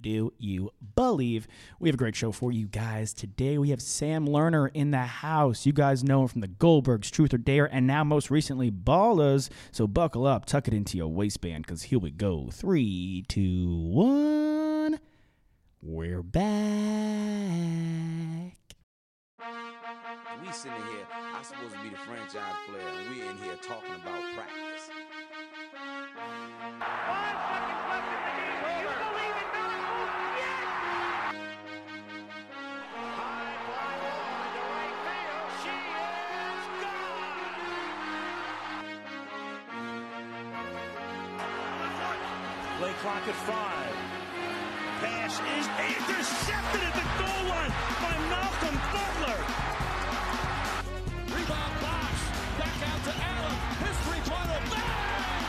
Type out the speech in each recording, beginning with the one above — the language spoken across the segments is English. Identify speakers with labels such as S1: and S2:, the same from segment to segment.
S1: do you believe? We have a great show for you guys today. We have Sam Lerner in the house. You guys know him from the Goldbergs, Truth or Dare, and now most recently, Ballers. So buckle up, tuck it into your waistband, because here we go. Three, two, one. We're back.
S2: We sitting here, I'm supposed to be the franchise player, and we're in here talking about practice.
S3: Five seconds left in the game. Do you believe in miracles? Yes! High fly ball into right field. She is gone!
S4: Play clock at five. Pass is intercepted at the goal line by Malcolm Butler. Rebound box. Back out to Allen. His three-pointer. Bang!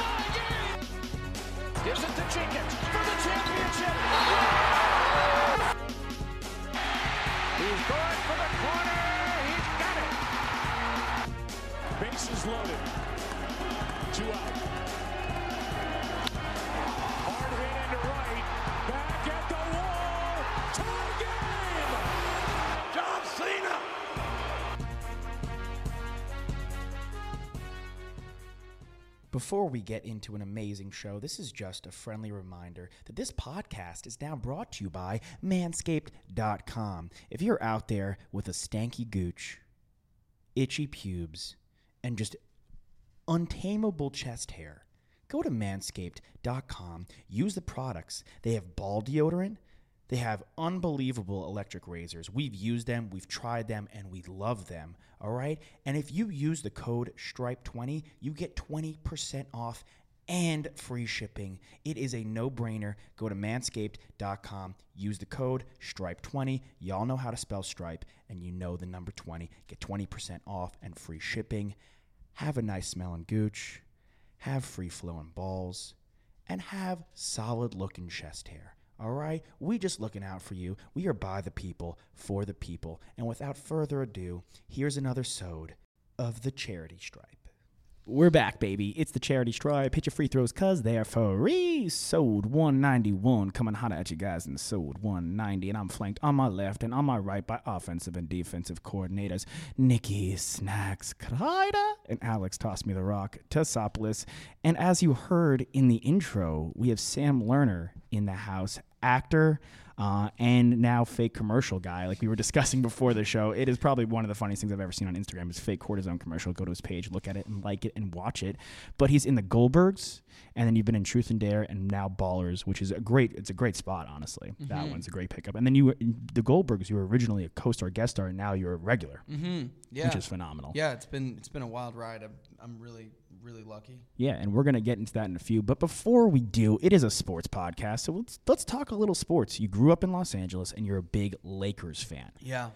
S4: Tie game. Gives it to Jenkins for the championship. He's going for the corner. He's got it. Base is loaded. Two out. Hard hit into right. Back at the wall. Tie game. John Cena.
S1: Before we get into an amazing show, this is just a friendly reminder that this podcast is now brought to you by manscaped.com. If you're out there with a stanky gooch, itchy pubes, and just untamable chest hair, go to manscaped.com, use the products. They have ball deodorant, they have unbelievable electric razors. We've used them, we've tried them, and we love them. All right? And if you use the code STRIPE20, you get 20% off and free shipping. It is a no brainer. Go to manscaped.com, use the code STRIPE20. Y'all know how to spell STRIPE, and you know the number 20. Get 20% off and free shipping. Have a nice smelling gooch have free flowing balls, and have solid looking chest hair. All right? We just looking out for you. We are by the people, for the people. And without further ado, here's another sode of the charity stripe. We're back, baby. It's the charity stripe. Hit your free throws, cause they're free. Sold 191. Coming hot at you guys in the sold 190. And I'm flanked on my left and on my right by offensive and defensive coordinators Nikki Snacks Kreida and Alex Toss Me the Rock Tessopoulos. And as you heard in the intro, we have Sam Lerner in the house, actor. Uh, and now fake commercial guy, like we were discussing before the show. It is probably one of the funniest things I've ever seen on Instagram is fake cortisone commercial. Go to his page, look at it and like it and watch it. But he's in the Goldbergs, and then you've been in Truth and Dare and now Ballers, which is a great it's a great spot, honestly. That one's a great pickup. And then you were in the Goldbergs, you were originally a co star guest star, and now you're a regular,
S5: Yeah.
S1: which is phenomenal.
S5: Yeah, it's been it's been a wild ride. I'm, I'm really really lucky.
S1: Yeah, and we're gonna get into that in a few. But before we do, it is a sports podcast, so let's let's talk a little sports. You grew up in Los Angeles, and you're a big Lakers fan.
S5: Yeah.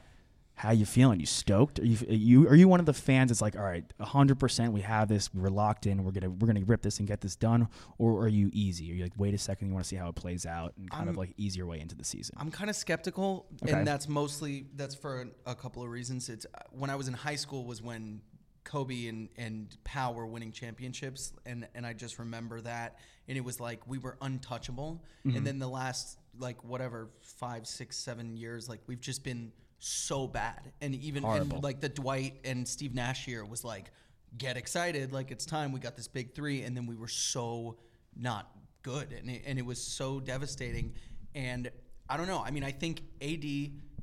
S1: How you feeling? You stoked? Are you are you are you one of the fans that's like, all right, hundred percent, we have this, we're locked in, we're gonna we're gonna rip this and get this done, or are you easy? Are you like, wait a second, you want to see how it plays out and kind of like ease your way into the season?
S5: I'm kind of skeptical,
S1: Okay.
S5: and that's mostly that's for a couple of reasons. It's uh, when I was in high school was when Kobe and and Powell were winning championships, and and I just remember that, and it was like we were untouchable.
S1: Mm-hmm.
S5: And then the last like whatever five, six, seven years, like we've just been so bad, and even
S1: Horrible.
S5: and, like the Dwight and Steve Nash year was like get excited, like it's time we got this big three, and then we were so not good, and it, and it was so devastating, and I don't know. I mean, I think AD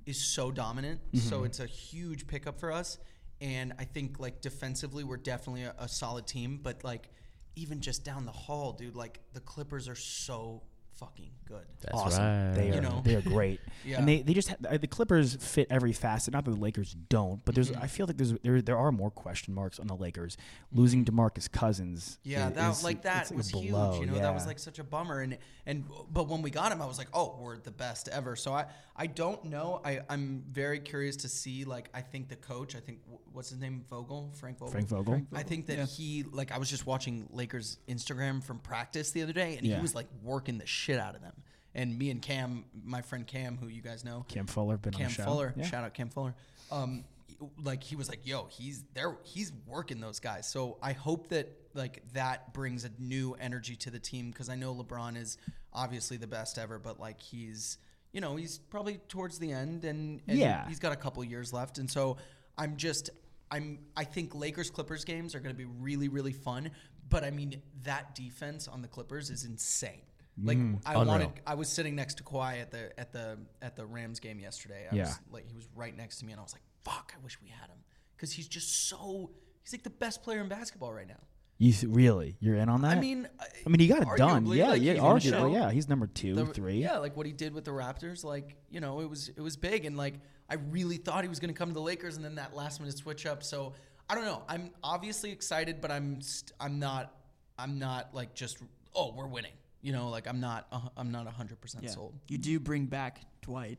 S5: is so dominant, so it's a huge pickup for us, and I think like defensively we're definitely a, a solid team, but like even just down the hall, dude, like the Clippers are so fucking good.
S6: That's
S1: awesome.
S6: right.
S1: They are
S5: You know?
S1: they are great.
S5: Yeah.
S1: And they, they just ha- uh, the Clippers fit every facet. Not that the Lakers don't, but
S5: Mm-hmm.
S1: there's I feel like there's there, there are more question marks on the Lakers. Losing DeMarcus Cousins.
S5: Yeah,
S1: i-
S5: that
S1: is-
S5: like
S1: it's
S5: that
S1: a
S5: was huge.
S1: blow,
S5: You know, that was
S1: yeah.
S5: like such a bummer. And and but when we got him, I was like, oh, we're the best ever. So I I don't know. I I'm very curious to see. Like I think the coach. I think wh- what's his name? Vogel. Frank Vogel.
S1: Frank Vogel.
S5: I think that he like I was just watching Lakers Instagram from practice the other day, and
S1: Yeah.
S5: he was like working the shit out of them. And me and Cam, my friend Cam, who you guys know,
S1: Cam Fuller been on
S5: Cam
S1: the show.
S5: Fuller.
S1: Yeah.
S5: Shout out Cam Fuller. Um, like he was like, "Yo, he's there. He's working those guys." So I hope that like that brings a new energy to the team because I know LeBron is obviously the best ever, but like he's you know he's probably towards the end and, and
S1: Yeah.
S5: he's got a couple years left, and so I'm just I'm I think Lakers Clippers games are going to be really really fun, but I mean that defense on the Clippers is insane. Like
S1: Mm.
S5: I wanted, I was sitting next to Kawhi at the at the at the Rams game yesterday. I
S1: Yeah.
S5: was, like he was right next to me, and I was like, "Fuck, I wish we had him," because he's just so he's like the best player in basketball right now.
S1: You th- really? You're in on that?
S5: I mean,
S1: I mean, he got it done.
S5: arguably,
S1: Yeah,
S5: like,
S1: yeah,
S5: he's on the show.
S1: arguably, yeah. He's number two,
S5: the-
S1: three.
S5: Yeah, like what he did with the Raptors, like you know, it was it was big, and like I really thought he was going to come to the Lakers, and then that last minute switch up. So I don't know. I'm obviously excited, but I'm st- I'm not I'm not like just oh we're winning. You know, like I'm not uh, I'm not 100 percent sold.
S6: You do bring back Dwight.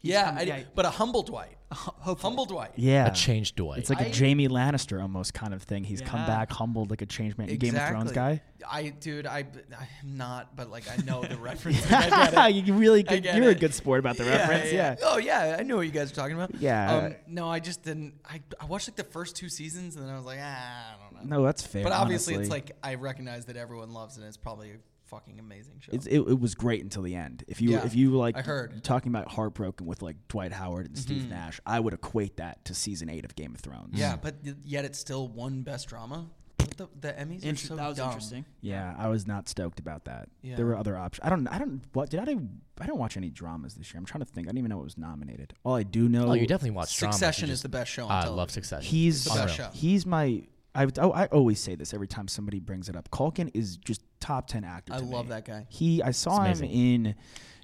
S5: Yeah,
S6: come-
S5: I,
S6: yeah.
S5: but a humble Dwight,
S6: Hopefully.
S5: humble Dwight.
S1: Yeah.
S6: A changed Dwight.
S1: It's like a
S5: I-
S1: Jamie Lannister almost kind of thing. He's come
S6: Yeah.
S1: back humbled like a changed man. Game of Thrones guy.
S5: I dude, I I'm not, but like I know the reference. I get it.
S1: you really
S5: I
S1: good.
S5: get
S1: You're a
S5: it.
S1: good sport about the reference. Yeah.
S5: Oh yeah, I know what you guys are talking about.
S1: Yeah.
S5: Um, no, I just didn't. I, I watched like the first two seasons, and then I was like, ah, I don't know.
S1: No, that's fair.
S5: but obviously,
S1: honestly.
S5: it's like I recognize that everyone loves it. and It's probably a fucking amazing show.
S1: It's, it, it was great until the end. If you
S5: Yeah,
S1: if you like
S5: I heard. Mm-hmm.
S1: talking about heartbroken with like Dwight Howard and Steve Nash, I would equate that to season eight of Game of Thrones.
S5: yeah, but y- yet it's still one best drama. What the, the Emmys are
S6: Inter-
S5: so
S6: that was
S5: dumb.
S6: interesting.
S1: Yeah, I was not stoked about that.
S5: Yeah.
S1: There were other options. I don't. I don't. What did I? Do? I don't watch any dramas this year. I'm trying to think. I don't even know what was nominated. All I do know.
S6: Oh, you definitely watched drama.
S5: Succession is the best show. On
S1: Ah,
S6: I
S5: television.
S6: love Succession.
S1: He's
S5: the best show.
S1: he's my. I, would- oh, I always say this every time somebody brings it up. Culkin is just top ten actor.
S5: I
S1: to
S5: love
S1: me.
S5: that guy.
S1: He I saw him
S6: amazing.
S1: in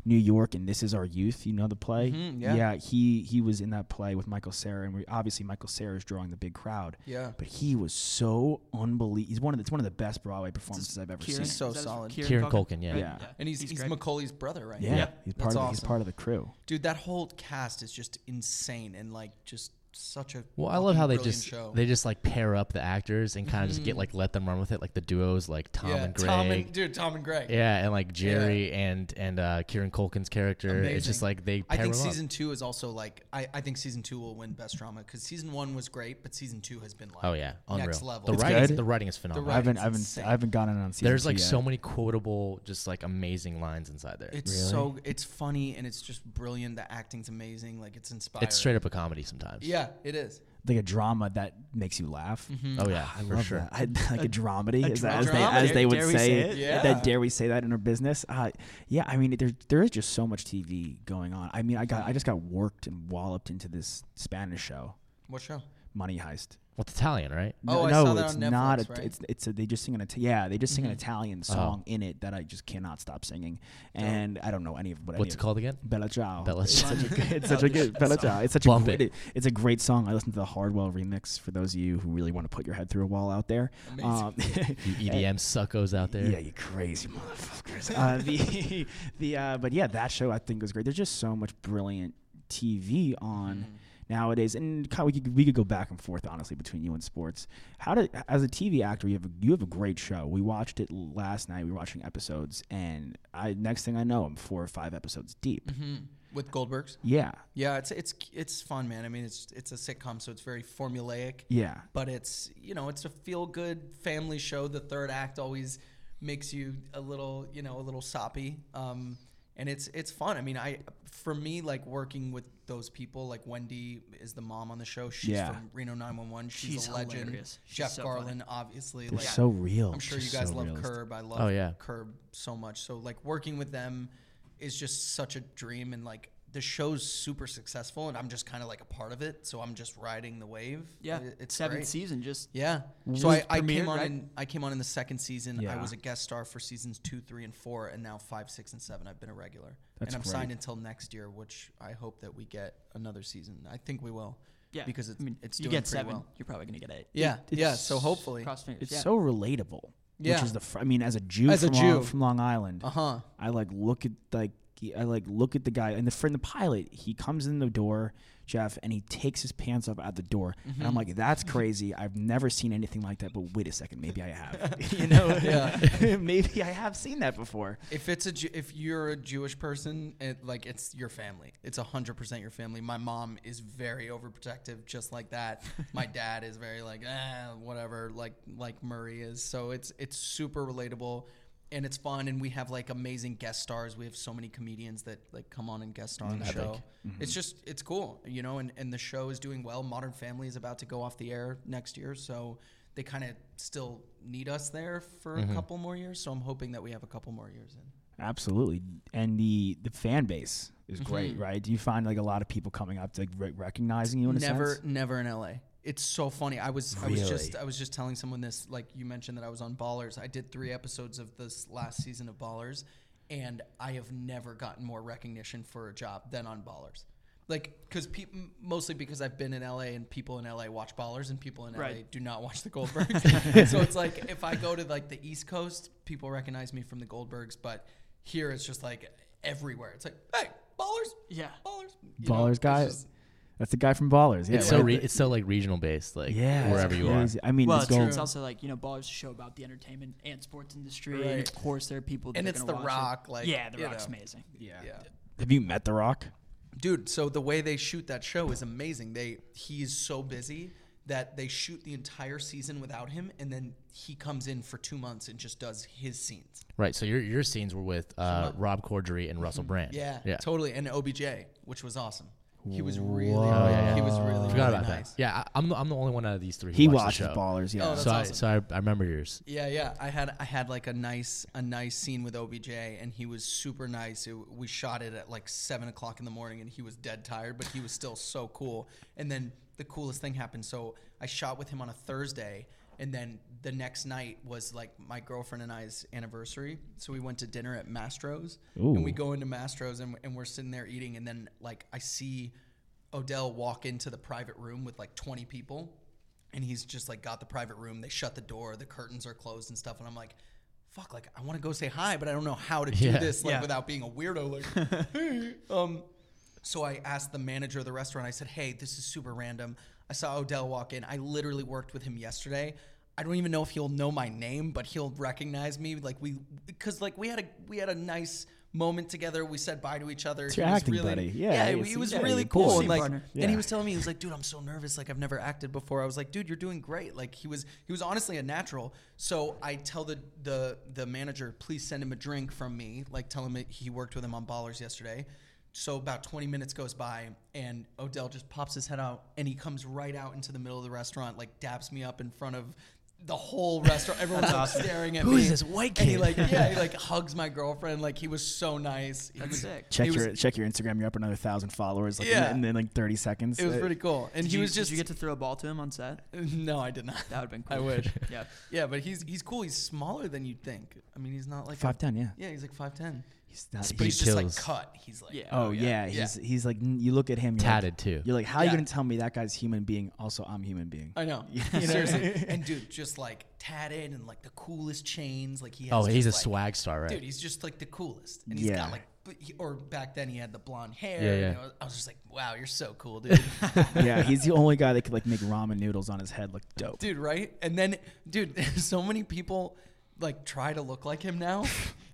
S1: New York and This Is Our Youth. You know the play?
S5: Mm-hmm, yeah.
S1: He he was in that play with Michael Sarah, and we, obviously Michael Sarah is drawing the big crowd.
S5: Yeah.
S1: But he was so unbelievable. He's one of the, it's one of the best Broadway performances I've ever
S6: Kieran-
S1: seen.
S5: so
S6: is that his-
S5: solid.
S6: Kieran Culkin, yeah.
S1: yeah.
S5: And he's he's,
S6: great.
S5: Macaulay's brother, right?
S1: Yeah. He's part of
S5: That's
S1: the, he's
S5: awesome.
S1: part of the crew.
S5: Dude, that whole cast is just insane and like just such a.
S6: Well, I love
S5: fucking
S6: how they
S5: brilliant
S6: just
S5: show.
S6: they just like pair up the actors and kind of just get like let them run with it, like the duos like Tom
S5: yeah,
S6: and Greg.
S5: Tom and dude, Tom and Greg.
S6: yeah, and like Jerry and and uh, Kieran Culkin's character. It's just
S5: Amazing.
S6: like they.
S5: I
S6: pair
S5: think
S6: them up.
S5: season two is also like I, I think season two will win best drama because season one was great, but season two has been like
S6: Oh yeah, unreal.
S5: next level.
S6: The
S1: It's
S6: writing,
S1: good.
S6: the writing is phenomenal.
S1: I
S5: Right,
S1: haven't
S5: it's
S1: I haven't
S5: insane.
S1: I haven't gotten in on season.
S6: There's
S1: two
S6: like
S1: yet.
S6: so many quotable, just like amazing lines inside there.
S5: It's so it's funny and it's just brilliant. The acting's amazing, like it's inspiring.
S6: it's straight up a comedy sometimes.
S5: Yeah, it is.
S1: like a drama that makes you laugh.
S5: Mm-hmm.
S6: Oh yeah,
S5: Ah,
S6: for
S1: Love
S6: sure.
S1: that. I, like a, dramedy, as, as they,
S6: dramedy.
S1: as they would
S6: Dare we
S1: say,
S6: say
S1: it.
S6: it?
S5: Yeah.
S1: That dare we say that in our business? Uh, yeah, I mean, there there is just so much TV going on. I mean, I got I just got worked and walloped into this Spanish show,
S5: What show?
S1: Money Heist.
S6: Well, it's Italian, right?
S5: Oh, I
S1: no,
S5: saw that
S1: it's
S5: on Netflix,
S1: not. a,
S5: right? Mm-hmm.
S1: It's it's a, they just sing an Ita- yeah they just sing an Italian
S6: Oh.
S1: song in it that I just cannot stop singing, and I don't know any of what. any
S6: What's it called again?
S1: Of, Bella Ciao.
S6: Bella
S1: It's
S6: Ciao.
S1: such a good. It's such a good. Bella Ciao. It's such a
S6: Bump
S1: great.
S6: it.
S1: It's a great song. I listened to the Hardwell remix for those of you who really want to put your head through a wall out there. Um,
S6: You EDM suckos out there.
S1: Yeah, you crazy motherfuckers. uh, the the uh, but yeah, that show I think was great. There's just so much brilliant TV on nowadays, and Kyle, we could we could go back and forth honestly between you and sports. How did as a TV actor you have a, you have a great show. We watched it last night. We were watching episodes, and I next thing I know, I'm four or five episodes deep.
S5: With Goldbergs.
S1: Yeah,
S5: Yeah, it's it's it's fun, man. I mean, it's it's a sitcom, so it's very formulaic.
S1: yeah.
S5: but it's you know it's a feel good family show. The third act always makes you a little you know a little soppy, um, and it's it's fun. I mean, I for me like working with those people like Wendy is the mom on the show. She's
S1: Yeah.
S5: from Reno 911. She's,
S6: She's
S5: a legend.
S6: hilarious. She's
S5: Jeff
S6: so
S5: Garland, obviously.
S1: They're
S5: like,
S1: so real.
S5: I'm sure
S1: Just
S5: you guys
S1: so
S5: love
S1: realistic.
S5: Curb. I love
S6: Oh, yeah.
S5: Curb so much. So like working with them is just such a dream and like the show's super successful, and I'm just kind of like a part of it. So I'm just riding the wave.
S7: Yeah,
S5: It- it's
S7: seventh
S5: great.
S7: season. Just
S5: Yeah.
S7: Was
S5: So I, I
S7: premiered,
S5: came on
S7: right?
S5: in I came on in the second season.
S1: Yeah.
S5: I was a guest star for seasons two, three, and four, and now five, six, and seven. I've been a regular.
S1: That's
S5: and I'm
S1: great.
S5: signed until next year, which I hope that we get another season. I think we will.
S7: yeah,
S5: Because it's
S7: I mean,
S5: it's
S7: you
S5: doing
S7: get
S5: pretty
S7: seven,
S5: well.
S7: you're probably gonna get eight.
S5: Yeah. yeah.
S1: it's-
S5: So hopefully.
S7: Cross fingers.
S1: It's
S7: yeah.
S1: so relatable. Which
S5: Yeah.
S1: is the fr- I mean, as a Jew,
S5: As a
S1: from, Long,
S5: Jew.
S1: from Long Island,
S5: Uh huh.
S1: I like look at like he- I like look at the guy and the friend, the pilot. He comes in the door, Jeff, and he takes his pants off at the door, and
S5: Mm-hmm.
S1: I'm like, that's crazy. I've never seen anything like that. But wait a second, maybe I have. you know,
S5: Yeah.
S1: maybe I have seen that before.
S5: If it's a Ju- if you're a Jewish person, it, like it's your family. It's hundred percent your family. My mom is very overprotective, just like that. My dad is very like ah, whatever, like like Murray is. So it's it's super relatable, and it's fun. And we have like amazing guest stars. We have so many comedians that like come on and guest star on the show. It's just it's cool, you know. And and the show is doing well. Modern Family is about to go off the air next year, so. They kind of still need us there for a couple more years, so I'm hoping that we have a couple more years in.
S1: Absolutely, and the the fan base is
S5: Mm-hmm.
S1: great, right? Do you find like a lot of people coming up to like re- recognizing you in a
S5: never
S1: sense?
S5: never in LA. It's so funny. I was I was just I was just telling someone this like you mentioned that I was on Ballers. I did 3 episodes of this last season of Ballers and I have never gotten more recognition for a job than on Ballers. Like cuz peop mostly because I've been in LA and people in LA watch Ballers and people in LA
S7: Right.
S5: do not watch the Goldbergs. so it's like if I go to like the East Coast, people recognize me from the Goldbergs, but here it's just like everywhere. It's like, "Hey, Ballers?"
S7: Yeah.
S5: Ballers. you know,
S1: Ballers
S5: it's
S1: guy,
S5: just-
S1: that's the guy from Ballers. Yeah,
S6: It's so
S1: right?
S6: re- it's so like regional based, like
S1: yeah, it's
S6: wherever you are.
S1: crazy. I mean,
S7: well,
S1: it's
S7: it's, true.
S1: going-
S7: it's also like you know, Ballers is a show about the entertainment and sports industry, and
S5: Right.
S7: of course there are people. That
S5: and
S7: are
S5: it's
S7: gonna
S5: The
S7: watch it.
S5: Rock. Like
S7: yeah, The
S5: you
S7: Rock's
S5: know.
S7: amazing.
S5: Yeah.
S1: Have you met The Rock?
S5: dude. So the way they shoot that show is amazing. They he's so busy that they shoot the entire season without him, and then he comes in for two months and just does his scenes.
S6: Right. So your your scenes were with uh, Rob Corddry and Russell Brand.
S5: Yeah,
S6: Yeah.
S5: totally. And OBJ, which was awesome. He was really, really he was really,
S6: Forgot
S5: really
S6: about
S5: nice.
S6: that. Yeah, I, I'm the, I'm the only one out of these three. Who
S1: He watches
S6: watched the show.
S1: Ballers. Yeah,
S5: Oh, that's
S6: So I
S5: awesome.
S6: so I, I remember yours.
S5: Yeah, yeah. I had I had like a nice a nice scene with OBJ, and he was super nice. It, we shot it at like seven o'clock in the morning, and he was dead tired, but he was still so cool. And then the coolest thing happened. So I shot with him on a Thursday, and then the next night was like my girlfriend and I's anniversary. So we went to dinner at Mastro's, and we go into Mastro's, and, and we're sitting there eating, and then like I see Odell walk into the private room with like twenty people and he's just like got the private room. They shut the door, the curtains are closed and stuff. And I'm like, fuck, like I want to go say hi, but I don't know how to do
S6: Yeah.
S5: this like
S7: Yeah.
S5: without being a weirdo. Like, hey. um, so I asked the manager of the restaurant. I said, hey, this is super random. I saw Odell walk in. I literally worked with him yesterday. I don't even know if he'll know my name, but he'll recognize me. Like we, because like we had a we had a nice moment together. We said bye to each other.
S1: your
S5: was
S1: acting
S5: really,
S1: buddy. Yeah,
S5: yeah,
S1: you
S5: he
S1: see-
S5: was
S1: yeah,
S5: really
S1: you're cool.
S5: cool.
S7: Scene
S5: And, like,
S7: partner.
S5: and
S1: Yeah.
S5: he was telling me he was like, "Dude, I'm so nervous. Like I've never acted before." I was like, "Dude, you're doing great." Like he was he was honestly a natural. So I tell the the the manager, "Please send him a drink from me." Like tell him that he worked with him on Ballers yesterday. So about 20 minutes goes by and Odell just pops his head out and he comes right out into the middle of the restaurant, like daps me up in front of the whole restaurant. Everyone's like staring at me.
S6: Who's this white
S5: And he
S6: kid?
S5: like yeah, he like hugs my girlfriend. Like he was so nice. He
S7: That's
S5: was-
S7: sick.
S1: Check
S5: he was-
S1: your check your Instagram. You're up another thousand followers. Like,
S5: Yeah.
S1: yeah, and then like thirty seconds.
S5: It was
S1: Uh,
S5: pretty cool. And
S7: Did
S5: he
S7: you,
S5: was just
S7: Did you get to throw a ball to him on set?
S5: No, I did not.
S7: That would have been cool.
S5: I wish.
S7: yeah.
S5: yeah, but he's he's cool. He's smaller than you'd think. I mean, he's not like a-
S1: five ten. Yeah,
S5: Yeah, he's like five ten.
S1: he's not.
S5: But
S1: he's-
S5: he's
S6: kills.
S5: just like cut. He's like
S7: Yeah.
S1: oh yeah, he's he's like n- you look at him. You're
S6: Tatted
S1: like,
S6: too.
S1: You're like, how are
S5: Yeah.
S1: you gonna tell me that guy's human being? Also, I'm human being.
S5: I know. Seriously. and dude, just like tatted and like the coolest chains. Like he has
S6: Oh, he's a
S5: just, like-
S6: swag star, right?
S5: Dude, he's just like the coolest. And he's
S1: Yeah.
S5: got like but he- or back then he had the blonde hair.
S6: Yeah, yeah.
S5: and I was- I was just like, wow, you're so cool, dude.
S1: yeah, he's the only guy that could like make ramen noodles on his head look dope.
S5: dude right and then dude so many people like try to look like him now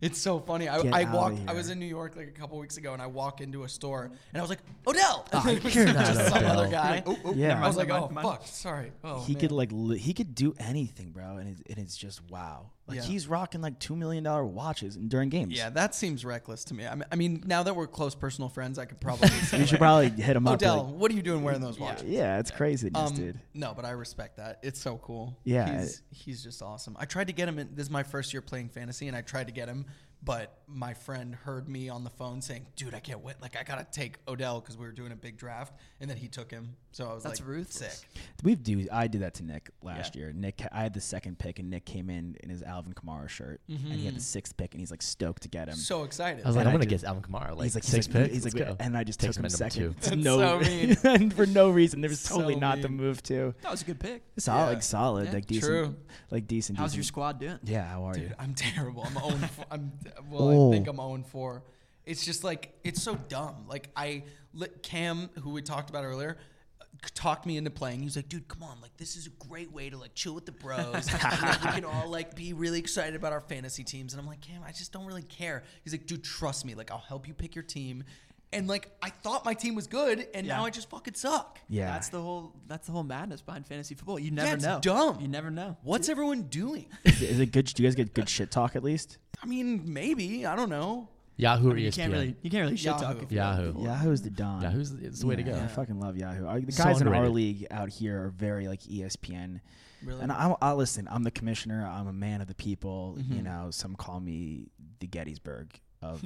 S5: it's so funny i,
S1: Get
S5: I
S1: outta
S5: walked i
S1: here.
S5: was in new york like a couple weeks ago and i walk into a store and i was like odell
S1: Ah,
S5: It was
S6: you're
S5: just
S6: not
S5: some other
S6: Odell.
S5: guy
S1: Yeah.
S5: i was like
S7: never
S5: oh
S7: mind, never mind.
S5: fuck sorry oh
S1: He could
S5: man.
S1: like li- he could do anything, bro, and it's, and it's just wow. Like
S5: Yeah.
S1: he's rocking like two million dollar watches and during games.
S5: yeah that seems reckless to me I mean, I mean now that we're close personal friends i could probably say,
S1: you should
S5: like,
S1: probably hit him up.
S5: odell
S1: Like,
S5: what are you doing wearing those watches
S1: yeah, it's craziness,
S5: Um,
S1: dude.
S5: No, but I respect that. It's so cool.
S1: Yeah.
S5: he's, he's just awesome. I tried to get him. In, this is my first year playing fantasy, and I tried to get him, But my friend heard me on the phone saying, "Dude, I can't wait! Like, I gotta take Odell because we were doing a big draft, and then he took him." So I was
S7: That's
S5: like,
S7: ruthless.
S5: "Sick."
S1: We've do I did that to Nick last
S5: Yeah.
S1: year. Nick, I had the second pick, and Nick came in in his Alvin Kamara shirt, and he had the sixth pick, and he's like stoked to get him.
S5: Mm-hmm. So excited.
S6: I was like,
S1: And
S6: I'm
S1: I
S6: gonna
S1: just-
S6: get Alvin Kamara. Like,
S1: he's like
S6: six
S1: he's like,
S6: picks.
S1: He's like,
S6: let's go.
S1: and I just
S6: Takes
S1: took him
S6: at number
S1: second.
S6: two.
S1: It's no,
S5: so mean.
S1: and for no reason. There was
S5: So
S1: totally not the
S5: mean.
S1: move to.
S7: That was a good pick.
S1: Solid,
S5: Yeah.
S1: solid,
S7: Yeah.
S1: like decent,
S5: True.
S1: like decent.
S7: How's your
S1: decent.
S7: squad doing?
S1: Yeah, how are you?
S5: Dude, I'm terrible. I'm 0 and 4. I'm, well, I
S7: Oh.
S5: think I'm 0 and 4. It's just like, it's so dumb. Like, I, li- Cam, who we talked about earlier, uh, talked me into playing. He was like, dude, come on. Like, this is a great way to, like, chill with the bros. and, like, we can all, like, be really excited about our fantasy teams. And I'm like, Cam, I just don't really care. He's like, dude, trust me. Like, I'll help you pick your team. And, like, I thought my team was good, and
S7: Yeah.
S5: now I just fucking suck.
S1: Yeah,
S7: That's the whole. That's the whole madness behind fantasy football. You never
S5: it's
S7: know.
S5: dumb.
S7: You never know.
S5: What's everyone doing?
S1: is, it- is it good? Do you guys get good shit talk at least?
S5: I mean, maybe. I don't know.
S6: Yahoo or
S7: You
S6: ESPN?
S7: can't really. You can't really shit talk.
S5: Yahoo.
S7: If
S6: Yahoo.
S1: Yahoo's the don.
S6: Yahoo's the- it's the way to
S1: Yeah,
S6: go.
S1: I fucking love Yahoo. I, the
S6: So
S1: guys in our
S6: underrated.
S1: league out here are very like E ESPN.
S5: Really?
S1: And I, I listen. I'm the commissioner. I'm a man of the people.
S7: Mm-hmm.
S1: You know, some call me the Gettysburg of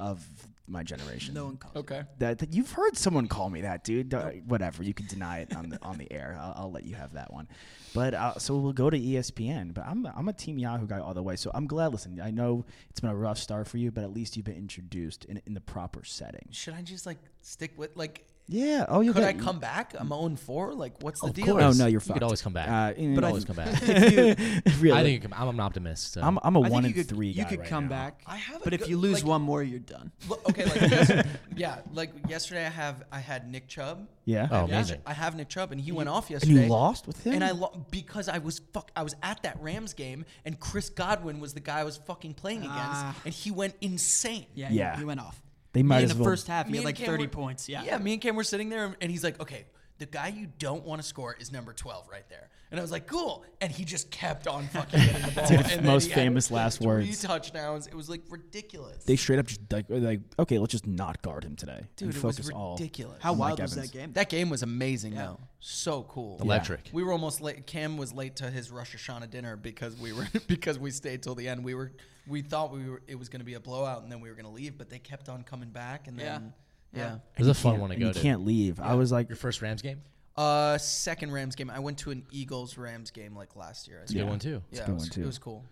S1: of my generation.
S7: No one calls. it.
S5: Okay.
S1: that, that- you've heard someone call me that, dude. Don't- Whatever, you can deny it on the on the air. I'll, I'll let you have that one. But uh, so we'll go to ESPN. But I'm I'm a Team Yahoo guy all the way. So I'm glad. Listen, I know it's been a rough start for you, but at least you've been introduced in in the proper setting.
S5: Should I just like stick with like?
S1: Yeah. Oh, you
S5: Could
S1: got-
S5: I come back? I'm 0 four. Like, what's the
S6: Of
S5: deal?
S6: course.
S1: Oh no, you're
S6: You
S1: fucked.
S6: could always come back.
S1: Uh,
S6: You could always come back. I
S1: really, I
S6: think you can- I'm an optimist. So.
S1: am I'm a
S7: I
S1: one
S7: think
S1: and
S7: you could,
S1: three
S7: You
S1: guy
S7: could
S1: right
S7: come
S1: now.
S7: back.
S5: I have a
S7: But if
S5: good-
S7: you lose
S5: like-
S7: one more, you're done.
S5: Well, okay, like yes- yeah, like yesterday I have I had Nick Chubb.
S1: Yeah.
S6: Oh,
S5: Yeah,
S6: amazing.
S5: I have Nick Chubb, and he went off
S1: and you
S5: yesterday.
S1: lost with him.
S5: And I lo- because I was fuck. I was at that Rams game, and Chris Godwin was the guy I was fucking playing against,
S7: Ah.
S5: and he went insane.
S7: Yeah.
S1: Yeah.
S7: yeah. He went off.
S1: They might
S7: in
S1: as
S7: the
S1: well-
S7: first half. He
S5: Me
S7: had
S5: and
S7: like
S5: Cam
S7: 30
S5: were-
S7: points. Yeah.
S5: Yeah, me and Cam were sitting there, and he's like, okay, the guy you don't want to score is number 12 right there. And I was like, cool. And he just kept on fucking getting the ball.
S1: Dude,
S5: and then
S1: most
S5: he had
S1: famous last
S5: three
S1: words.
S5: touchdowns. It was like ridiculous.
S1: They straight up just like, like okay, let's just not guard him today.
S5: Dude,
S1: and
S5: it
S1: focus
S5: was
S1: all.
S5: ridiculous.
S7: How
S1: Mike
S7: wild was
S1: Evans.
S7: that game?
S5: that game was amazing, though. So cool.
S6: Electric.
S5: We were almost late. Cam was late to his Rosh Hashanah dinner because we were because we stayed till the end. We were we thought we were it was going to be a blowout and then we were going to leave, but they kept on coming back and then yeah.
S6: It was a fun
S1: Can't-
S6: one to
S1: and
S6: go
S1: you
S6: to.
S1: can't leave. I was like,
S6: Your first Rams game?
S5: Uh, second Rams game. I went to an Eagles Rams game like last year. I
S6: It's a
S5: think.
S6: good one too.
S5: Yeah,
S1: good
S5: it was,
S1: one, too.
S5: it was cool.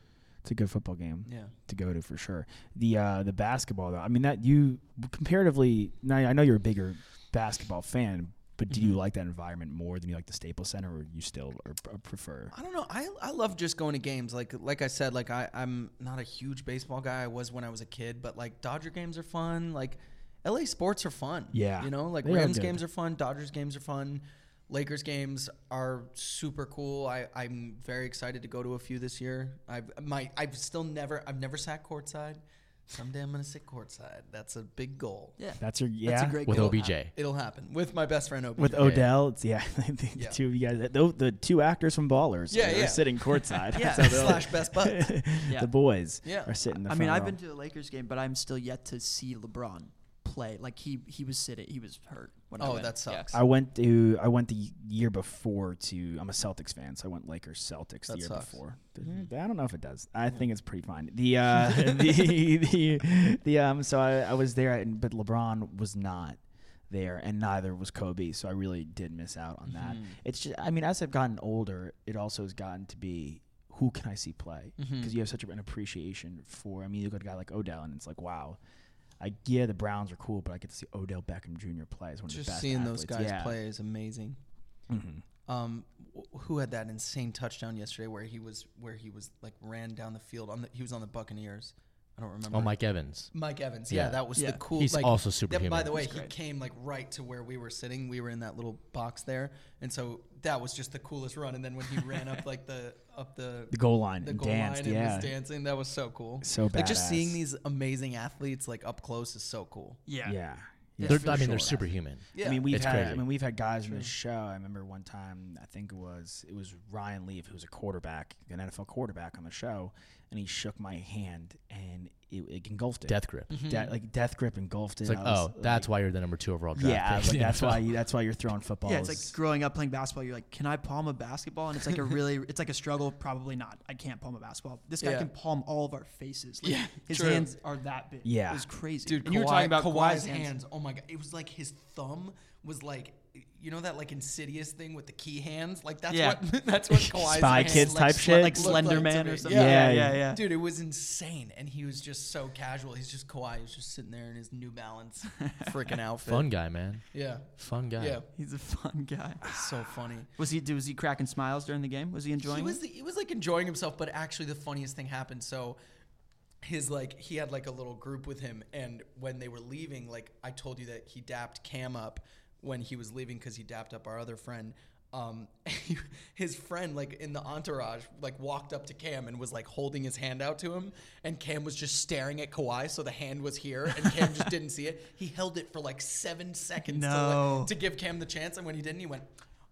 S1: It's a good football game.
S5: Yeah.
S1: To go to for sure. The uh, the basketball though. I mean that you comparatively now I know you're a bigger basketball fan, but do you
S7: Mm-hmm.
S1: like that environment more than you like the Staples Center or you still or, or prefer?
S5: I don't know. I, I love just going to games. Like like I said, like I, I'm not a huge baseball guy. I was when I was a kid, but like Dodger games are fun. Like LA sports are fun.
S1: Yeah.
S5: You know, like
S1: They are
S5: Rams
S1: good.
S5: games are fun, Dodgers games are fun, Lakers games are super cool. I, I'm very excited to go to a few this year. I've my I've still never I've never sat courtside. Someday I'm gonna sit courtside. That's a big goal.
S7: Yeah.
S1: That's your yeah.
S7: That's a great
S6: With
S7: goal.
S6: OBJ.
S5: It'll happen. With my best friend Obi.
S1: with Odell, it's yeah, the, the
S5: Yeah.
S1: two of you guys, the, the two actors from Ballers,
S5: Yeah,
S1: are
S5: yeah.
S1: sitting courtside.
S5: yeah,
S1: So they're
S5: slash best buds.
S7: Yeah.
S1: the boys
S5: Yeah.
S1: are sitting. in The
S7: I mean,
S1: front
S7: I've
S1: row.
S7: been to a Lakers game, but I'm still yet to see LeBron play. Like he he was sitting, he was hurt. When I
S5: Oh,
S7: went.
S5: that
S7: Yeah.
S5: sucks.
S1: I went to I went the year before to I'm a Celtics fan, so I went Lakers Celtics the
S5: That
S1: year
S5: sucks. Mm-hmm.
S1: before. I don't know if it does. I think it's pretty fine. The uh, the the the um. So I, I was there, and, but LeBron was not there, and neither was Kobe. So I really did miss out on that.
S5: Mm-hmm.
S1: It's just I mean, as I've gotten older, it also has gotten to be. Who can I see play? Because
S5: Mm-hmm.
S1: you have such an appreciation for. I mean, you got a guy like Odell, and it's like, wow, I yeah, the Browns are cool, but I get to see Odell Beckham Jr. play. It's one of the
S5: just
S1: best
S5: seeing
S1: athletes.
S5: those guys
S1: Yeah. Mm-hmm.
S5: play is amazing. Um, wh- who had that insane touchdown yesterday where he was where he was like ran down the field on the he was on the Buccaneers. I don't remember.
S6: Oh, Mike Evans.
S5: Mike Evans. Yeah,
S6: Yeah.
S5: that was
S7: Yeah.
S5: the cool.
S6: He's
S5: like,
S6: also
S5: That, by
S6: superhuman.
S5: the way, he came like right to where we were sitting. We were in that little box there, and so that was just the coolest run. And then when he ran up like the up the
S1: the goal line
S5: the
S1: and
S5: goal
S1: danced.
S5: line
S1: yeah,
S5: and was dancing, that was so cool.
S1: So
S5: like just
S1: badass.
S5: seeing these amazing athletes like up close is so cool.
S7: Yeah.
S1: yeah.
S6: They're- I mean, they're superhuman.
S1: I mean, we've
S6: It's
S1: had I
S6: crazy.
S1: mean, we've had guys in the show. I remember one time, I think it was it was Ryan Leaf, who was a quarterback, an NFL quarterback on the show, and he shook my hand and it, it engulfed it.
S6: Death grip.
S1: De- like death grip engulfed it.
S6: It's like,
S1: I was
S6: oh, that's why you're the number two overall draft
S1: yeah, I
S6: pick.
S1: was like,
S6: in the
S1: that's
S6: NFL.
S1: why you, that's why you're throwing footballs.
S7: Yeah, it's like growing up playing basketball. You're like, can I palm a basketball? And it's like a really, it's like a struggle. Probably not. I can't palm a basketball. This guy
S5: Yeah.
S7: can palm all of our faces. Like,
S5: Yeah,
S7: his
S5: true.
S7: hands are that big.
S1: Yeah.
S7: it's crazy.
S5: Dude,
S7: and
S5: Kawhi,
S7: you were talking about
S5: Kawhi's hands. Oh my god, it was like his thumb was like, you know that like insidious thing with the key hands. Like that's
S7: Yeah.
S5: what that's what Kawhi's
S1: Spy
S5: hands
S1: Kids
S5: like,
S1: type
S5: sl-
S1: shit?
S7: like
S5: looked to
S7: Slender Man
S5: me.
S7: or something.
S1: Yeah,
S7: yeah,
S1: yeah.
S7: yeah. yeah.
S5: Dude, it was insane, and he was just so casual. He's just Kawhi. He was just sitting there in his New Balance freaking outfit.
S6: Fun guy, man.
S5: Yeah,
S6: Fun guy.
S5: yeah,
S7: He's a fun guy.
S5: so funny.
S7: Was he? Was he cracking smiles during the game? Was he enjoying?
S5: He was
S7: it?
S5: he was like enjoying himself, but actually the funniest thing happened. So his like he had like a little group with him, and when they were leaving, like I told you that he dapped Cam up when he was leaving because he dapped up our other friend. Um, his friend like in the entourage like walked up to Cam and was like holding his hand out to him, and Cam was just staring at Kawhi, so the hand was here, and Cam just didn't see it. He held it for like seven seconds to,
S7: No.
S5: like, to give Cam the chance, and when he didn't, he went.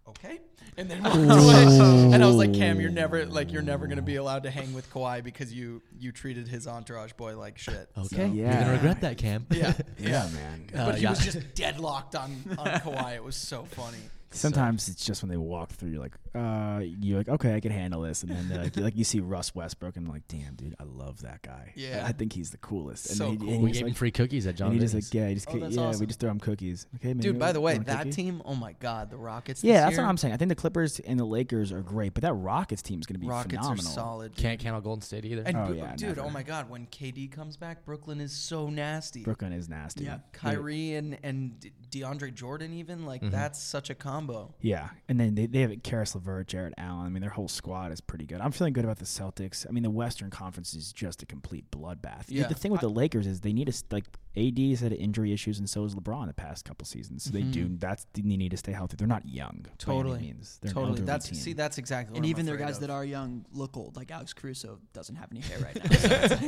S5: Okay, and then walked away. and I was like, Cam, you're never like you're never gonna be allowed to hang with Kawhi because you you treated his entourage boy like shit.
S6: Okay. You're
S1: Yeah.
S6: gonna regret that, Cam.
S5: Yeah,
S1: Uh, yeah, man.
S5: but he
S6: yeah.
S5: was just deadlocked on on Kawhi. It was so funny.
S1: Sometimes it's just when they walk through, you're like, uh, you're like, okay, I can handle this, and then they're like, like you see Russ Westbrook, and I'm like, damn, dude, I love that guy.
S5: Yeah.
S1: I, I think he's the coolest. And
S5: So
S1: he,
S5: cool.
S1: And
S6: We
S1: he's
S6: gave him
S1: like,
S6: free cookies at
S1: and
S6: John.
S1: he just like,
S6: Dayton's.
S1: yeah, he just,
S5: Oh,
S1: ca-
S5: that's
S1: yeah, we
S5: awesome.
S1: just throw him cookies. Okay, man,
S5: Dude,
S1: you
S5: by the
S1: want-
S5: way,
S1: you want a
S5: that
S1: cookie?
S5: team. Oh my God, the Rockets.
S1: Yeah,
S5: this
S1: that's
S5: year,
S1: what I'm saying. I think the Clippers and the Lakers are great, but that Rockets team is going to be
S5: Rockets
S1: phenomenal.
S5: are solid.
S6: can't count on Golden State either.
S5: And
S1: Oh,
S5: b-
S1: yeah,
S5: dude, oh
S1: never.
S5: my God, when KD comes back, Brooklyn is so nasty.
S1: Brooklyn is nasty.
S7: Yeah.
S5: Kyrie and and De- DeAndre Jordan, even like
S1: Mm-hmm.
S5: that's such a combo.
S1: Yeah, and then they, they have Karis LeVert, Jared Allen. I mean, their whole squad is pretty good. I'm feeling good about the Celtics. I mean, the Western Conference is just a complete bloodbath. The-
S5: Yeah.
S1: The thing with the Lakers is they need to s- like AD's had injury issues, and so has LeBron the past couple seasons. So they
S7: Mm-hmm.
S1: do that's they need to stay healthy. They're not young. by
S5: Totally.
S1: any means. They're an
S5: totally.
S1: elderly
S5: That's
S1: team.
S5: see, that's exactly. What
S7: And
S5: I'm
S7: even their
S5: afraid
S7: guys
S5: of.
S7: that are young look old, like Alex Caruso doesn't have any hair right now. So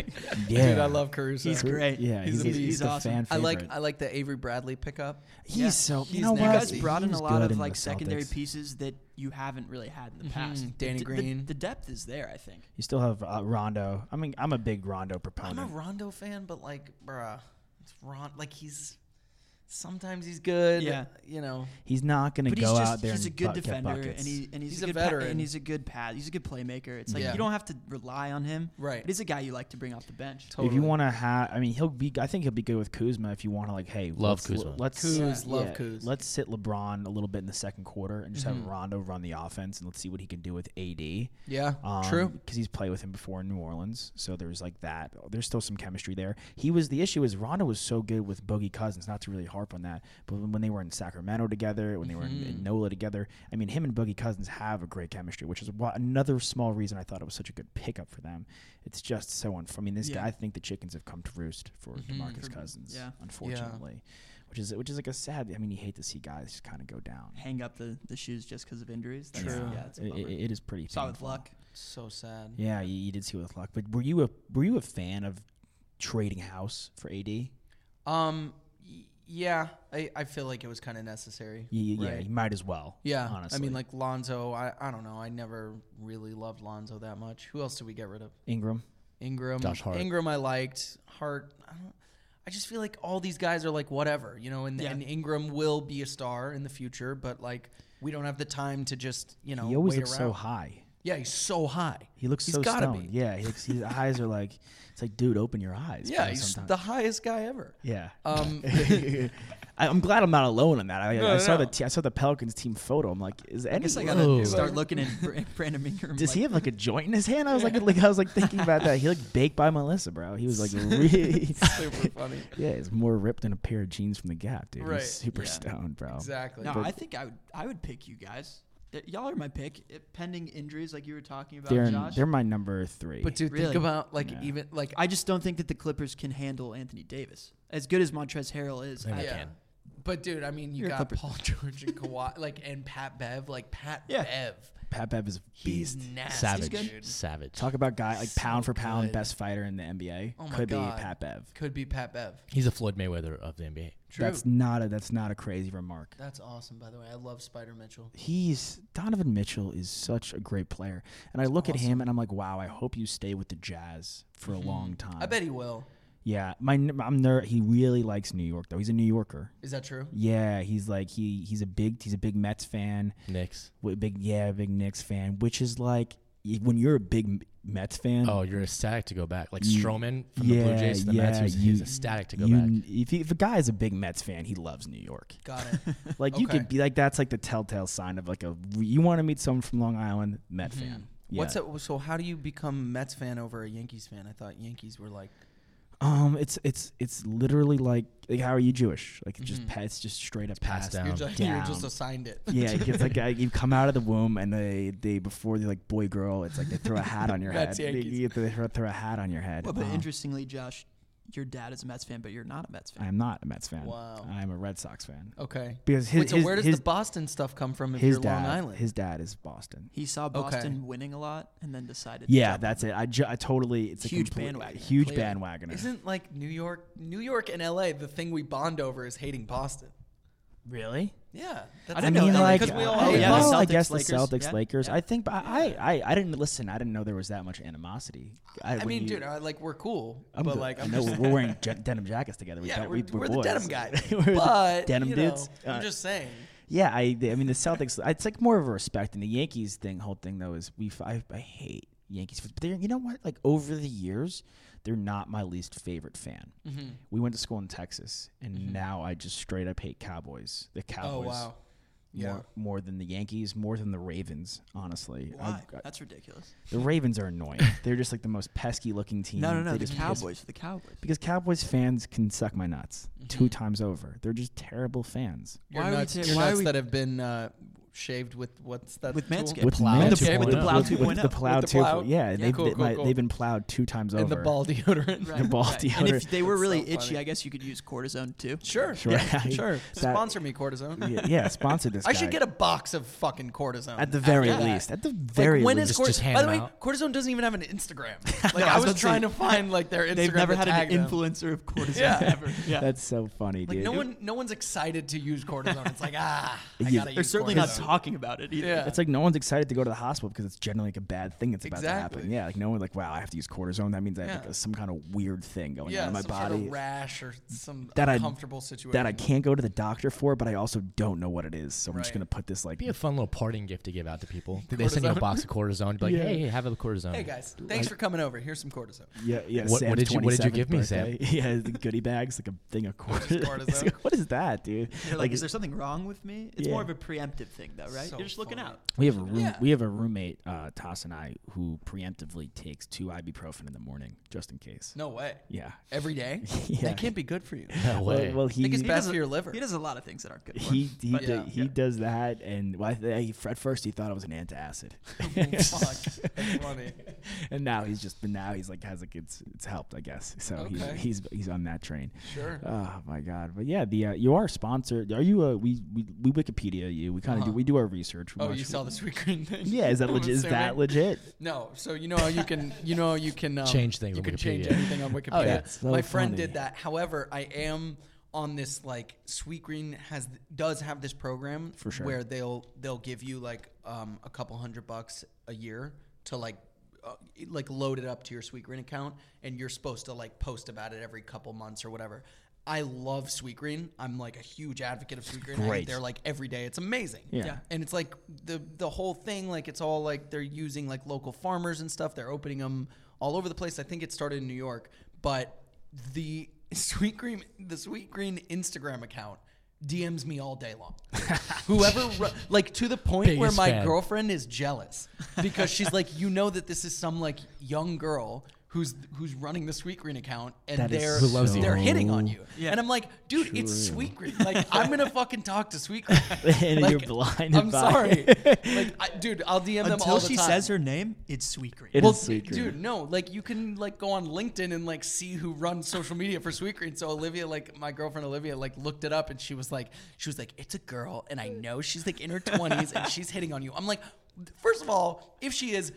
S1: yeah.
S5: Dude, I love Caruso.
S7: he's great.
S1: Yeah, he's, he's,
S7: he's, he's,
S1: the
S7: awesome.
S1: fan
S5: I
S1: favorite.
S5: like I like the Avery Bradley pickup.
S1: he's
S7: yeah.
S1: so you
S5: He's
S1: know
S7: You guys
S5: nasty.
S1: what?
S7: brought in
S1: He's
S7: a lot
S1: good
S7: of
S1: in the
S7: like secondary
S1: Celtics.
S7: pieces that you haven't really had in the past.
S5: Mhm. Danny
S7: The- the-
S5: Green.
S7: The depth is there, I think.
S1: You still have uh, Rondo. I mean, I'm a big Rondo
S5: I'm a
S1: proponent.
S5: Rondo fan, but like, bruh, it's Ron. Like he's sometimes he's good.
S7: Yeah.
S5: you know.
S1: he's not going to
S7: But he's
S1: go
S7: just
S1: out there
S7: he's a
S1: and
S7: good
S1: buck- get
S7: defender
S1: buckets.
S7: and he and he's,
S5: He's a
S7: a, good pa-
S5: veteran.
S7: and he's a good pass. He's a good playmaker. It's like
S5: Yeah.
S7: you don't have to rely on him.
S5: Right.
S7: But he's a guy you like to bring off the bench.
S5: Totally.
S1: If you want to have, I mean, he'll be. I think he'll be good with Kuzma. If you want to, like, hey,
S6: Love
S1: let's,
S6: Kuzma.
S1: Let's
S5: Kuz, love Kuz. Mm-hmm.
S1: Let's sit LeBron a little bit in the second quarter and just have Rondo run the offense and let's see what he can do with AD.
S5: Yeah, true.
S1: Because Um, he's played with him before in New Orleans, so there's like that. There's still some chemistry there. He was the issue is Rondo was so good with Boogie Cousins. Not to really harp on that, but when when they were in Sacramento together, when they were in,
S7: Mm-hmm.
S1: in NOLA together, I mean, him and Boogie Cousins have a great chemistry, which is why, another small reason I thought it was such a good pickup for them. It's just so un. I mean, this guy. I think the chickens have come to roost for Demarcus Cousins,
S7: Mm-hmm, yeah.
S1: unfortunately, which is which is like a sad. I mean, you hate to see guys just kind of go down.
S7: Hang up the, the shoes just because of injuries. That's,
S1: Yeah,
S7: Yeah, it's a
S1: it-
S7: bummer.
S1: it- it is pretty.
S7: Saw with
S1: painful.
S7: luck.
S5: So sad.
S1: Yeah, you, you did see with luck. But were you a were you a fan of trading house for AD? You,
S5: Um, y- yeah, I, I feel like it was kind of necessary.
S1: you, Yeah,
S5: right?
S1: you might as well.
S5: yeah.
S1: honestly.
S5: I mean, like Lonzo. I, I don't know. I never really loved Lonzo that much. Who else did we get rid of?
S1: Ingram.
S5: Ingram.
S6: Josh Hart.
S5: Ingram I liked. Hart I don't I just feel like all these guys are like whatever, you know, and,
S7: Yeah.
S5: and Ingram will be a star in the future, but like we don't have the time to just, you know,
S1: He always
S5: wait
S1: looks
S5: around.
S1: so high.
S5: Yeah, he's so high.
S1: He looks
S5: He's
S1: so
S5: gotta
S1: stoned.
S5: be.
S1: Yeah, he looks, his eyes are like it's like, dude, open your eyes.
S5: Yeah,
S1: bro,
S5: he's
S1: sometimes.
S5: the highest guy ever.
S1: yeah.
S5: Um
S1: I, I'm glad I'm not alone on that. I, I
S5: no,
S1: saw
S5: no.
S1: the te- I saw the Pelicans team photo. I'm like, is
S7: I guess I
S1: any?
S7: gotta
S6: Ooh.
S7: start looking at Bra- Brandon Ingram.
S1: Does
S7: like,
S1: he have like a joint in his hand? I was like, like I was like thinking about that. He looked baked by Melissa, bro. He was like really
S5: super funny.
S1: Yeah, he's more ripped than a pair of jeans from the Gap, dude.
S5: Right,
S1: He's super
S7: yeah.
S1: stoned, bro.
S5: Exactly.
S7: No, I think I would. I would pick you guys. Th- Y'all are my pick. It- pending injuries, like you were talking about,
S1: They're in-
S7: Josh.
S1: they're my number three.
S5: Uh, But dude, think
S7: Really?
S5: about like even like
S7: I just don't think that the Clippers can handle Anthony Davis as good as Montrez Harrell is. I,
S5: yeah. But dude, I mean,
S7: You're
S5: you
S7: a
S5: got
S7: Clippers.
S5: Paul George and Kawhi, like, and Pat Bev, like Pat
S7: Yeah.
S5: Bev
S1: Pat Bev is a
S5: He's
S1: beast.
S5: nasty,
S6: Savage.
S5: dude.
S6: Savage.
S1: Talk about guy like pound for pound
S5: good.
S1: best fighter in the NBA.
S5: Oh my
S1: Could
S5: God.
S1: be Pat Bev.
S5: Could be Pat Bev.
S6: He's a Floyd Mayweather of the NBA.
S5: True.
S1: That's not a that's not a crazy remark.
S5: That's awesome, by the way. I love Spider Mitchell.
S1: He's Donovan Mitchell is such a great player, and I look at him and I'm like, wow, I hope you stay with the Jazz for a long time.
S5: Mm-hmm. I bet he will.
S1: Yeah, my I'm there. He really likes New York though. He's a New Yorker.
S5: Is that true?
S1: Yeah, he's like he he's a big he's a big Mets fan.
S6: Knicks.
S1: wi- Big yeah, big Knicks fan, which is like y- when you're a big M- Mets fan.
S6: Oh, you're ecstatic to go back. Like Stroman from the Blue
S1: yeah,
S6: Jays to the Mets.
S1: yeah,
S6: He's, he's
S1: you-
S6: ecstatic to go
S1: you-
S6: back.
S1: If, he, if a guy is a big Mets fan, he loves New York.
S5: Got it.
S1: Like you
S5: Okay.
S1: could be like that's like the telltale sign of like a re- you want to meet someone from Long Island Met
S6: Mm-hmm.
S1: fan. Yeah.
S5: What's up? So how do you become Mets fan over a Yankees fan? I thought Yankees were like
S1: Um, it's it's it's literally like like how are you Jewish? Like it's just pa- it's just straight up
S6: passed
S1: passed
S6: Mm-hmm. down.
S5: you're
S6: Um,
S5: just, you're just
S1: down.
S5: assigned it.
S1: Yeah, it gets like uh, you come out of the womb and they they before they like boy girl, it's like they throw a hat on your head.
S5: Mets,
S1: They,
S5: Yankees.
S1: you- they throw, throw a hat on your head.
S7: Well, but
S1: Um,
S7: interestingly, Josh, your dad is a Mets fan, but you're not a Mets fan.
S1: I'm not a Mets fan.
S5: Wow.
S1: I'm a Red Sox fan.
S5: okay.
S1: Because his
S5: Wait, so
S1: his,
S5: where does
S1: his,
S5: the Boston stuff come from if
S1: his
S5: you're
S1: dad
S5: Long Island?
S1: his dad is Boston.
S7: He saw
S5: Okay.
S7: Boston winning a lot and then decided. to
S1: Yeah,
S7: jump
S1: that's it. I, ju- I totally it's a
S7: Huge
S1: complete-
S7: bandwagoner,
S1: Huge
S5: clearly.
S1: bandwagoner.
S5: Isn't like New York, New York and LA the thing we bond over is hating Boston.
S1: really?
S5: Yeah, that's
S7: I
S1: I
S7: didn't know
S1: mean,
S7: that.
S1: like,
S5: because we all
S1: I,
S7: oh,
S5: hate
S7: yeah, the
S1: well,
S5: Boston.
S1: I
S7: Celtics,
S1: guess
S7: Lakers,
S1: the Celtics,
S7: yeah,
S1: Lakers. I think, but I, I, I didn't listen. I didn't know there was that much animosity.
S5: I
S1: when
S5: mean,
S1: you-
S5: dude, I, like we're cool,
S1: I'm
S5: but
S1: good.
S5: like
S1: I
S5: I'm
S1: know
S5: just,
S1: we're wearing je- denim jackets together. We
S5: yeah,
S1: got-
S5: we're,
S1: we,
S5: we're the
S1: boys.
S5: denim guys.
S1: We're the
S5: but
S1: denim
S5: you know,
S1: dudes. Uh,
S5: I'm just saying.
S1: yeah, I, I mean, the Celtics. It's like more of a respect, and the Yankees thing, whole thing though, is we. f- I, I hate Yankees, fans, but they're, you know what? Like over the years, they're not my least favorite fan.
S7: Mm-hmm.
S1: We went to school in Texas, and now I just straight up hate Cowboys. The
S5: Oh
S1: Cowboys.
S5: wow, yeah.
S1: More, more than the Yankees, more than the Ravens, honestly. I-
S7: Why?
S1: I-
S7: That's ridiculous.
S1: the Ravens are annoying. They're just like the most pesky looking team.
S7: No, no, no.
S1: They
S7: The
S1: just piss-
S7: Cowboys. The Cowboys.
S1: Because Cowboys fans can suck my nuts
S7: Mm-hmm.
S1: two times over. They're just terrible fans.
S5: Your
S7: Why are we
S5: nuts,
S7: ta-
S5: your
S7: why are
S5: nuts
S7: we-
S5: that have been uh, shaved with what's that
S7: With
S5: tool?
S7: Manscaped.
S6: Plow
S1: Manscaped.
S6: Okay, with the
S7: 2.0. plow
S1: With- with
S7: 2.0.
S1: the plow
S5: oh. With the plow? oh.
S1: 2.0. Yeah,
S5: Yeah,
S1: they've,
S5: cool,
S1: they-
S5: cool,
S1: my-
S5: cool.
S1: they've been plowed two times over.
S5: and the ball deodorant.
S1: The ball
S7: And
S1: deodorant.
S7: if they were
S5: That's
S7: really
S5: so
S7: itchy,
S5: funny.
S7: I guess you could use cortisone too.
S5: Sure,
S1: Sure.
S5: yeah, sure.
S1: That-
S5: Sponsor me, cortisone.
S1: yeah, yeah, sponsor this
S5: I
S1: guy.
S5: should get a box of fucking cortisone.
S1: At the very
S5: after that.
S1: least. At the
S5: Like,
S1: very
S5: when
S1: least.
S5: is
S6: Just- just
S5: cortisone?
S6: hand
S5: By the
S6: them
S5: way,
S6: out.
S5: cortisone doesn't even have an Instagram. Like
S7: I
S5: I
S7: was
S5: was
S7: gonna
S5: trying
S7: say,
S5: to find like their Instagram.
S7: They've never
S5: to
S7: had
S5: tag
S7: an
S5: them.
S7: influencer of cortisone
S5: Yeah.
S7: ever. Yeah.
S1: That's so funny,
S5: Like
S1: dude.
S5: no one, no one's excited to use cortisone. It's like ah, I
S1: Yeah.
S5: gotta
S7: They're
S5: use
S7: certainly
S5: cortisone.
S7: not talking about it either.
S5: Yeah.
S1: It's like no one's excited to go to the hospital because it's generally like a bad thing that's about to happen.
S5: Exactly.
S1: Yeah, like no one's like, wow, I have to use cortisone. That means I have
S5: Yeah.
S1: like, some kind of weird thing going
S5: yeah,
S1: on in my
S5: some
S1: body.
S5: sort of rash or some
S1: That I-
S5: uncomfortable situation
S1: that I can't go to the doctor for, but I also don't know what it is. So I'm just
S5: Right.
S1: gonna put this like
S6: Be a fun little parting gift to give out to people. They send you a box of cortisone. Be like, hey, have a cortisone.
S5: Hey guys, thanks for coming over. Here's some cortisone.
S1: yeah yeah.
S6: What- what
S1: Sam's
S6: did you- what did you
S1: 27th
S6: give me, Sam?
S1: birthday. Yeah, the goodie bags, like a thing of cortisone.
S5: cortisone?
S1: what is that, dude?
S7: They're like, is there something wrong with me? It's
S1: Yeah.
S7: more of a preemptive thing, though, right?
S5: So
S7: You're just looking
S5: funny.
S7: out.
S1: we have a room,
S5: Yeah.
S1: we have a roommate, uh, Toss and I, who preemptively takes two ibuprofen in the morning just in case.
S5: No way.
S1: Yeah.
S5: Every day.
S1: Yeah.
S5: That can't be good for you.
S6: No way.
S1: Well, well, he
S5: I think it's bad
S7: doesn't-
S5: for your liver.
S7: He does a lot of things that aren't good. For
S1: he
S7: him.
S1: he,
S5: But
S1: do-
S5: yeah.
S1: he does that, and well, I th- he- at first he thought it was an antacid,
S5: Fuck. That's funny.
S1: and now he's just but now he's like has like it's it's helped, I guess. So
S5: Okay.
S1: he's he's he's on that train.
S5: Sure.
S1: Oh my god! But yeah, the uh, you are sponsored. Are you? Uh, we, we we Wikipedia you. We kind of do. We do our research. We
S5: Uh-huh. Oh,
S1: watch-
S5: you saw the sweet green thing?
S1: Yeah, is that
S5: I'm
S1: legit? Is that
S5: assuming.
S1: legit?
S5: No. So you know how you can you know how you can um,
S6: Change things
S5: You
S6: on
S5: can change
S6: Wikipedia.
S5: anything on Wikipedia.
S1: that's so
S5: My friend
S1: funny.
S5: did that. However, I am on this like sweet green has does have this program for
S1: sure.
S5: where they'll they'll give you like um, a couple hundred bucks a year to like uh, like load it up to your sweet green account and you're supposed to like post about it every couple months or whatever i love sweet green i'm like a huge advocate of sweet green i
S1: Great.
S5: get there like every day it's amazing
S1: Yeah.
S5: and it's like the the whole thing like it's all like they're using like local farmers and stuff they're opening them all over the place i think it started in new york but the sweet green the sweet green instagram account dms me all day long whoever ru- like to the point where
S6: Biggest
S5: my
S6: fan.
S5: girlfriend is jealous because she's like you know that this is some like young girl Who's, who's running the Sweet Green account and
S1: That is
S5: they're
S1: Who loves you.
S5: they're hitting on
S1: so
S5: you and I'm like dude it's Sweet Green like I'm gonna fucking talk to Sweet Green
S1: And
S5: Like,
S1: you're blinded
S5: I'm
S1: by-
S5: sorry like, I, dude, I'll DM them all
S7: Until
S5: the
S7: she
S5: time.
S7: says her name, it's sweet green.
S1: It
S5: well,
S1: is sweet green.
S5: dude, no, like you can like go on LinkedIn and like see who runs social media for Sweet Green. So Olivia, like my girlfriend Olivia, like looked it up and she was like, she was like, it's a girl and I know she's like in her twenties and she's hitting on you. I'm like, First of all, if she is,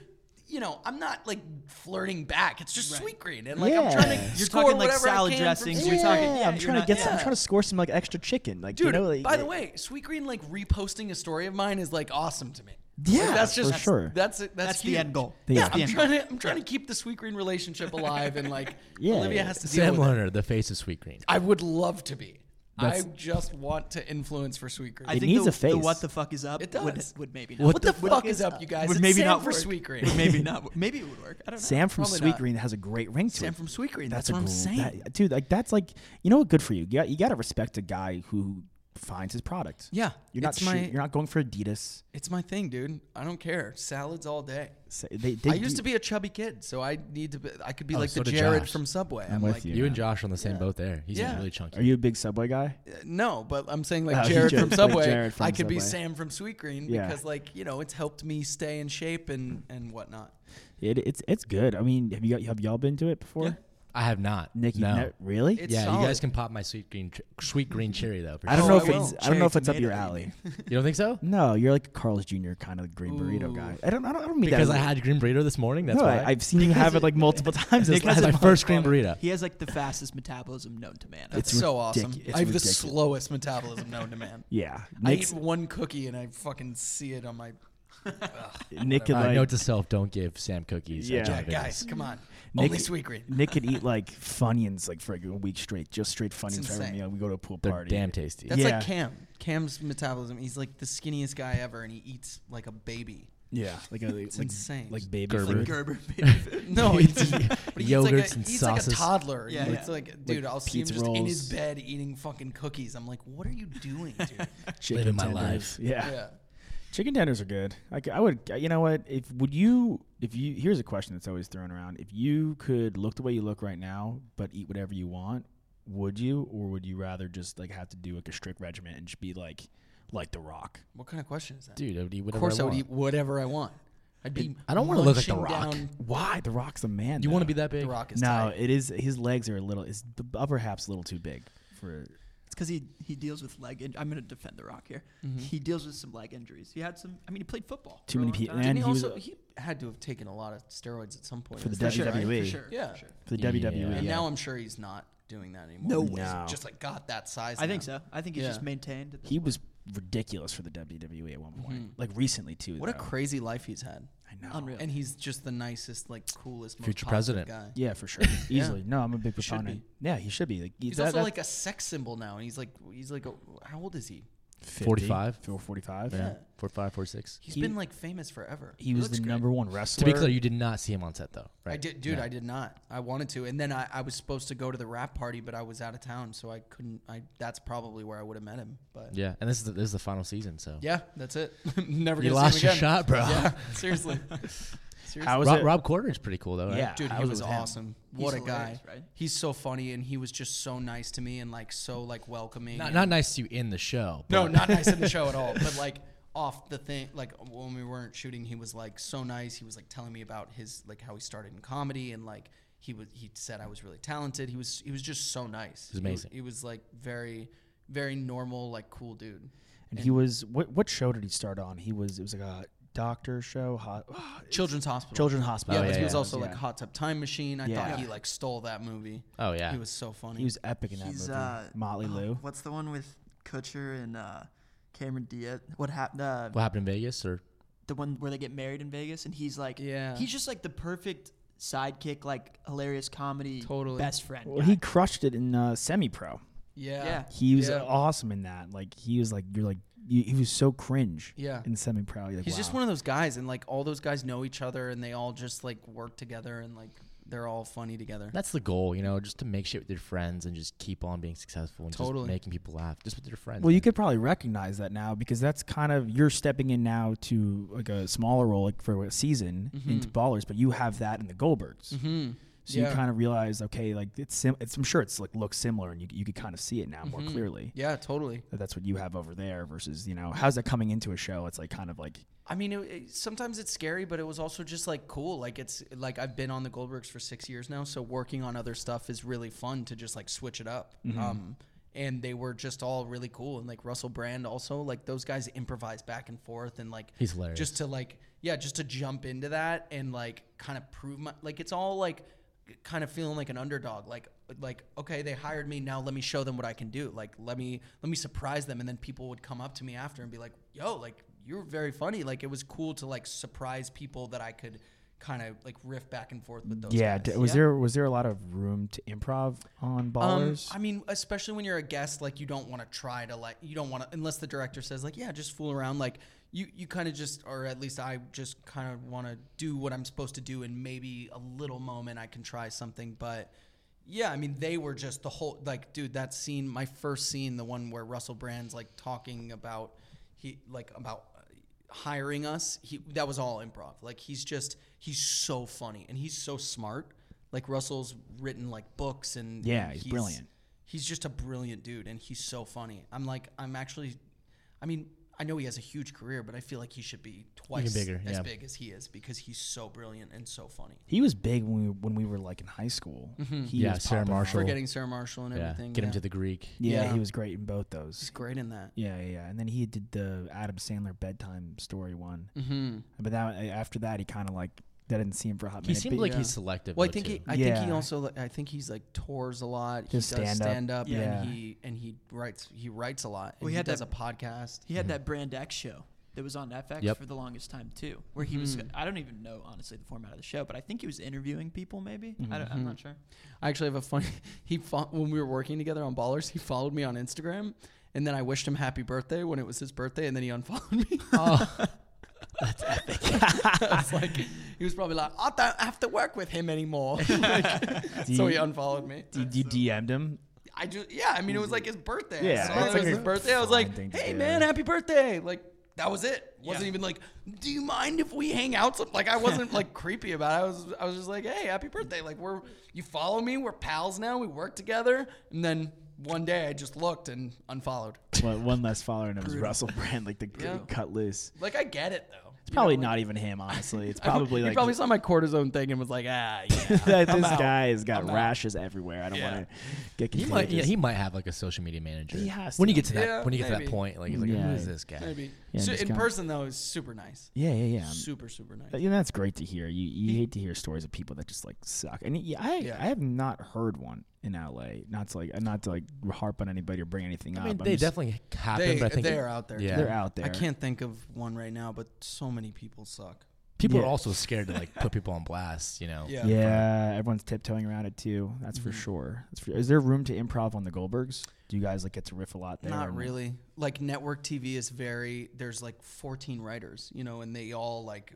S5: you know, I'm not like flirting back. It's just sweet green, and like I'm
S1: Yeah.
S5: trying to
S7: You're
S5: score
S7: talking like
S5: whatever I
S7: salad
S5: can from
S7: dressings.
S5: sweet
S7: You're
S5: green.
S7: talking.
S1: Yeah, I'm
S7: you're
S1: trying
S7: not-
S1: to get. Some, I'm
S5: yeah.
S1: trying to score some like extra chicken. Like,
S5: Dude,
S1: you know, like,
S5: by the way, Sweet Green like reposting a story of mine is like awesome to me.
S1: Yeah,
S5: Like, that's
S1: for
S5: just
S1: sure.
S5: That's that's,
S7: That's the
S5: huge.
S7: end goal.
S5: Yeah,
S1: Yeah.
S7: The
S5: I'm
S7: end
S5: trying to I'm trying to keep the Sweet Green relationship alive, and like
S1: Yeah,
S5: Olivia
S1: yeah.
S5: has to deal
S6: Sam
S5: with it.
S6: Leonard, the face of Sweet Green.
S5: I would love to be.
S6: That's-
S5: I just want to influence for Sweet Green.
S7: I think
S1: needs
S7: the,
S1: a face.
S7: The what the fuck is up?
S5: It
S7: Would,
S5: does.
S7: would maybe not.
S5: what, the, fuck is up, you guys?
S7: Would
S5: It's
S7: maybe
S5: Sam
S7: not
S5: for
S7: work.
S5: Sweet Green.
S7: Would maybe not. work. Maybe it would work. I don't know.
S1: Sam from
S5: Probably
S1: Sweet
S5: not.
S1: Green has a great ring to it.
S5: Sam from Sweet Green.
S1: That's
S5: That's,
S1: a
S5: what I'm
S1: gr-
S5: saying.
S1: that- dude. Like that's like you know what? Good for you. You got, you got to respect a guy who finds his product.
S5: Yeah,
S1: you're not
S5: it's
S1: shoot-
S5: my-
S1: you're not going for Adidas.
S5: it's my thing, dude. I don't care. Salads all day.
S1: Sa- They, they
S5: I used
S1: do-
S5: to be a chubby kid, so I need to. Be, I could be like
S6: so
S5: the
S6: did
S5: Jared
S6: Josh.
S5: from Subway. I'm,
S1: with
S5: like,
S1: you.
S6: You and Josh are on the same boat there. He's
S5: Yeah.
S6: really
S1: Are
S6: chunky.
S1: you a big Subway guy?
S5: No, but I'm saying
S1: Oh,
S5: like Jared
S1: Jared-
S5: from
S1: like
S5: Subway.
S1: Jared from
S5: I could be
S1: Subway.
S5: Sam from Sweet Green
S1: Yeah.
S5: because like you know it's helped me stay in shape and and whatnot.
S1: It, it's it's good. I mean, have you got, have y'all been to it before?
S5: Yeah.
S6: I have not.
S1: Nick, you've
S6: no.
S1: ne- really?
S5: It's
S6: yeah,
S5: solid.
S6: you guys can pop my sweet green, ch- sweet green cherry though. for
S1: I don't
S6: sure.
S1: know
S5: Oh,
S1: if
S5: I
S1: it's
S5: will.
S1: I don't know
S7: Cherry
S1: if it's up
S7: tomato,
S1: your
S7: you
S1: alley.
S6: You don't think so?
S1: No, you're like a Carl's Jr. kind of green burrito guy. I don't I don't, I don't mean
S6: Because
S1: that
S6: I
S1: as-
S6: had green burrito this morning. That's
S1: No,
S6: why.
S1: I, I've seen you have it like multiple times.
S6: Nick
S1: This last
S6: has my
S1: month.
S6: first green burrito.
S7: He has like the fastest metabolism known to man.
S5: That's so awesome.
S1: ridic- it's
S5: I have
S1: ridiculous.
S5: the slowest metabolism known to man.
S1: Yeah,
S5: I
S1: Nick's,
S5: eat one cookie and I fucking see it on my.
S1: Nick could
S6: All right,
S1: like
S6: Uh, note to self: don't give Sam cookies. uh, at
S1: Yeah.
S6: John
S1: Yeah,
S6: Vickers.
S5: Guys, come on.
S1: Nick-
S5: Only Sweet Green.
S1: Nick could eat like Funyuns like for like, a week straight, just straight Funyuns for every
S5: insane.
S1: meal. We go to a pool
S6: They're
S1: party.
S6: damn tasty.
S5: That's
S1: Yeah.
S5: like Cam. Cam's metabolism. He's like the skinniest guy ever, and he eats like a baby.
S1: Yeah, like a like,
S5: insane.
S1: like baby
S6: Gerber.
S1: food.
S6: Like
S7: Gerber baby food.
S5: No, he eats, but he eats like
S6: Yogurts
S5: a,
S6: and
S5: he's
S6: sauces.
S5: like a toddler.
S7: Yeah,
S5: Yeah,
S7: yeah.
S5: it's like, dude, I'll see him
S1: pizza
S5: just in his
S1: rolls.
S5: bed eating fucking cookies. I'm like, what are you doing, dude?
S1: Chicken
S6: Living my
S1: tenders.
S6: life.
S1: Yeah.
S5: yeah.
S1: chicken tenders are good. Like I would, you know what? If would you? If you here's a question that's always thrown around: If you could look the way you look right now, but eat whatever you want, would you, or would you rather just like have to do like a strict regimen and just be like, like The Rock?
S5: What kind of question is that?
S6: Dude, I would eat
S5: of
S6: whatever
S5: course I,
S6: I,
S5: would
S6: want.
S5: eat whatever I want. I'd be.
S6: I don't wanna look like The
S5: munching
S6: Rock.
S5: down-
S1: Why The Rock's a man?
S6: You
S1: though.
S6: want to be that big?
S5: the Rock is
S1: No,
S5: tight.
S1: it is. His legs are a little. Is the upper half's a little too big for?
S7: It's because he he deals with leg. In- I'm gonna defend the Rock here.
S5: Mm-hmm.
S7: He deals with some leg injuries. He had some. I mean, he played football.
S1: Too
S7: for a
S1: many
S7: long
S1: peo-
S7: time.
S1: man,
S5: And he,
S1: he was-
S5: also he had to have taken a lot of steroids at some point
S1: For
S5: in
S1: the
S5: his
S7: Sure,
S5: life, right?
S1: WWE.
S7: For sure.
S5: Yeah.
S7: for sure.
S1: For the E.
S6: Yeah.
S1: WWE.
S5: And
S1: yeah.
S5: now I'm sure he's not doing that anymore.
S7: No
S5: He's
S7: way.
S1: No.
S5: Just like got that size.
S7: I think
S5: now.
S7: so. I think he's
S5: Yeah.
S7: just maintained.
S1: he was ridiculous for the WWE at one
S5: Mm-hmm.
S1: point. Like recently too.
S5: What a
S1: though.
S5: crazy life he's had.
S1: I know.
S7: Unreal.
S5: And he's just the nicest, like coolest, most
S6: Future
S5: positive
S6: president.
S5: guy.
S1: Yeah, for sure. Easily. No, I'm a big
S5: should
S1: proponent. Yeah, he should be. Like,
S5: He's
S1: that-
S5: also
S1: that-
S5: like a sex symbol now, and he's like, he's like, a, how old is he?
S1: 50,
S6: 45.
S1: Phil 45.
S6: Yeah. Four five, four six.
S5: He's
S1: He-
S5: been like famous forever.
S1: He was
S5: looks
S1: the
S5: great.
S1: number one wrestler.
S6: To be clear, you did not see him on set though, right?
S5: I did, dude. I did not. I wanted to, and then I, I was supposed to go to the rap party, but I was out of town, so I couldn't. I that's probably where I would have met him. But yeah,
S6: Yeah, and this is the, this is the final season, so
S5: that's it. Never.
S6: you
S5: gonna
S6: lost
S5: see
S6: your
S5: him again.
S6: shot, bro.
S5: Yeah, seriously. seriously.
S1: How was
S6: Rob,
S1: it?
S6: Rob Corddry's pretty cool though. Right?
S1: Yeah.
S5: Dude,
S1: I
S5: he
S1: was
S5: was
S1: with him.
S5: awesome. What a
S7: He's
S5: guy.
S7: hilarious, right?
S5: He's so funny and he was just so nice to me and like so like welcoming.
S6: Not,
S5: and-
S6: not nice to you in the show.
S5: No,
S6: but-
S5: not nice in the show at all, but like off the thing like when we weren't shooting, he was like so nice. He was like telling me about his like how he started in comedy and like he was he said I was really talented. He was he was just so nice. He was
S6: amazing.
S5: He was, like very very normal like cool dude.
S1: and he was. What what show did he start on? He was. It was like a doctor show. Hot,
S5: Children's Hospital.
S1: Children's Hospital.
S5: Yeah,
S6: Oh,
S5: but
S6: yeah,
S5: he was
S6: yeah.
S5: also like
S1: Yeah.
S5: Hot Tub Time Machine. I
S1: Yeah.
S5: thought he like stole that movie.
S6: Oh, yeah.
S5: He was so funny.
S1: He was epic in that
S8: He's
S1: movie.
S8: uh,
S1: Motley
S8: oh,
S1: Lou.
S8: What's the one with Kutcher and uh, Cameron Diaz? What happened? Uh,
S6: What happened in Vegas or
S7: the one where they get married in Vegas, and he's like,
S5: Yeah.
S7: he's just like the perfect sidekick, like hilarious comedy,
S5: Totally.
S7: best friend.
S1: Well, he crushed it in uh, semi pro.
S5: Yeah.
S7: Yeah.
S1: He was
S5: Yeah.
S1: awesome in that. Like he was like you're like you, he was so cringe.
S5: Yeah.
S1: In semi pro, like,
S5: He's
S1: wow.
S5: just one of those guys, and like all those guys know each other, and they all just like work together, and like they're all funny together.
S6: that's the goal, you know, just to make shit with your friends and just keep on being successful and
S5: Totally.
S6: just making people laugh, just with your friends.
S1: Well, you
S6: man.
S1: could probably recognize that now because that's kind of you're stepping in now to like a smaller role like for a season
S5: Mm-hmm.
S1: into Ballers, but you have that in the Goldbergs. So you
S5: Yeah.
S1: kind of realize, okay, like it's, sim- it's I'm sure it's like looks similar, and you you could kind of see it now more clearly.
S5: Mm-hmm. Yeah, totally.
S1: That that's what you have over there versus you know how's that coming into a show? It's like kind of like
S5: I mean, it, it- sometimes it's scary, but it was also just like cool. Like it's like I've been on the Goldbergs for six years now, so working on other stuff is really fun to just like switch it up. Um, and they were just all really cool. And like Russell Brand also, like those guys improvise back and forth and like
S6: He's hilarious.
S5: Just to like yeah, just to jump into that and like kind of prove my like it's all like kind of feeling like an underdog like like okay they hired me now let me show them what i can do like let me let me surprise them and then people would come up to me after and be like yo like you're very funny like it was cool to like surprise people that i could kind of like riff back and forth with those
S1: yeah,
S5: guys.
S1: d- was
S5: Yeah.
S1: there was there a lot of room to improv on
S5: Um,
S1: Ballers?
S5: I mean, especially when you're a guest, like you don't want to try to like you don't want to unless the director says like yeah, just fool around. Like you you kind of just or at least I just kind of want to do what I'm supposed to do, and maybe a little moment I can try something. But yeah, I mean, they were just the whole like dude that scene, my first scene, the one where Russell Brand's like talking about he like about uh, hiring us he that was all improv like he's just he's so funny and he's so smart like russell's written like books and
S1: Yeah,
S5: and
S1: he's brilliant.
S5: he's just a brilliant dude and he's so funny i'm like i'm actually i mean i know he has a huge career but i feel like he should be twice
S6: bigger,
S5: as
S6: yeah.
S5: big as he is because he's so brilliant and so funny
S1: he was big when we when we were like in high school.
S5: Mm-hmm.
S1: He
S6: Yeah,
S1: was
S6: Sarah
S1: popping off.
S6: Marshall.
S5: forgetting sarah marshall and
S6: yeah,
S5: everything
S6: get him
S5: yeah.
S6: to the Greek.
S1: Yeah,
S5: Yeah.
S1: he was great in both those.
S5: he's great in that
S1: Yeah, yeah, yeah. And then he did the Adam Sandler bedtime story one.
S5: mm-hmm.
S1: But that after that, he kind of like that didn't see him for a hot
S6: He
S1: minute.
S6: seemed
S1: but
S6: like
S5: yeah.
S6: he's selective.
S5: Well, I
S6: though,
S5: think
S6: too.
S5: he, I think he
S1: Yeah.
S5: also li- I think he's like tours a lot. He
S1: Does
S5: does
S1: stand-up.
S5: stand up,
S1: Yeah.
S5: and he and he writes he writes a lot. And
S7: Well, he
S5: he,
S7: had
S5: does
S7: that-
S5: a podcast.
S7: He had that Brand X show that was on FX
S6: Yep.
S7: for the longest time too, where he
S5: Hmm.
S7: was. I don't even know honestly the format of the show, but I think he was interviewing people. Maybe I don't, I'm not sure.
S5: Mm-hmm. I actually have a funny. He fo- when we were working together on Ballers, he followed me on Instagram, and then I wished him happy birthday when it was his birthday, and then he unfollowed me. Oh. That's epic. I was like, he was probably like, I don't have to work with him anymore. Like, so he unfollowed me.
S1: you DM'd him.
S5: I just yeah, I mean it was like his birthday.
S1: Yeah,
S5: Yeah, I saw
S1: it's
S5: it
S1: like
S5: was his
S1: a
S5: birthday. I was
S1: fun
S5: like,
S1: thing to
S5: hey
S1: do.
S5: man, happy birthday! Like that was it. Wasn't even like, do you mind if we hang out? Some like I wasn't like creepy about it. I was I was just like, hey, happy birthday! Like we're you follow me, we're pals now, we work together, and then. One day I just looked and unfollowed.
S1: One, one less follower, and it was Russell Brand, like the
S5: Yeah.
S1: cut loose.
S5: Like I get it though.
S1: It's probably not even him, honestly. It's probably
S5: he
S1: like
S5: probably saw my cortisone thing and was like, ah, yeah.
S1: that
S5: I'm
S1: this
S5: out.
S1: guy has got
S5: I'm out.
S1: rashes everywhere. I don't
S5: Yeah.
S1: want to get
S6: He
S1: confused.
S6: might, yeah, he might have like a social media manager.
S1: He has
S6: When
S1: to.
S6: you get to that,
S5: Yeah,
S6: when you get to
S5: maybe.
S6: that point, like, you're like,
S1: Yeah.
S6: who is this guy?
S5: Maybe.
S1: Yeah,
S5: so
S1: just
S5: in
S1: kinda-
S5: person though is super nice.
S1: yeah, yeah, yeah.
S5: Super super nice.
S1: But, you know, that's great to hear. You you hate to hear stories of people that just like suck. And yeah, I
S5: Yeah.
S1: I have not heard one in LA. Not to like not to like harp on anybody or bring anything
S6: I
S1: up.
S6: mean,
S1: I'm
S6: they
S1: just-
S6: definitely happen,
S5: They-
S6: but I think
S5: they are out there,
S6: Yeah,
S1: they're out there.
S5: I can't think of one right now, but so many people suck.
S6: People
S1: Yeah.
S6: are also scared to like put people on blast. You know.
S5: Yeah.
S1: Yeah, everyone's tiptoeing around it too. That's
S5: Mm-hmm.
S1: for sure. That's for, is there room to improv on the Goldbergs? Do you guys like get to riff a lot there?
S5: Not
S1: and-
S5: really. Like network TV is very there's like 14 writers, you know, and they all like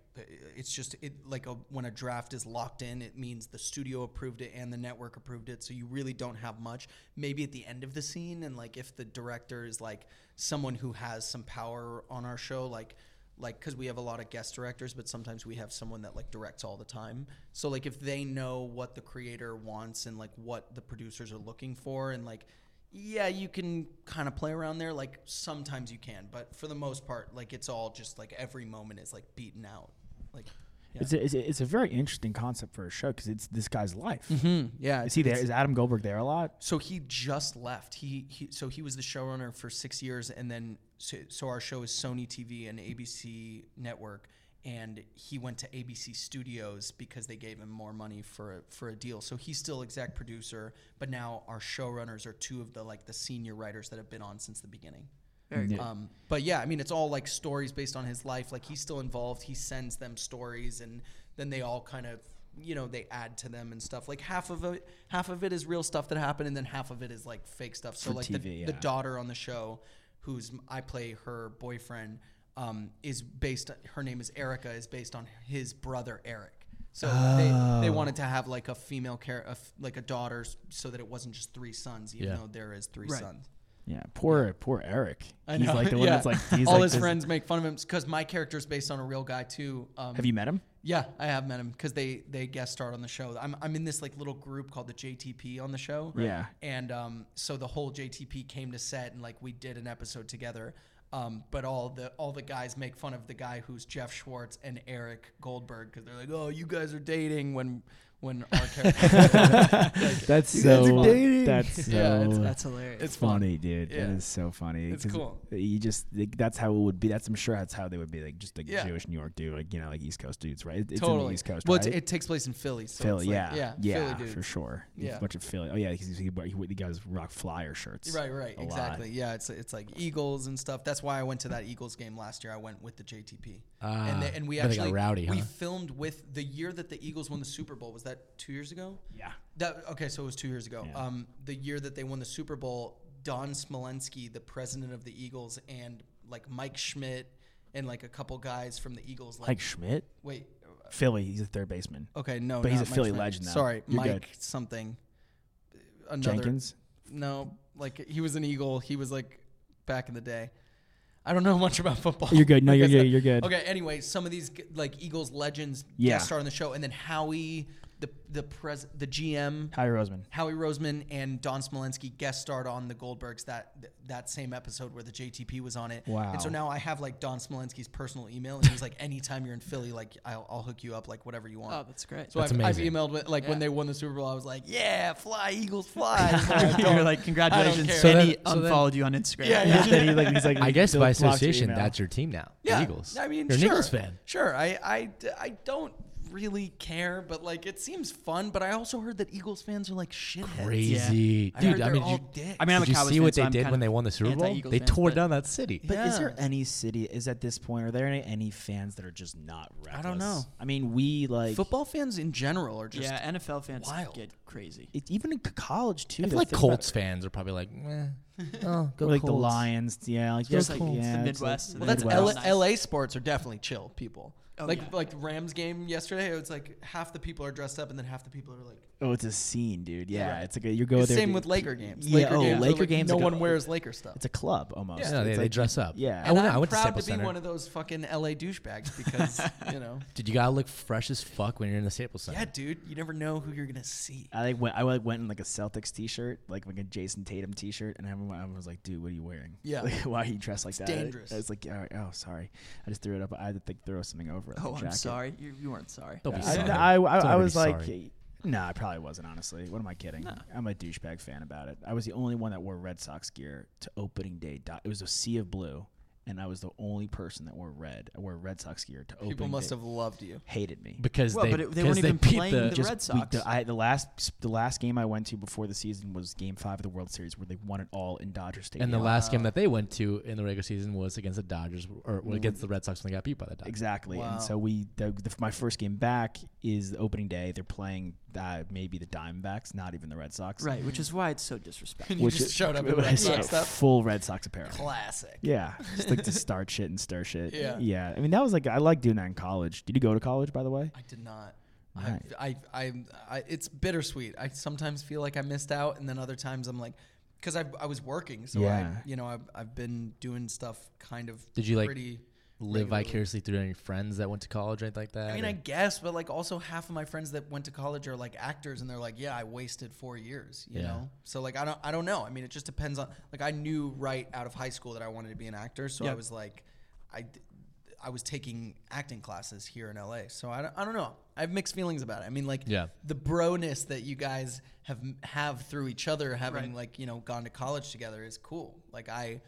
S5: it's just it like a, when a draft is locked in, it means the studio approved it and the network approved it, so you really don't have much. Maybe at the end of the scene and like if the director is like someone who has some power on our show like like because we have a lot of guest directors but sometimes we have someone that like directs all the time so like if they know what the creator wants and like what the producers are looking for and like yeah you can kind of play around there like sometimes you can but for the most part like it's all just like every moment is like beaten out like yeah
S1: It's a, it's, a, it's a very interesting concept for a show because it's this guy's life.
S5: yeah
S1: Is he there? Is Adam Goldberg there a lot?
S5: So he just left. He, he so he was the showrunner for six years, and then so, so our show is Sony TV and ABC Network, and he went to ABC Studios because they gave him more money for a, for a deal. So he's still exec producer, but now our showrunners are two of the like the senior writers that have been on since the beginning.
S7: Very cool.
S5: Um, but yeah, I mean, it's all like stories based on his life. Like he's still involved. He sends them stories, and then they all kind of, you know, they add to them and stuff. Like half of it, half of it is real stuff that happened, and then half of it is like fake stuff. So
S1: For
S5: like the,
S1: TV,
S5: the
S1: yeah.
S5: daughter on the show, who's I play her boyfriend, um, is based. Her name is Erica. Is based on his brother Eric. So they, they wanted to have like a female care, a f- like a daughter, s- so that it wasn't just three sons, even
S6: Yeah.
S5: though there is three sons.
S1: Yeah, poor poor Eric.
S5: I
S1: he's
S5: know.
S1: like the one
S5: Yeah.
S1: that's like he's
S5: all
S1: like
S5: his
S1: this-
S5: friends make fun of him because my character is based on a real guy too. Um,
S1: Have you met him?
S5: Yeah, I have met him because they they guest starred on the show. I'm I'm in this like little group called the JTP on the show.
S1: Yeah.
S5: and um, so the whole JTP came to set and like we did an episode together. Um, but all the all the guys make fun of the guy who's Jeff Schwartz and Eric Goldberg because they're like, oh, you guys are dating when when our characters.
S1: That's
S7: guys
S1: so.
S7: are dating.
S1: That's so.
S5: Yeah, it's-
S7: That's hilarious.
S5: it's funny.
S1: funny, dude.
S5: Yeah.
S1: That is so funny.
S5: It's
S1: 'cause
S5: cool.
S1: You just like, that's how it would be. That's I'm sure that's how they would be like just like
S5: Yeah.
S1: Jewish New York dude, like you know, like East Coast dudes, right? It- It's in
S5: totally.
S1: the East Coast,
S5: Well,
S1: right?
S5: it's- it takes place in Philly. So
S1: Philly,
S5: it's like-
S1: yeah,
S5: yeah,
S1: yeah,
S5: Philly dude.
S1: for sure.
S5: Yeah.
S1: a bunch of Philly. Oh yeah, because he, he, he, the guys rock flyer shirts.
S5: Right, right,
S1: a lot.
S5: exactly. Yeah, it's it's like Eagles and stuff. That's why I went to that Eagles game last year. I went with the JTP,
S6: Ah,
S5: and, they, and we
S6: but they
S5: actually
S6: got rowdy,
S5: We
S6: huh?
S5: filmed with the year that the Eagles won the Super Bowl. Was that two years ago?
S1: Yeah.
S5: That okay, so it was two years ago. Um, the year that they won the Super Bowl, Don Smolensky, the president of the Eagles, and like Mike Schmidt and like a couple guys from the Eagles. Like,
S1: Like Schmidt,
S5: wait,
S1: Philly. He's a third baseman.
S5: okay, no,
S1: But he's
S5: not
S1: a
S5: Mike
S1: Philly
S5: Schmidt.
S1: legend, though.
S5: Sorry,
S1: You're
S5: Mike
S1: good.
S5: something. Another,
S1: Jenkins.
S5: no, like he was an Eagle. He was like back in the day. I don't know much about football.
S1: You're good. No, you're
S5: Because
S1: good,
S5: the-
S1: you're good.
S5: Okay. Anyway, some of these g- like Eagles legends
S1: Yeah.
S5: guest star on the show, and then Howie, the the pres the GM,
S1: Howie Roseman.
S5: Howie Roseman and Don Smolensky guest starred on the Goldbergs that th- that same episode where the JTP was on it.
S1: Wow.
S5: And so now I have like Don Smolensky's personal email, and he's like, anytime you're in Philly, like I'll, I'll hook you up, like whatever you want.
S7: Oh, that's great.
S5: so
S6: That's
S5: I've, I've
S6: amazing.
S5: emailed with, like when
S7: Yeah.
S5: they won the Super Bowl, I was like, "Yeah, fly Eagles, fly!" Like,
S7: You're like, congratulations.
S5: care.
S7: And
S5: So
S7: he
S6: then- so then-
S7: unfollowed you on Instagram.
S5: Yeah, yeah.
S1: Then he, like, he's like,
S6: I guess by
S1: blocks your
S6: association,
S1: email.
S6: that's your team now. the
S5: Yeah,
S6: Eagles.
S5: I mean,
S6: you're
S5: sure.
S6: an Eagles fan.
S5: Sure, I, I, I don't really care, but like it seems fun. But I also heard that Eagles fans are like shitheads.
S6: Crazy,
S5: I
S6: dude.
S5: heard
S6: I
S5: they're
S6: mean,
S5: all
S6: did you,
S5: dicks.
S7: I mean, I'm
S6: did
S7: a
S6: you
S7: Cowboys
S6: see
S7: fan,
S6: what
S7: so
S6: they
S7: I'm
S6: did
S7: kind
S6: when
S7: of
S6: they won the Super Bowl?
S7: anti-Eagles
S6: They
S7: fan,
S6: tore
S7: but-
S6: down that city.
S1: But is there
S5: Yeah.
S1: any city? Is at this point are there any, any fans that are just not reckless?
S5: don't know.
S1: I mean, we like
S5: football fans in general are just
S7: Yeah, NFL fans
S5: wild.
S7: get crazy.
S1: It, e, even in c- college too.
S6: I
S1: though,
S6: feel like
S1: think about
S6: Colts
S1: it.
S6: fans are probably like, eh, oh, go
S1: Or like
S6: Colts.
S1: the Lions, yeah, like
S7: Go
S1: just like,
S7: Colts.
S1: yeah,
S7: The
S1: it's like
S7: Midwest.
S5: Well, that's
S1: Midwest.
S5: LA,
S7: Nice. Oh,
S5: LA sports are definitely chill people. like
S7: yeah.
S5: like Rams game yesterday, it was like half the people are dressed up and then half the people are like.
S1: Oh, it's a scene, dude. Yeah,
S5: Right.
S1: it's like a, you go
S6: Oh,
S5: It's
S1: there.
S5: same
S1: dude,
S5: with
S1: p-
S5: Laker games.
S1: Yeah,
S5: Laker
S1: oh,
S5: games are,
S1: Laker
S5: like,
S1: games.
S5: No
S1: like a-
S5: one wears Laker stuff.
S1: It's a club almost.
S6: No, they,
S1: It's
S6: they
S1: like-
S6: dress up.
S1: Yeah.
S6: Oh,
S5: and
S6: no,
S5: I'm
S6: I went to
S5: proud
S6: Staples
S5: to, be
S6: Center.
S5: one of those fucking LA douchebags because you know.
S6: Dude, you gotta look fresh as fuck when you're in the Staples Center.
S5: Yeah, dude, you never know who you're gonna see.
S1: I like went. I like went in like a Celtics T-shirt, like like a Jason Tatum T-shirt, and everyone, everyone was like, "Dude, what are you wearing?
S5: Yeah.
S1: like, why are you dressed like that?" I-
S5: dangerous.
S1: I was like, "All right, "Oh, sorry, I just threw it up. I had to think, throw something over it." like a
S7: Oh, I'm
S1: jacket."
S7: sorry. You, you weren't sorry.
S6: Don't be
S1: I,
S6: sorry.
S1: I, I,
S6: Don't
S1: I
S6: ever be
S1: was like,
S6: sorry.
S1: no, I probably wasn't, honestly. What am I kidding? I'm a douchebag fan about it. I was the only one that wore Red Sox gear to opening day. Dot. It was a sea of blue, and I was the only person that wore red. I wore Red Sox gear to open.
S5: People must have loved you.
S1: hated me.
S6: because
S7: Well,
S6: they,
S7: but it- they
S6: because
S7: weren't
S6: they
S7: even
S6: beat
S7: playing
S6: the,
S7: the
S6: just-
S7: Red
S1: we-
S7: Sox.
S1: the, I, the last the last game I went to before the season was Game Five of the World Series, where they won it all in Dodger Stadium.
S6: and the last game that they went to in the regular season was against the Dodgers or well, against the Red Sox when they got beat by the Dodgers.
S1: Exactly. And so we, the, the, my first game back is the opening day. They're playing uh, maybe the Diamondbacks, not even the Red Sox.
S7: Right, which is why it's so disrespectful.
S5: You just showed up in
S1: I
S5: Red
S1: saw
S5: Sox stuff.
S1: Full Red Sox apparel.
S5: Classic.
S1: Yeah, just like to start shit and stir shit.
S5: Yeah.
S1: yeah. I mean, that was like I like doing that in college. Did you go to college, by the way?
S5: I did not.
S1: Nice.
S5: I, I, I, I, it's bittersweet. I sometimes feel like I missed out, and then other times I'm like, because I, I was working, so
S1: Yeah.
S5: I, you know, I've, I've been doing stuff kind of.
S6: Did you, like,
S5: pretty
S6: Live
S5: regularly.
S6: vicariously through any friends that went to college or anything like that.
S5: I mean,
S6: or-
S5: I guess, but like also half of my friends that went to college are like actors, and they're like, "Yeah, I wasted four years," you
S6: Yeah.
S5: know. So like, I don't, I don't know. I mean, it just depends on. Like, I knew right out of high school that I wanted to be an actor, so I was like, I, d- I was taking acting classes here in LA. So I, don't- I don't know. I have mixed feelings about it. I mean, like,
S6: Yeah.
S5: the broness that you guys have have through each other, having like you know gone to college together, is cool. Like I,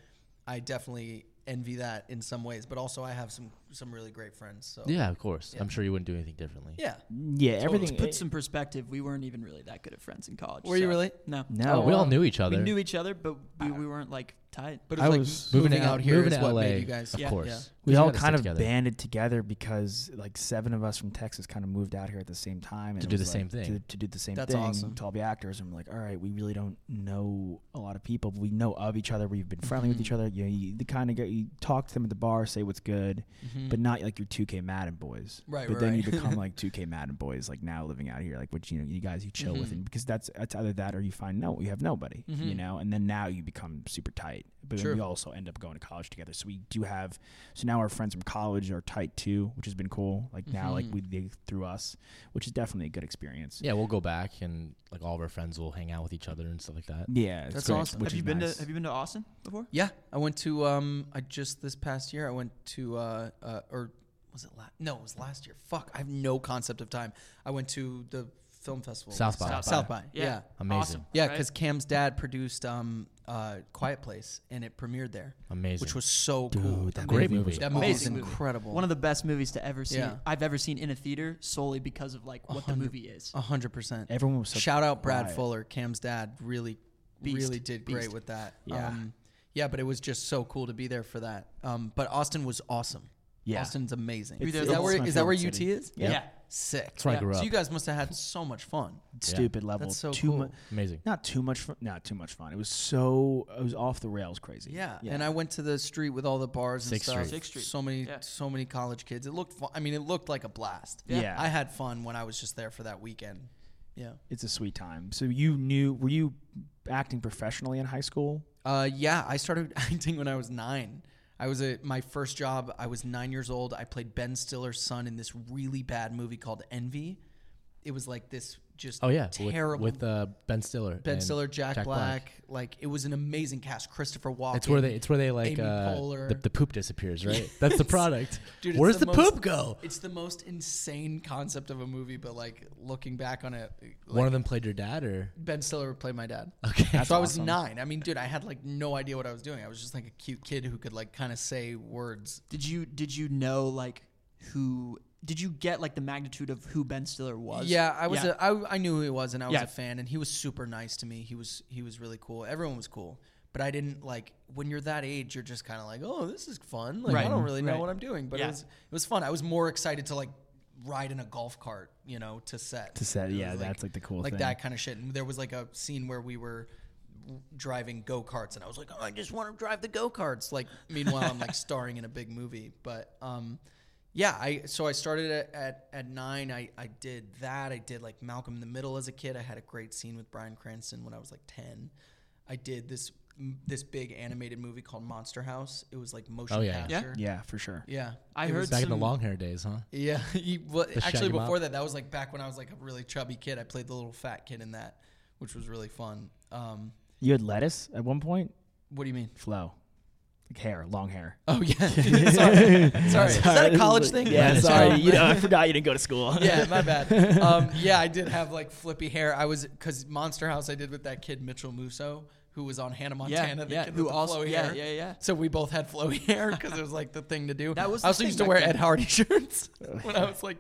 S5: I definitely envy that in some ways, but also I have some some really great friends. So
S6: yeah, of course. I'm sure you wouldn't do anything differently.
S5: yeah.
S1: Yeah, everything.
S7: Put some perspective. We weren't even really that good at friends in college.
S5: Were you
S7: so-
S5: really?
S7: No.
S1: no,
S6: we all knew each
S7: We
S6: other.
S7: knew each other, but we, we weren't like tight.
S5: But it
S1: I
S5: was like
S1: was-
S5: moving,
S6: to
S5: out
S6: L-
S5: here
S6: moving
S5: is
S6: to
S5: what
S6: LA,
S5: made you guys.
S6: Of
S7: Yeah,
S6: course,
S5: yeah.
S1: we
S6: You
S1: all
S6: gotta
S1: kind of
S6: stick together.
S1: banded together because like seven of us from Texas kind of moved out here at the same time and
S6: To
S1: it
S6: do the
S1: was,
S6: same
S1: like,
S6: thing.
S1: To, to do the same
S5: That's
S1: thing.
S5: awesome.
S1: To all be actors, and we're like, all right, we really don't know a lot of people, but we know of each other. We've been friendly
S5: Mm-hmm.
S1: with each other. You know, you, the kind of get, you talk to them at the bar, say what's good, but not like your 2K Madden boys.
S5: Mm-hmm. Right,
S1: But
S5: right,
S1: then you
S5: right.
S1: become like 2K Madden boys, like now living out here, like which you know you guys you chill
S5: Mm-hmm.
S1: with, and because that's that's either that or you find no, you have nobody, you know, and then now you become super tight. But then we also end up going to college together, so we do have. So now our friends from college are tight too, which has been cool. Like now,
S5: Mm-hmm.
S1: like we they through us, which is definitely a good experience.
S6: Yeah, we'll go back and like all of our friends will hang out with each other and stuff like that.
S1: Yeah, it's
S5: That's
S1: great,
S5: awesome.
S1: which
S7: have you
S1: is
S7: been
S1: nice.
S7: to Have you been to Austin before?
S5: Yeah, I went to um, I just this past year I went to uh, uh or was it last? No, it was last year. Fuck, I have no concept of time. I went to the film festival.
S6: South by.
S5: South,
S6: South
S5: by.
S7: Yeah.
S5: Yeah.
S6: Amazing.
S5: Yeah,
S7: right?
S5: because Cam's dad produced um, uh, Quiet Place, and it premiered there.
S6: Amazing.
S5: which was so cool.
S6: Dude, that Great movie movie. was
S5: That movie is
S7: awesome.
S5: incredible.
S7: one of the best movies to ever see
S5: Yeah.
S7: I've ever seen in a theater solely because of like what the movie is.
S5: a hundred percent.
S1: Everyone was so
S5: shout out Brad
S1: quiet.
S5: Fuller, Cam's dad. Really,
S7: Beast.
S5: really did great
S7: Beast.
S5: with that.
S1: Yeah.
S5: Um, yeah, but it was just so cool to be there for that. Um, but Austin was awesome.
S1: Yeah.
S5: Austin's amazing.
S1: It's-
S5: is that
S1: it's
S5: where
S1: my
S5: is that where UT
S1: favorite city.
S5: is?
S1: Yeah.
S5: Sick. That's
S6: where I grew
S5: So
S6: up.
S5: you guys must have had so much fun.
S1: stupid level.
S5: That's so
S1: too
S5: cool.
S1: mu-
S6: Amazing.
S1: Not too much fun. Not too much fun. It was so. It was off the rails crazy.
S5: Yeah. And I went to the street with all the bars and
S6: Sixth
S5: stuff.
S6: Street.
S7: Sixth Street.
S5: So many,
S7: Yeah.
S5: so many college kids. It looked. Fun. I mean, it looked like a blast.
S1: Yeah. Yeah.
S5: I had fun when I was just there for that weekend. Yeah.
S1: it's a sweet time. So you knew? Were you acting professionally in high school?
S5: Uh, yeah, I started acting when I was nine. I was a my first job. I was nine years old. I played Ben Stiller's son in this really bad movie called Envy. It was like this just
S6: Oh yeah, with-
S5: terrible
S6: with, uh, Ben Stiller.
S5: Ben
S6: and
S5: Stiller, Jack, Black. Like it was an amazing cast. Christopher Walken.
S6: It's where they it's where they like
S5: Amy
S6: uh,
S5: Poehler.
S6: the, the poop disappears, right? That's the product.
S5: Dude, it's
S6: Where's the,
S5: most-
S6: poop go?
S5: It's the most insane concept of a movie, but like looking back on it, like,
S6: One of them played your dad, or
S5: Ben Stiller would play my dad.
S6: Okay. That's
S5: so I was nine. I mean, dude, I had like no idea what I was doing. I was just like a cute kid who could like kind of say words.
S7: Did you did you know like who did you get like the magnitude of who Ben Stiller was?
S5: Yeah, I was.
S7: Yeah.
S5: A, I, I knew who he was, and I was
S7: Yeah.
S5: a fan, and he was super nice to me. He was he was really cool. Everyone was cool, but I didn't like when you're that age. You're just kind of like, oh, this is fun. Like I
S7: Right.
S5: don't really know
S7: Right.
S5: what I'm doing, but it
S7: Yeah.
S5: was it was fun. I was more excited to like ride in a golf cart, you know, to set to
S1: set, yeah, that's, like, the cool
S5: like
S1: thing.
S5: that kind of shit. And there was like a scene where we were driving go karts, and I was like, oh, I just want to drive the go karts. Like meanwhile, I'm like starring in a big movie, but um. Yeah, I so I started at, at, at nine. I, I did that. I did like Malcolm in the Middle as a kid. I had a great scene with Brian Cranston when I was like ten. I did this this big animated movie called Monster House. It was like motion
S6: Oh, yeah. Yeah?
S5: capture.
S1: Yeah, for sure.
S5: yeah.
S7: I
S5: It
S7: heard
S5: was-
S6: back in the
S7: some-
S6: long hair days, huh?
S5: Yeah, you- well, actually
S6: Shaggy Mob?
S5: before that, that was like back when I was like a really chubby kid. I played the little fat kid in that, which was really fun. Um,
S1: You had lettuce at one point.
S5: what do you mean?
S1: Flow, like hair, long hair.
S5: Oh yeah, sorry, sorry. Is that a college thing?
S1: Yeah,
S5: Sorry.
S1: sorry. You know, I forgot you didn't go to school.
S5: yeah, my bad. Um, yeah, I did have like flippy hair. I was because Monster House. I did with that kid Mitchell Musso, who was on Hannah Montana. the
S7: yeah,
S5: kid
S7: who
S5: with the
S7: also-
S5: flowy
S7: yeah,
S5: hair.
S7: yeah, yeah.
S5: So we both had flowy hair because it was like the thing to do.
S7: That was the
S5: I also
S7: thing
S5: used to
S7: back
S5: wear
S7: then.
S5: Ed Hardy shirts when I was like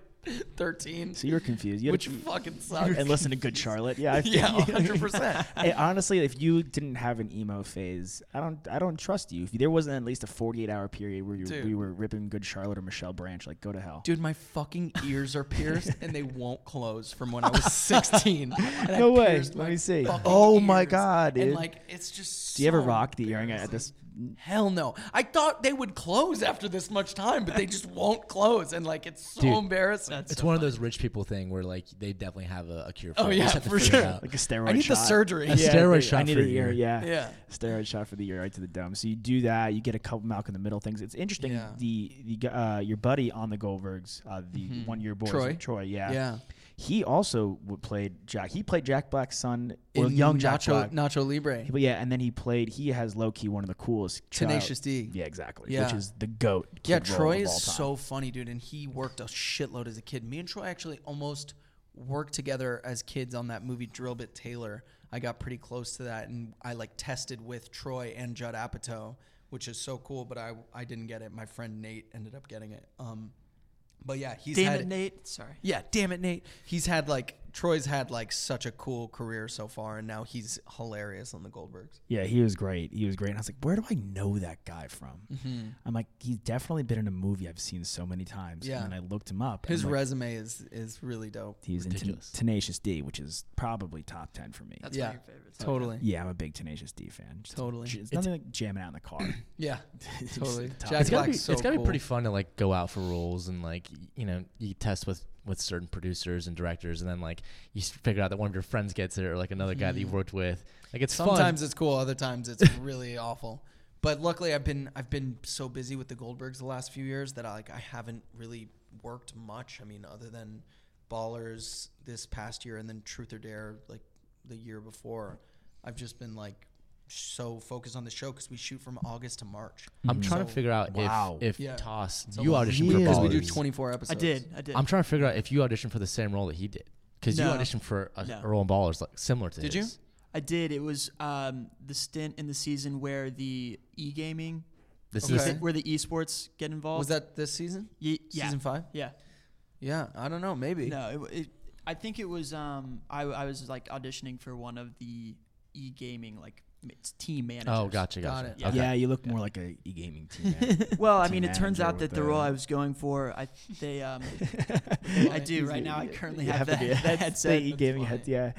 S5: thirteen,
S1: So you were confused. You had-
S5: which fucking sucks.
S1: and listen to Good Charlotte. Yeah, I
S5: yeah, hundred percent.
S1: Hey, honestly, if you didn't have an emo phase, I don't, I don't trust you. If there wasn't at least a 48 hour period where you,
S5: Dude.
S1: we were ripping Good Charlotte or Michelle Branch, like go to hell.
S5: Dude, my fucking ears are pierced and they won't close from when I was 16. And
S1: No
S5: I
S1: way.
S5: pierced
S1: Let
S5: my
S1: me see.
S5: fucking
S1: Oh my
S5: ears.
S1: God,
S5: And
S1: dude.
S5: like, it's just.
S1: Do you ever
S5: so
S1: rock the earring at
S5: embarrassing.
S1: this?
S5: Hell no. I thought they would close after this much time, but they just won't close. And like, it's so
S6: Dude,
S5: embarrassing.
S6: It's one of those rich people thing where like they definitely have a, a cure. for
S5: Oh,
S6: it. You
S5: yeah,
S6: just have to
S5: for
S6: figure it
S5: sure.
S6: out.
S1: Like a steroid
S5: I need the
S1: shot?
S5: surgery.
S6: A
S5: Yeah.
S6: steroid
S1: dude,
S6: shot
S1: I need
S6: for
S1: a
S6: the
S1: year,
S6: ear.
S1: yeah.
S5: Yeah.
S1: Steroid shot for the year, right to the dome. So you do that, you get a couple Malcolm in the Middle things. It's interesting.
S5: Yeah.
S1: The the gu- uh, your buddy on the Goldbergs, uh, the one year boy,
S5: Mm-hmm. Troy.
S1: Troy, yeah,
S5: Yeah.
S1: He also w- played Jack. He played Jack Black's son,
S5: In
S1: or young Jack
S5: Nacho,
S1: Black.
S5: Nacho Libre.
S1: But yeah, and then he played. He has low key one of the coolest child-
S5: Tenacious D.
S1: Yeah, exactly. Which
S5: Yeah.
S1: is the goat. Kid
S5: Yeah,
S1: role
S5: Troy
S1: of
S5: is
S1: all time.
S5: so funny, dude, and he worked a shitload as a kid. Me and Troy actually almost worked together as kids on that movie Drill Bit Taylor. I got pretty close to that, and I like tested with Troy and Judd Apatow, which is so cool. But I I didn't get it. My friend Nate ended up getting it. Um, but yeah, he's
S7: Damn
S5: had,
S7: it, Nate. Sorry.
S5: yeah, damn it, Nate. He's had like Troy's had like such a cool career so far, and now he's hilarious on the Goldbergs.
S1: Yeah, he was great. He was great. And I was like, where do I know that guy from? I'm like, he's definitely been in a movie I've seen so many times.
S5: Yeah.
S1: And then I looked him up.
S5: His
S1: and like,
S5: resume is is really dope.
S1: he was in Ten-
S6: Ridiculous.
S1: Tenacious D, which is probably top ten for me.
S7: That's
S5: yeah,
S7: one of your favorites.
S5: totally.
S1: yeah, I'm a big Tenacious D fan. Just-
S5: Totally.
S1: It's nothing like jamming out in the car.
S5: Yeah, totally.
S1: It's
S5: Jack
S6: It's gotta, be,
S5: Black's so
S6: it's gotta
S5: cool.
S6: be pretty fun to like go out for roles and like y- you know you test with with certain producers and directors and then like you s- figure out that one of your friends gets it or like another guy that you've worked with like it's
S5: Mm-hmm. Sometimes
S6: fun.
S5: it's cool, other times it's really awful. But luckily, I've been I've been so busy with the Goldbergs the last few years that I, like I haven't really worked much. I mean, other than Ballers this past year and then Truth or Dare like the year before, I've just been like so focused on the show because we shoot from August to March.
S6: I'm trying to figure out
S1: Wow.
S6: if if
S5: Yeah.
S6: Toss
S5: It's a
S6: you
S5: lot.
S6: auditioned for
S1: Years.
S5: because we do
S6: Ballers.
S5: 24 episodes.
S7: I did. I did.
S6: I'm trying to figure out if you auditioned for the same role that he did. Because you
S7: No.
S6: auditioned for a
S7: No.
S6: Earl and Ballers, like similar to
S5: Did you?
S6: his.
S7: I did. It was um, the stint in the season where the e gaming,
S6: This
S5: Okay.
S6: is
S5: Is it-
S7: where the esports get involved.
S5: Was that this season?
S7: Ye- yeah.
S5: Season five?
S7: Yeah.
S5: Yeah, I don't know. Maybe.
S7: No, it, it, I think it was. Um, I, I was like auditioning for one of the e gaming like m- it's team managers.
S6: Oh, gotcha, gotcha.
S5: Got it.
S6: Okay.
S1: Yeah, you look more like a e gaming team. man.
S7: Well, I
S1: Team
S7: mean, it turns
S1: manager
S7: out
S1: with
S7: that the
S1: the-
S7: role I was going for, I they um, I do right now. I currently
S1: You
S7: have,
S1: have to
S7: the,
S1: be-
S7: the
S1: that's
S7: headset.
S1: the e-gaming
S7: That's
S1: head-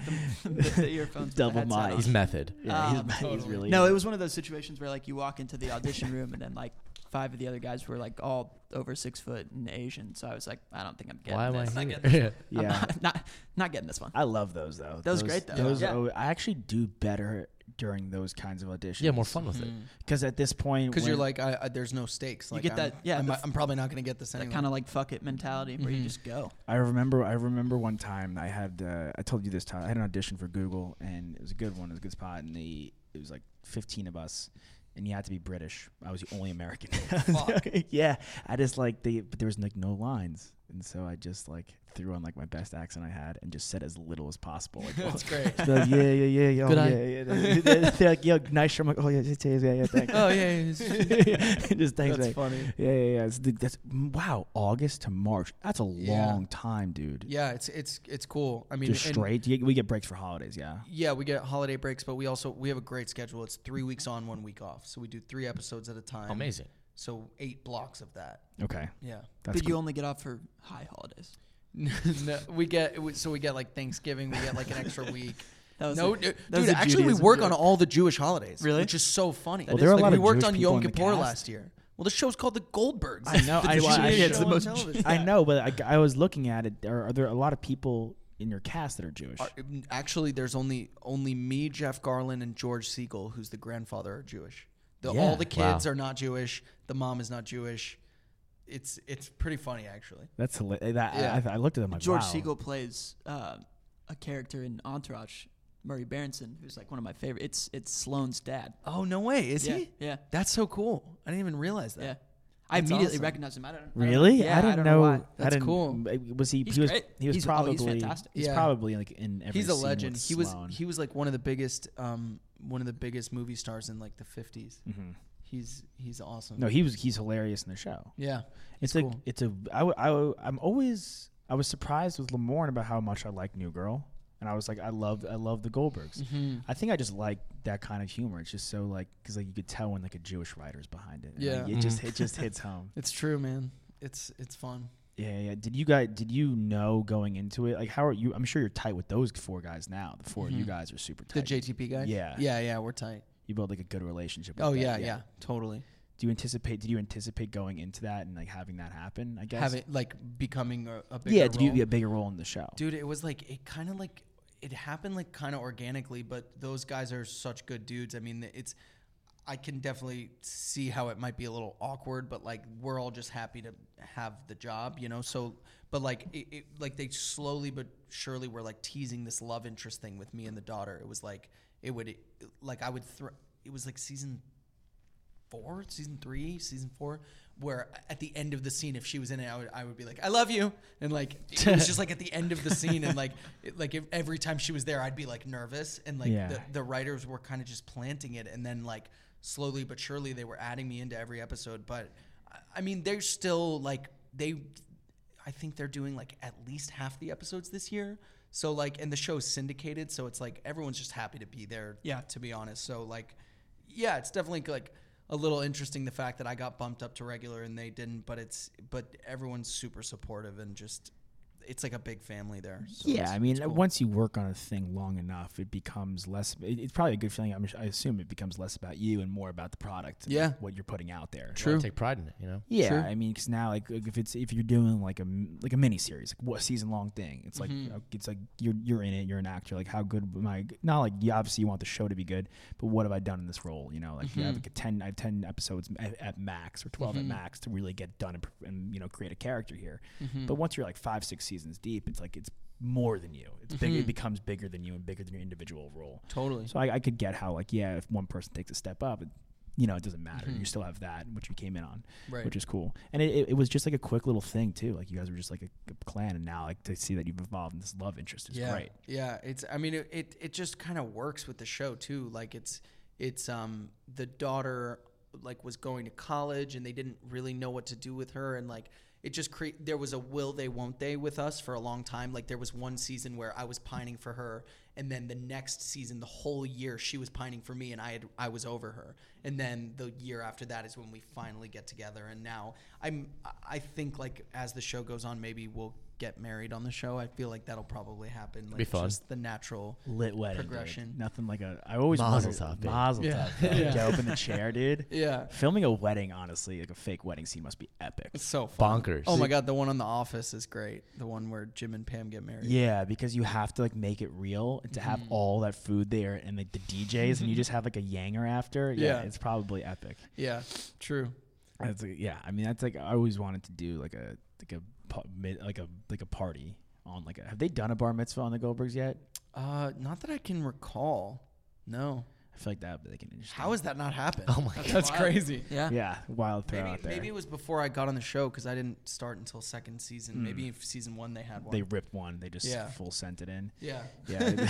S7: why. the, the earphones. with the
S1: Double
S7: headset
S1: mic.
S7: on.
S6: He's method.
S1: yeah, he's,
S7: Um,
S1: he's
S5: totally.
S1: really
S7: No, it was one of those situations where like you walk into the audition room and then like five of the other guys were like all over six foot and Asian. So I was like, I don't think I'm getting
S6: Why am
S7: this.
S6: I
S7: Not getting
S6: here?
S7: this.
S1: Yeah.
S7: I'm not, not not getting this one.
S1: I love those though.
S7: That was great, though.
S1: Those
S7: Yeah.
S1: are- I actually do better during those kinds of auditions.
S6: yeah, more fun with
S7: Hmm.
S6: it.
S1: Because at this point,
S5: Because you're
S1: when-
S5: like, I, I, there's no stakes. Like,
S7: get
S5: I'm-
S7: that- yeah,
S5: I'm,
S7: the f-
S5: I'm probably not going to get this
S7: That
S5: anyway.
S7: kind of like fuck it mentality where you just go.
S1: I remember. I remember one time I had. Uh, I told you this time. I had an audition for Google, and it was a good one. It was a good spot, and the it was like 15 of us, and you had to be British. I was the only American. yeah, I just like the. But there was like no lines, and so I just like threw on like my best accent I had, and just said as little as possible. Like,
S5: That's great.
S1: They're like, yeah, yeah, yeah, yeah, oh,
S6: Good eye.
S1: yeah, yeah. They're- They're like, yo, nice shirt. I'm like, oh yeah, yeah, yeah, yeah, thanks.
S5: oh, yeah. yeah,
S1: just thanks.
S5: That's
S1: like,
S5: funny.
S1: Yeah, yeah, yeah. It's the- that's wow. August to March. That's a
S5: Yeah.
S1: long time, dude.
S5: Yeah, it's it's it's cool. I mean,
S1: Just
S5: and-
S1: straight. You- we get breaks for holidays. Yeah.
S5: Yeah, we get holiday breaks, but we also we have a great schedule. It's three weeks on, one week off. So we do three episodes at a time.
S6: Amazing.
S5: So eight blocks of that.
S1: Okay.
S5: Yeah.
S1: That's
S7: but you only get off for high holidays.
S5: no, we get we- so we get like Thanksgiving. We get like an extra week.
S7: That was
S5: no,
S7: a-
S5: dude,
S7: that was
S5: dude,
S7: a
S5: actually, we
S7: Judaism
S5: work
S7: joke.
S5: on all the Jewish holidays.
S7: Really?
S5: Which is so funny.
S1: Well, there are a
S5: Like,
S1: lot
S5: we
S1: of
S5: worked
S1: Jewish
S5: on
S1: people
S5: Yom
S1: in the
S5: Kippur
S1: cast.
S5: last year. Well, the show's called The Goldbergs.
S1: I know. I, well, I,
S7: Yeah, it's the
S1: know-
S7: most-
S1: I know, but I, I was looking at it. Are, are there a lot of people in your cast that are Jewish?
S5: Are- Actually, there's only only me, Jeff Garland, and George Siegel, who's the grandfather, are Jewish. The,
S1: Yeah.
S5: all the kids
S6: Wow.
S5: are not Jewish. The mom is not Jewish. It's it's pretty funny actually.
S1: That's hilarious. That,
S5: Yeah.
S1: I, I looked at them like
S7: George
S1: wow.
S7: Siegel plays uh, a character in Entourage, Murray Berenson, who's like one of my favorite. It's it's Sloane's dad.
S5: Oh no way! Is
S7: Yeah,
S5: he?
S7: yeah.
S5: That's so cool. I didn't even realize that.
S7: Yeah, I
S5: That's
S7: immediately
S5: awesome.
S7: recognized him. I don't I don't-
S1: Really?
S7: yeah,
S1: I don't,
S7: don't
S1: know.
S7: why.
S1: I
S5: That's
S1: didn't, eh,
S5: cool.
S1: Was he?
S7: He's
S1: he was.
S7: great.
S1: He was
S7: He's- oh,
S1: probably.
S7: he's fantastic.
S1: he's
S5: Yeah.
S1: probably like in every.
S5: He's a
S1: scene with
S5: legend. He was
S1: Sloan.
S5: he was like one of the biggest um one of the biggest movie stars in like the 50s. He's he's awesome.
S1: Mm-hmm. No, he was. He's hilarious in the show.
S5: yeah.
S1: It's
S5: He's
S1: like it's a. I, w- I w- I'm always. I was surprised with Lamorne about how much I like New Girl, and I was like, I love, I love the Goldbergs. I think I just like that kind of humor. It's just so like, because like you could tell when like a Jewish writer is behind it. And,
S5: Yeah.
S1: like, it just it just hits home.
S5: It's true, man. It's it's fun.
S1: Yeah, yeah. Did you guys? Did you know going into it? Like, how are you? I'm sure you're tight with those four guys now. Mm-hmm. The 4 of you guys are super
S5: The
S1: tight.
S5: JTP guys.
S1: Yeah.
S5: Yeah, yeah, we're tight.
S1: you build like a good relationship. With
S5: Oh
S1: that,
S5: yeah, yeah, totally.
S1: Do you anticipate? Did you anticipate going into that and like having that happen? I guess.
S5: Have it like becoming a, a bigger
S1: yeah, do you
S5: role.
S1: be a bigger role in the show?
S5: dude it was like it kind of like it happened like kind of organically but those guys are such good dudes i mean it's i can definitely see how it might be a little awkward but like we're all just happy to have the job you know so but like it, it like they slowly but surely were like teasing this love interest thing with me and the daughter it was like it would like i would throw it was like season four, season three, season four, where at the end of the scene, if she was in it, I would, I would be like, "I love you," and like it was just like at the end of the scene, and like it, like if every time she was there, I'd be like nervous, and like
S1: Yeah.
S5: the, the writers were kind of just planting it, and then like slowly but surely they were adding me into every episode. But I- I mean, they're still like they, I think they're doing like at least half the episodes this year. So like, and the show's syndicated, so it's like everyone's just happy to be there.
S7: Yeah.
S5: to be honest. So like, yeah, it's definitely like a little interesting the fact that I got bumped up to regular and they didn't, but it's but everyone's super supportive and just it's like a big family there. So
S1: yeah,
S5: it's-
S1: I mean,
S5: it's cool.
S1: once you work on a thing long enough, it becomes less. It, it's probably a good feeling. I'm, I assume it becomes less about you and more about the product. and, like,
S5: Yeah.
S1: what you're putting out there.
S6: True. Take pride in it, you know.
S1: Yeah,
S5: True.
S1: I mean, because now, like, like, if it's if you're doing like a m- like a mini series, like what season long thing, it's like uh, it's like you're you're in it, you're an actor. Like, how good am I? Not like you obviously you want the show to be good, but what have I done in this role? You know, like you have like a ten, I have ten episodes at, at max or 12 at max to really get done and, pr- and you know create a character here. But once you're like five six seasons deep, it's like it's more than you. It's big. It becomes bigger than you and bigger than your individual role.
S5: totally.
S1: So I, I could get how like yeah, if one person takes a step up, it you know, it doesn't matter. You still have that, which you came in on,
S5: Mm-hmm. Right.
S1: which is cool. And it, it, it was just like a quick little thing too. Like you guys were just like a, a clan, and now like to see that you've evolved in this love interest is
S5: yeah,
S1: great.
S5: Yeah, it's. I mean, it it, it just kind of works with the show too. Like it's it's um the daughter like was going to college and they didn't really know what to do with her and like it just create there was a will they won't they with us for a long time like there was one season where i was pining for her and then the next season the whole year she was pining for me and i had i was over her and then the year after that is when we finally get together and now i'm i think like as the show goes on maybe we'll get married on the show. I feel like that'll probably happen. Like
S6: Be
S5: it's
S6: fun.
S5: Just the natural
S1: Lit wedding dude.
S5: progression.
S1: Nothing like a. I always
S6: Mazel
S1: wondered-
S6: tov, baby.
S1: Mazel
S5: Yeah.
S1: tov, bro.
S5: Yeah.
S1: Get up in the chair, dude.
S5: Yeah.
S1: Filming a wedding, honestly, like a fake wedding scene, must be epic.
S5: It's so fun.
S6: Bonkers.
S5: Oh my god, the one on The Office is great. The one where Jim and Pam get married.
S1: Yeah, because you have to like make it real and to have
S5: Mm-hmm.
S1: all that food there and like the DJs, and you just have like a yanger after. Yeah,
S5: Yeah.
S1: it's probably epic.
S5: Yeah, true.
S1: That's like, yeah, I mean that's like I always wanted to do like a like a pu- mid- like a like a party on like a, have they done a bar mitzvah on the Goldbergs yet?
S5: Uh, not that I can recall. No.
S1: I feel like that would be like an interesting.
S5: How has that not happened? Oh my god, that's crazy.
S7: Yeah.
S1: yeah, wild throw
S5: Maybe
S1: out there.
S5: maybe it was before I got on the show because I didn't start until second season. Maybe if season one they had one.
S1: they ripped one. They just
S5: Yeah.
S1: full sent it in.
S5: yeah.
S1: Yeah,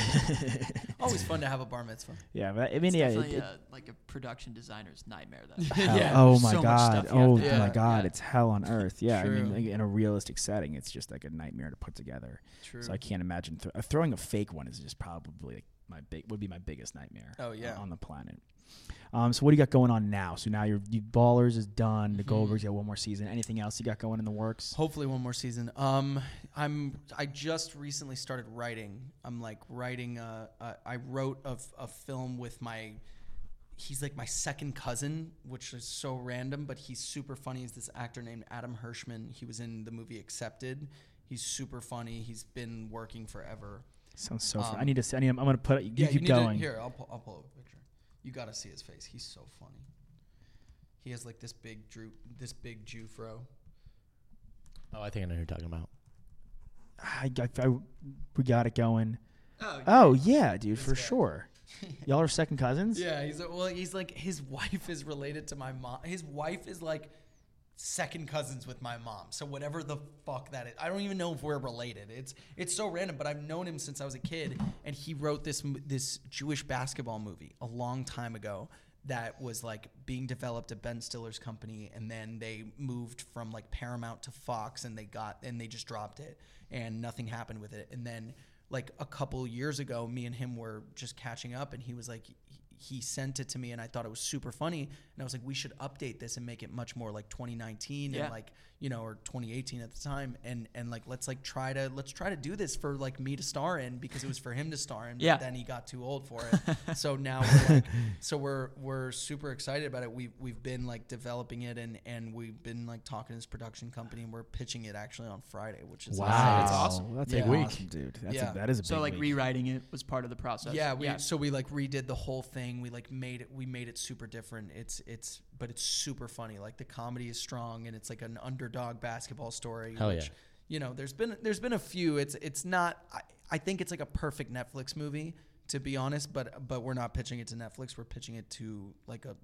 S5: Always fun to have a bar mitzvah.
S1: yeah. But I mean, yeah. It,
S7: Definitely
S1: it,
S7: uh, like a production designer's nightmare. Though.
S1: hell-
S5: Yeah,
S1: oh
S7: there's
S1: my
S7: so much
S1: god.
S7: stuff you have
S1: Oh
S7: to
S5: do.
S1: my
S5: Yeah,
S1: god.
S7: yeah.
S1: It's hell on earth. Yeah. I mean,
S5: True.
S1: like, in a realistic setting, it's just like a nightmare to put together.
S5: True.
S1: So I can't imagine th- uh, throwing a fake one is just probably like my big would be my biggest nightmare.
S5: Oh, yeah.
S1: on the planet. Um, so what do you got going on now? So now your you, Ballers is done.
S5: Mm-hmm.
S1: The Goldbergs got one more season. Anything else you got going in the works?
S5: Hopefully, one more season. Um, I'm I just recently started writing. I'm like writing. A, a, I wrote a, f- a film with my. He's like my second cousin, which is so random, but he's super funny. Is this actor named Adam Hirschman? He was in the movie Accepted. He's super funny. He's been working forever.
S1: Sounds so. fun. I need to. s- I need. I'm gonna put. it- You
S5: um, yeah,
S1: keep
S5: you need
S1: going.
S5: To, here, I'll pull, I'll pull up a picture. You got to see his face. He's so funny. He has like this big Drew, this big Jew fro.
S6: Oh, I think I know who you're talking about.
S1: I, I- I- we got it going. Oh, oh yeah, dude, for sure. Y'all are second cousins.
S5: Yeah, he's well, he's like his wife is related to my mom. His wife is like second cousins with my mom. So whatever the fuck that is, I don't even know if we're related. It's it's so random, but I've known him since I was a kid, and he wrote this m- this Jewish basketball movie a long time ago that was like being developed at Ben Stiller's company and then they moved from like Paramount to Fox and they got and they just dropped it and nothing happened with it and then like a couple years ago me and him were just catching up and he was like he sent it to me and I thought it was super funny and I was like we should update this and make it much more like 2019
S7: Yeah.
S5: and like you know or 2018 at the time and and like let's like try to let's try to do this for like me to star in because it was for him to star in but
S7: Yeah.
S5: then he got too old for it so now we're like, so we're we're super excited about it we we've been like developing it and and we've been like talking to this production company and we're pitching it actually on Friday which is
S1: Wow,
S5: exciting.
S1: awesome. That's
S5: Yeah.
S1: a
S5: Big week.
S1: awesome, dude. That's
S5: Yeah.
S1: a, that is a
S7: So
S1: big
S7: like
S1: week.
S7: rewriting it was part of the process.
S5: Yeah, we so we like redid the whole thing. We like made it we made it super different. It's it's but it's super funny. Like the comedy is strong and it's like an underdog basketball story.
S6: Hell yeah.
S5: You know, there's been there's been a few. It's it's not I, I think it's like a perfect Netflix movie to be honest, but but we're not pitching it to Netflix. We're pitching it to like a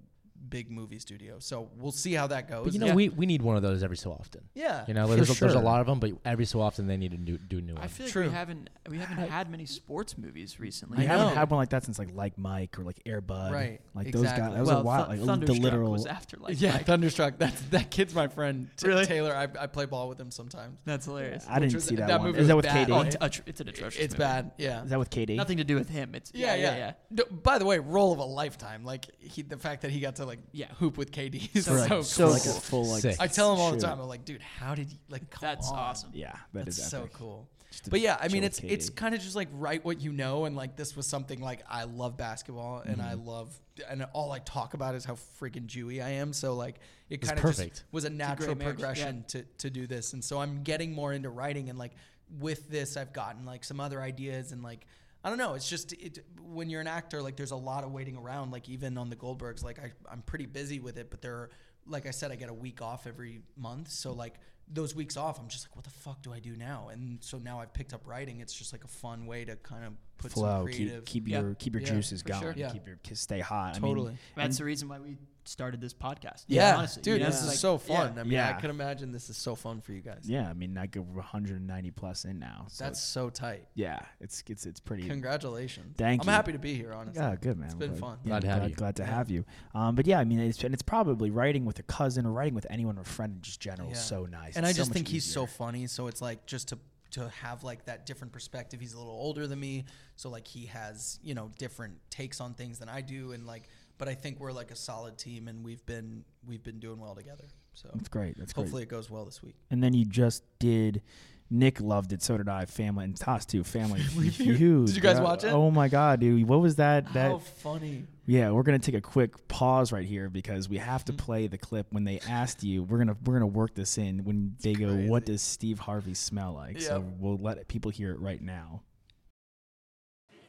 S5: big movie studio. So we'll see how that goes.
S6: But you know, we, we need one of those every so often.
S5: Yeah,
S6: You know,
S1: for
S6: there's, a, there's a
S1: sure.
S6: lot of them, but every so often they need to do, do new
S7: I
S6: ones.
S7: feel like
S5: True.
S7: we haven't we haven't had many sports movies recently.
S1: We haven't
S5: know.
S1: had one like that since like like Mike or like Airbud.
S5: Right,
S1: Like those guys.
S5: exactly.
S1: That was
S7: well,
S1: a wild.
S7: Thu-
S1: Like the
S7: Thunderstruck
S1: literal.
S7: was after like
S5: yeah,
S7: Mike.
S5: Thunderstruck. That's that kid's my friend. T-
S7: Really?
S5: Taylor. I, I play ball with him sometimes.
S7: that's hilarious.
S1: I didn't
S5: was-
S1: see that,
S5: that
S1: one.
S5: movie
S1: Is that
S5: was
S1: with
S5: bad.
S1: KD?
S7: Oh, it's, atro- it's an atrocious.
S5: It's
S7: movie.
S5: bad. Yeah.
S1: Is that with KD?
S7: Nothing to do with him. It's
S5: Yeah, yeah, yeah. D- By the way, role of a lifetime. Like he, the fact that he got to like
S7: Yeah.
S5: hoop with KD is so,
S7: Right.
S5: cool.
S1: So like a full like.
S6: Sick.
S5: I tell him all the
S1: shoot.
S5: time. I'm like, dude, how did you like? Come
S7: That's
S5: on."
S7: awesome.
S1: Yeah, that
S5: That's
S1: is
S5: so
S1: epic.
S5: cool.
S1: to
S5: But yeah, I
S1: chill
S5: mean,
S1: with
S5: it's it's
S1: KD.
S5: kind of just like write what you know, and like this was something like I love basketball, and I
S1: Mm-hmm.
S5: love, and all I talk about is how freaking Jewy I am. So like, it kind of
S6: perfect.
S5: just was a natural
S7: great marriage,
S5: progression to to do this, and so I'm getting more into writing, and like with this, I've gotten like some other ideas, and like I don't know, it's just it when you're an actor, like there's a lot of waiting around, like even on the Goldbergs, like I I'm pretty busy with it, but there. are Like I said, I get a week off every month, so like those weeks off, I'm just like, what the fuck do I do now? And so now I've picked up writing. It's just like a fun way to kind of put
S1: Flow,
S5: some creative.
S1: keep, keep
S7: Yeah,
S1: your keep your
S5: yeah,
S1: juices
S7: for sure.
S1: going,
S5: Yeah.
S1: keep your stay hot. I
S5: Totally.
S1: mean,
S7: That's the reason why we started this podcast.
S4: Yeah,
S7: honestly,
S4: dude,
S7: you know,
S4: this is
S7: like-
S4: so fun. I mean,
S1: Yeah.
S4: I could imagine this is so fun for you guys.
S1: yeah, I mean, I go 190 plus in now. So
S4: That's so tight.
S1: yeah, it's it's it's pretty.
S4: Congratulations.
S1: Thank
S4: I'm
S1: you.
S4: happy to be here, honestly.
S1: Yeah, good man.
S4: It's
S1: I'm
S4: been
S1: glad-
S4: fun.
S1: yeah,
S6: Glad to have
S1: glad,
S6: you.
S1: Glad to have you. Um, but yeah, I mean, it's, and it's probably writing with a cousin or writing with anyone or friend in just general is
S5: Yeah.
S1: so nice.
S5: And I
S1: It's so
S5: just
S1: much
S5: think he's so
S1: easier.
S5: funny. So it's like just to to have like that different perspective. He's a little older than me, so like he has you know different takes on things than I do, and like. But I think we're like a solid team, and we've been we've been doing well together. So
S1: That's great. That's great.
S5: hopefully it goes well this week.
S1: And then you just did. Nick loved it. So did I. Family and Toss too. Family feud.
S4: Did you guys
S1: bro.
S4: watch it? Oh.
S1: Oh my god, dude! What was that? That
S4: How funny.
S1: yeah. We're gonna take a quick pause right here because we have to
S4: Mm-hmm.
S1: play the clip when they asked you. We're gonna we're gonna work this in when they go. What does Steve Harvey smell like? So
S4: Yep.
S1: we'll let people hear it right now.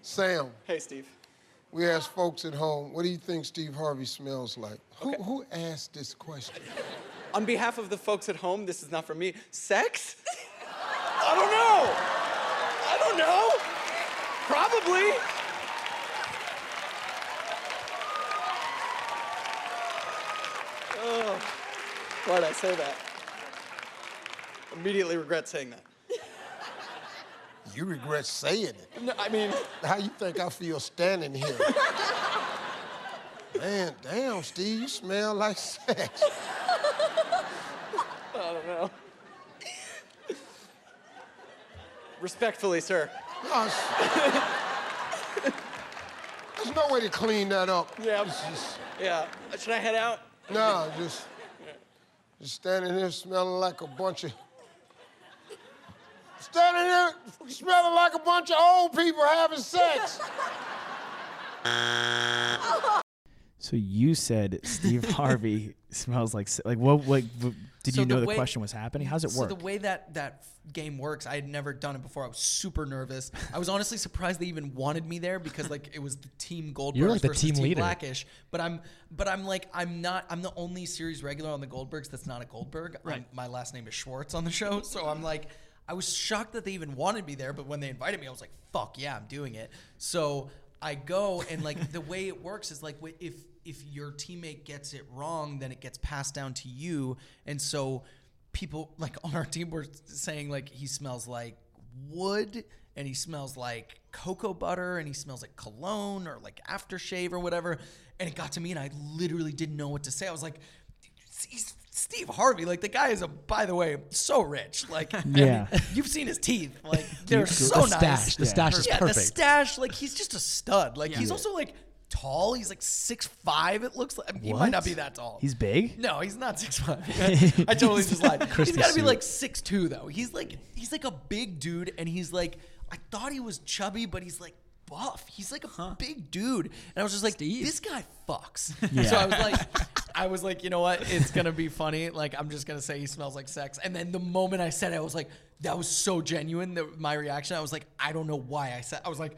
S9: Sam,
S10: Hey, Steve.
S9: we asked folks at home, what do you think Steve Harvey smells like? Who, who asked this question?
S10: On behalf of the folks at home, this is not for me. Sex? I don't know. I don't know. Probably. Oh, why'd I say that? Immediately regret saying that.
S9: You regret saying it.
S10: No, I mean,
S9: How you think I feel standing here? Man, damn, Steve, you smell like sex.
S10: respectfully, sir.
S9: No, it's- there's no way to clean that up.
S10: Yeah.
S9: It's just-
S10: Yeah. Should I head out?
S9: no, just, just standing here smelling like a bunch of. Standing here smelling like a bunch of old people having sex.
S1: So you said Steve Harvey smells like se- like what? Like w- did
S5: So
S1: you know the,
S5: way-
S1: question was happening? How's it
S5: so
S1: work?
S5: the way that that f- game works, I had never done it before. I was super nervous. I was honestly surprised they even wanted me there because like it was the team Goldbergs
S6: You're like the
S5: versus
S6: team leader.
S5: Blackish. But I'm but I'm like I'm not I'm the only series regular on the Goldbergs that's not a Goldberg. Right. my last name is Schwartz on the show, so I'm like I was shocked that they even wanted me there. But when they invited me, I was like, fuck yeah, I'm doing it. So I go and like the way it works is like wh- if if your teammate gets it wrong, then it gets passed down to you, and so people like on our team were saying like he smells like wood and he smells like cocoa butter and he smells like cologne or like aftershave or whatever and it got to me and i literally didn't know what to say i was like he's steve harvey like the guy is a by the way so rich like I mean,
S1: Yeah.
S5: you've seen his teeth like they're
S6: The
S5: so nice
S6: stash, the
S5: Yeah.
S6: stash is
S5: yeah the
S6: perfect.
S5: stash like he's just a stud like he's also like tall he's like six five it looks like I mean, he might
S1: What?
S5: not be that tall
S1: He's big.
S5: no, he's not six five. I totally just lied. he's got to be like six two though. He's like he's like a big dude, and he's like I thought he was chubby, but he's like buff. He's like a big dude, and I was just like, this guy fucks. So I was like, I was like, you know what? It's gonna be funny. Like I'm just gonna say he smells like sex. And then the moment I said it, I was like, that was so genuine. That my reaction, I was like, I don't know why I said. I was like.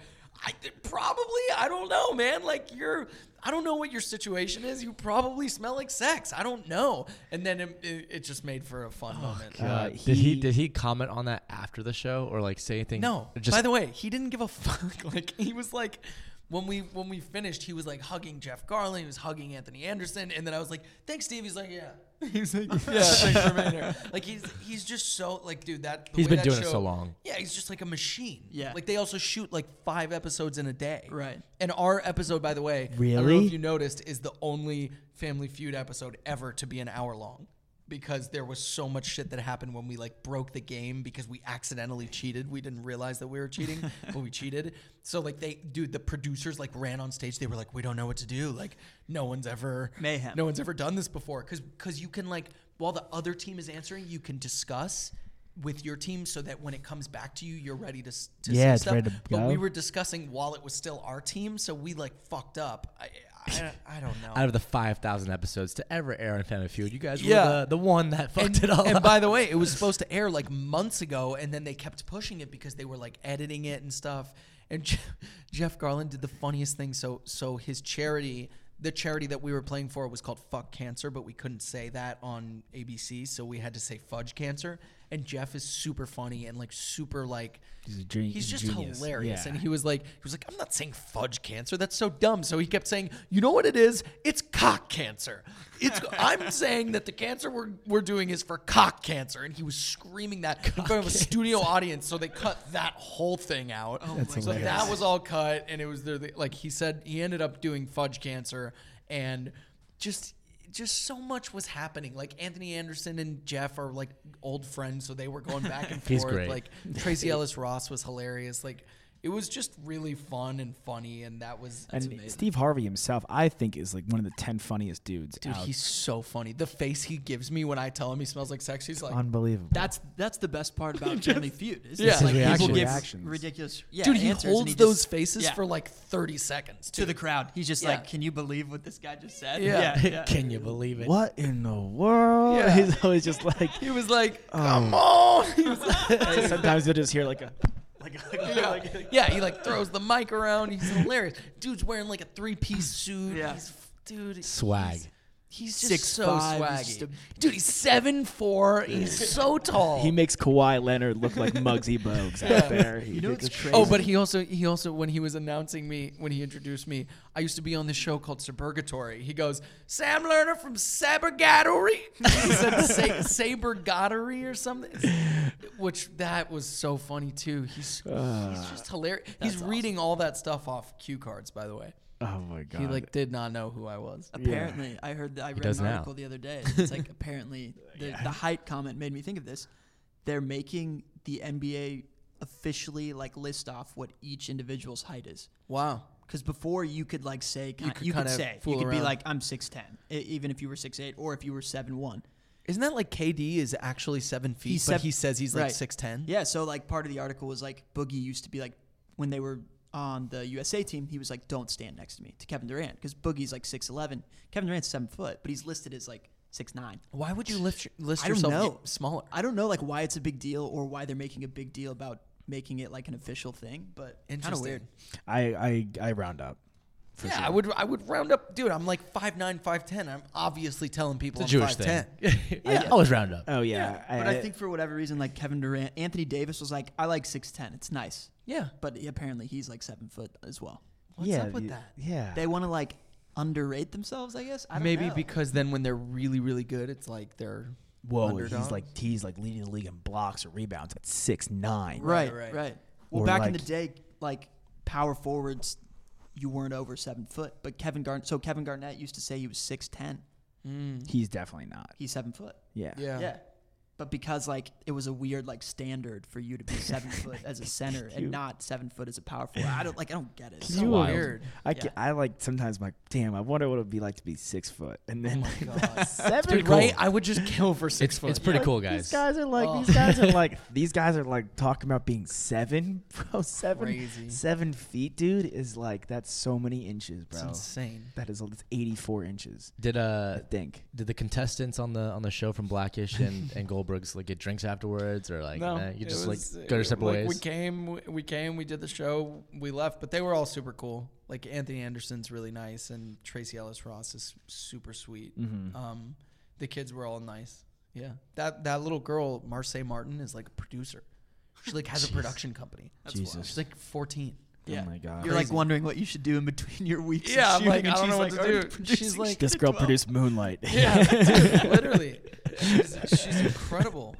S5: I probably I don't know, man. Like you're, I don't know what your situation is. You probably smell like sex. I don't know. And then it, it, it just made for a fun moment.
S6: Uh,
S1: God.
S6: did he
S1: he-
S6: did he comment on that after the show or like say anything?
S5: No.
S6: Just
S5: By the way, he didn't give a fuck. Like he was like, when we when we finished, he was like hugging Jeff Garland. He was hugging Anthony Anderson. And then I was like, thanks, Steve. He's like, yeah. He's like, yeah, thanks for being here. Like he's he's just so like, dude. That the
S6: He's
S5: way
S6: been
S5: that
S6: doing it
S5: show-
S6: so long.
S5: Yeah, he's just like a machine.
S7: Yeah.
S5: Like they also shoot like five episodes in a day.
S7: Right.
S5: And our episode, by the way, I don't know
S1: Really?
S5: if you noticed, is the only Family Feud episode ever to be an hour long because there was so much shit that happened when we like broke the game because we accidentally cheated. We didn't realize that we were cheating, but we cheated. So like they, dude, the producers like ran on stage. They were like, we don't know what to do. Like no one's ever
S7: Mayhem.
S5: No one's ever done this before because because you can like while the other team is answering, you can discuss. With your team, so that when it comes back to you, you're ready to, s- to
S1: Yeah,
S5: say
S1: it's
S5: stuff.
S1: ready to
S5: But we
S1: go.
S5: were discussing while it was still our team, so we like fucked up. I, I, I don't know.
S6: out of the five thousand episodes to ever air on Family Feud, you guys
S5: Yeah.
S6: were the, the one that fucked
S5: and,
S6: it all
S5: and
S6: up.
S5: by the way, it was supposed to air like months ago, and then they kept pushing it because they were like editing it and stuff. And Jeff, Jeff Garland did the funniest thing. So, so his charity the charity that we were playing for was called Fuck Cancer, but we couldn't say that on ABC, so we had to say Fudge Cancer. And Jeff is super funny and like super like
S1: He's a gen-
S5: he's just
S1: genius.
S5: hilarious.
S1: Yeah.
S5: And he was like he was like I'm not saying fudge cancer. That's so dumb. So he kept saying, you know what it is? It's cock cancer. It's I'm saying that the cancer we're we're doing is for cock cancer. And he was screaming that in front of a studio audience. So they cut that whole thing out. Oh
S1: That's my
S5: so
S1: hilarious.
S5: that was all cut, and it was there. Like he said, he ended up doing fudge cancer, and just just so much was happening. Like Anthony Anderson and Jeff are like old friends, so they were going back and
S6: He's
S5: forth.
S6: great.
S5: Like Tracy Ellis Ross was hilarious. Like it was just really fun and funny, and that was it's
S1: And
S5: amazing.
S1: Steve Harvey himself, I think, is like one of the ten funniest dudes.
S5: Dude,
S1: out.
S5: he's so funny. The face he gives me when I tell him he smells like sex, he's like,
S1: unbelievable.
S7: That's that's the best part about Family Feud. Is
S5: Yeah.
S7: yeah, like
S1: His
S7: people
S1: reaction.
S7: give
S1: Reactions.
S7: ridiculous. Yeah,
S5: dude, he
S7: answers and
S5: holds
S7: just-
S5: those faces
S7: yeah,
S5: for like 30 seconds
S7: to the
S5: dude.
S7: crowd. He's just
S5: Yeah.
S7: like, "Can you believe what this guy just said?"
S5: Yeah.
S7: yeah.
S6: Can you believe it?
S1: What in the world?
S5: Yeah.
S1: He's always just like.
S5: He was like,
S1: "Come
S5: on.
S1: sometimes you'll just hear like a.
S5: yeah. yeah, he like throws the mic around. He's hilarious. Dude's wearing like a three piece suit.
S7: Yeah.
S5: He's, dude.
S6: Swag.
S5: He's, he's just
S7: Six
S5: so
S7: five,
S5: swaggy.
S7: he's just a-
S5: Dude, he's seven four. He's so tall.
S1: He makes Kawhi Leonard look like Muggsy Bogues out there. He
S7: You know
S1: did
S7: what's
S1: this-
S7: crazy?
S5: Oh, but he also he also when he was announcing me when he introduced me, I used to be on this show called Suburgatory. He goes, Sam Lerner from Sabergatory. he said Sa- Sabergatory or something, which that was so funny too. He's
S1: Uh,
S5: he's just hilarious. He's reading all that stuff off cue cards, by the way.
S1: oh my god.
S5: He like did not know who I was.
S7: Apparently, I heard that I read
S6: does
S7: an
S6: now.
S7: article the other day. It's like apparently the, the height comment made me think of this. They're making the NBA officially like list off what each individual's height is.
S5: Wow.
S7: Because before you could like say ki- you
S5: could
S7: could,
S5: kinda
S7: say
S5: fool
S7: you could be
S5: around.
S7: like I'm six ten, e, even if you were six eight or if you were seven one.
S5: Isn't that like KD is actually seven feet, but he says he's like six ten?
S7: Yeah, so like part of the article was like Boogie used to be like when they were on the USA team, he was like, "Don't stand next to me" to Kevin Durant because Boogie's like six eleven, Kevin Durant's seven foot, but he's listed as like six nine.
S5: Why would you lift, list
S7: I don't
S5: yourself
S7: know.
S5: smaller?
S7: I don't know like why it's a big deal or why they're making a big deal about making it like an official thing, but kind of
S5: Interesting.
S7: weird.
S1: I I I round up.
S5: yeah, I would. I would round up, dude. I'm like five nine, five ten. I'm obviously telling people
S6: It's a
S5: I'm
S6: Jewish
S5: five ten.
S6: thing. I always round up.
S1: Oh yeah.
S7: But I, think for whatever reason, like Kevin Durant, Anthony Davis was like, "I like six ten, it's nice,"
S5: Yeah.
S7: but he, apparently he's like seven foot as well.
S5: What's
S1: yeah,
S5: up with
S1: you-
S5: that?
S1: Yeah.
S7: They want to like underrate themselves, I guess. I don't
S5: Maybe
S7: know.
S5: because then when they're really really good, it's like they're
S1: Whoa,
S5: underdogs.
S1: he's like he's like leading the league in blocks or rebounds at six nine.
S7: Right,
S5: right.
S7: right. Well,
S1: Or
S7: back in
S1: like-
S7: the day, like power forwards, you weren't over seven foot. But Kevin Garnett, so Kevin Garnett used to say he was six ten.
S1: He's definitely not.
S7: He's seven foot.
S1: Yeah.
S5: yeah.
S7: Yeah. But because like it was a weird like standard for you to be seven foot as a center and not seven foot as a power forward. I don't like I don't get it.
S1: You
S6: wild.
S1: weird. I, ca- I like sometimes like damn I wonder what it would be like to be six foot and then
S5: Oh
S1: seven
S5: Dude, right? I would just kill for six
S6: It's,
S5: foot.
S6: it's pretty cool,
S1: These
S6: guys.
S1: guys are like
S5: Oh.
S1: these guys are like these guys are like talking about being seven, bro. Seven,
S5: Crazy.
S1: seven feet, dude. Is like that's so many inches, bro.
S5: It's insane.
S1: That is that's eighty four inches.
S6: Did uh
S1: I think.
S6: did the contestants on the on the show from Blackish and, and Goldberg's like get drinks afterwards or like nah, you
S5: it
S6: just
S5: was- uh,
S6: like go your separate
S5: like,
S6: ways?
S5: We came, we- we came, we did the show, we left, but they were all super cool. Like Anthony Anderson's really nice, and Tracy Ellis Ross is super sweet.
S6: Mm-hmm.
S5: Um, the kids were all nice. Yeah, that that little girl Marseille Martin is like a producer. She like has a production company. That's wild.
S1: Jesus.
S5: she's like 14.
S6: Oh
S7: Yeah.
S1: my God.
S7: You're like wondering what you should do in between your weeks.
S5: Yeah,
S7: of
S5: I'm
S7: shooting,
S5: like, "Oh,
S7: and
S5: I don't
S7: she's like
S5: know what to
S7: already
S5: do.
S7: producing
S5: She's like-
S7: shit
S1: This
S7: at
S1: girl
S7: 12.
S1: produced Moonlight.
S5: Yeah, dude, literally, she's, she's incredible.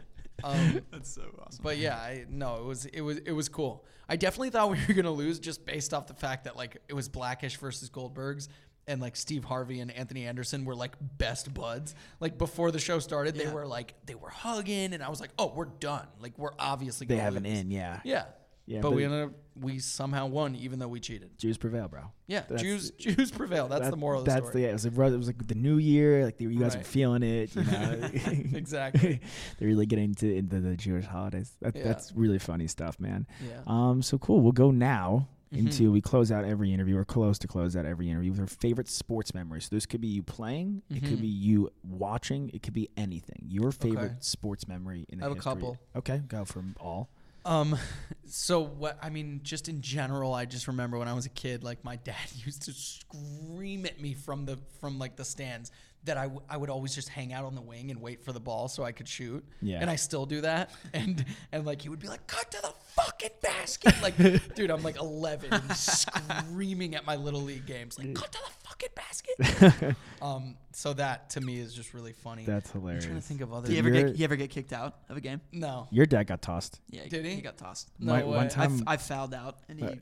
S5: Um,
S7: That's so awesome.
S5: But yeah, I, no, it was it was it was cool. I definitely thought we were gonna lose just based off the fact that like it was Blackish versus Goldberg's, and like Steve Harvey and Anthony Anderson were like best buds. Like before the show started, they
S7: Yeah.
S5: were like they were hugging, and I was like, oh, we're done. Like we're obviously
S1: they
S5: gonna
S1: have an
S5: lose.
S1: in, yeah.
S5: Yeah.
S1: Yeah,
S5: but, we
S1: but-
S5: ended up we somehow won even though we cheated.
S1: Jews prevail, bro.
S5: Yeah,
S1: That's-
S5: Jews Jews prevail. That's
S1: that-
S5: the moral of the
S1: That's
S5: story.
S1: the yeah, it was, a, it was like the new year. Like they, you guys were
S5: Right.
S1: feeling it. You know?
S5: Exactly.
S1: They're really getting into into the Jewish holidays. That,
S5: Yeah.
S1: That's really funny stuff, man.
S5: Yeah. Mm-hmm.
S1: Um. So cool. We'll go now into we close out every interview or close to close out every interview with our favorite sports memories. So this could be you playing. It could be you watching. It could be anything. Your favorite
S5: Mm-hmm. Okay.
S1: sports memory in the
S5: I have a
S1: history-
S5: couple.
S1: Okay, go from all.
S5: Um, so what? I mean, just in general, I just remember when I was a kid, like my dad used to scream at me from the from like the stands that I, w- I would always just hang out on the wing and wait for the ball so I could shoot.
S1: Yeah.
S5: And I still do that. And and like he would be like, cut to the fucking basket. Like, dude, I'm like 11, and screaming at my little league games, like, cut to the fucking basket. um, so that to me is just really funny.
S1: That's
S5: I'm trying
S1: hilarious.
S5: to think of other.
S7: Do you ever
S1: You're-
S7: get you ever get kicked out of a game?
S5: No.
S1: Your dad got tossed.
S7: Yeah,
S5: Did he?
S7: He got tossed.
S5: No My- one way.
S7: I f-
S1: time-
S7: I fouled out, and he
S1: Right.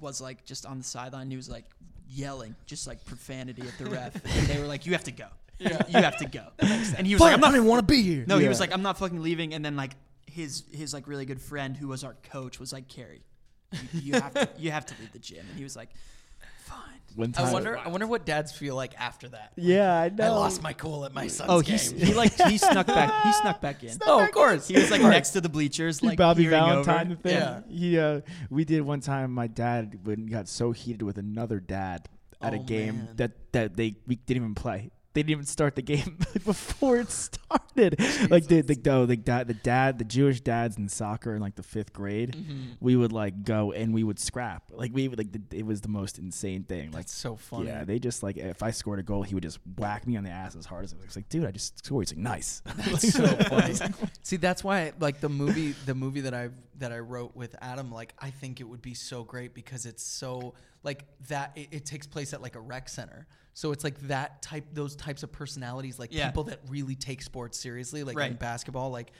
S7: was like just on the sideline. He was like yelling, just like profanity at the ref, and they were like, "You have to go.
S5: Yeah.
S7: You have to go." And he was
S1: Fuck,
S7: like, "I'm not
S1: I didn't wanna be here."
S7: No, he
S1: Yeah.
S7: was like, "I'm not fucking leaving." And then like his his like really good friend who was our coach was like, "Carrie, you, you have to you have to leave the gym," and he was like.
S1: One
S5: I
S1: time-
S5: wonder. I wonder what dads feel like after that.
S1: Yeah, I
S5: I
S1: know.
S5: lost my cool at my son's
S7: Oh, he
S5: game.
S7: s- he like he snuck back. He snuck back in.
S5: Oh, of course.
S7: He was like next to the bleachers,
S1: He
S7: like
S1: Bobby
S7: peering over.
S1: Valentine the thing.
S7: Yeah.
S1: He, uh, we did one time. My dad when got so heated with another dad at a
S7: Oh,
S1: game that that they we didn't even play. They didn't even start the game before it started. Like the the, oh, the dad, the dad, the Jewish dads in soccer in like the fifth grade,
S5: Mhm.
S1: we would like go and we would scrap. Like we would like the, it was the most insane thing. like
S5: That's so funny.
S1: Yeah, they just like if I scored a goal, he would just whack me on the ass as hard as I was like, dude, I just scored. He's like, nice.
S5: That's so funny. See, that's why like the movie the movie that I that I wrote with Adam, like I think it would be so great because it's so like that it, it takes place at like a rec center. So it's like that type those types of personalities, like
S7: Yeah.
S5: people that really take sports seriously, like in
S7: Right.
S5: basketball, like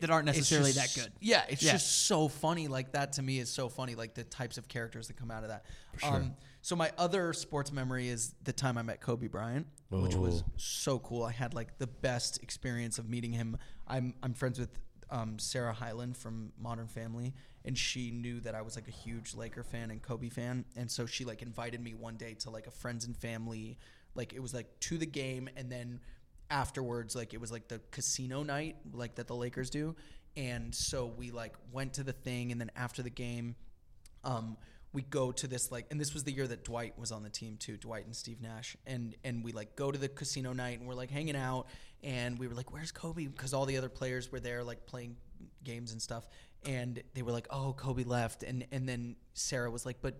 S7: That aren't
S5: it's
S7: necessarily
S5: just-
S7: that good.
S5: Yeah, it's
S7: Yeah.
S5: just so funny. Like that to me is so funny, like the types of characters that come out of that. Um so my other sports memory is the time I met Kobe Bryant, which was
S6: Oh.
S5: so cool. I had like the best experience of meeting him. I'm I'm friends with um, Sarah Hyland from Modern Family, and she knew that I was like a huge Laker fan and Kobe fan, and so she like invited me one day to like a friends and family, like it was like to the game, and then afterwards like it was like the casino night like that the Lakers do, and so we like went to the thing, and then after the game, um, we go to this like, and this was the year that Dwight was on the team too, Dwight and Steve Nash, and and we like go to the casino night and we're like hanging out, and we were like, where's Kobe? Because all the other players were there like playing games and stuff, and they were like, oh, Kobe left, and and then Sarah was like, but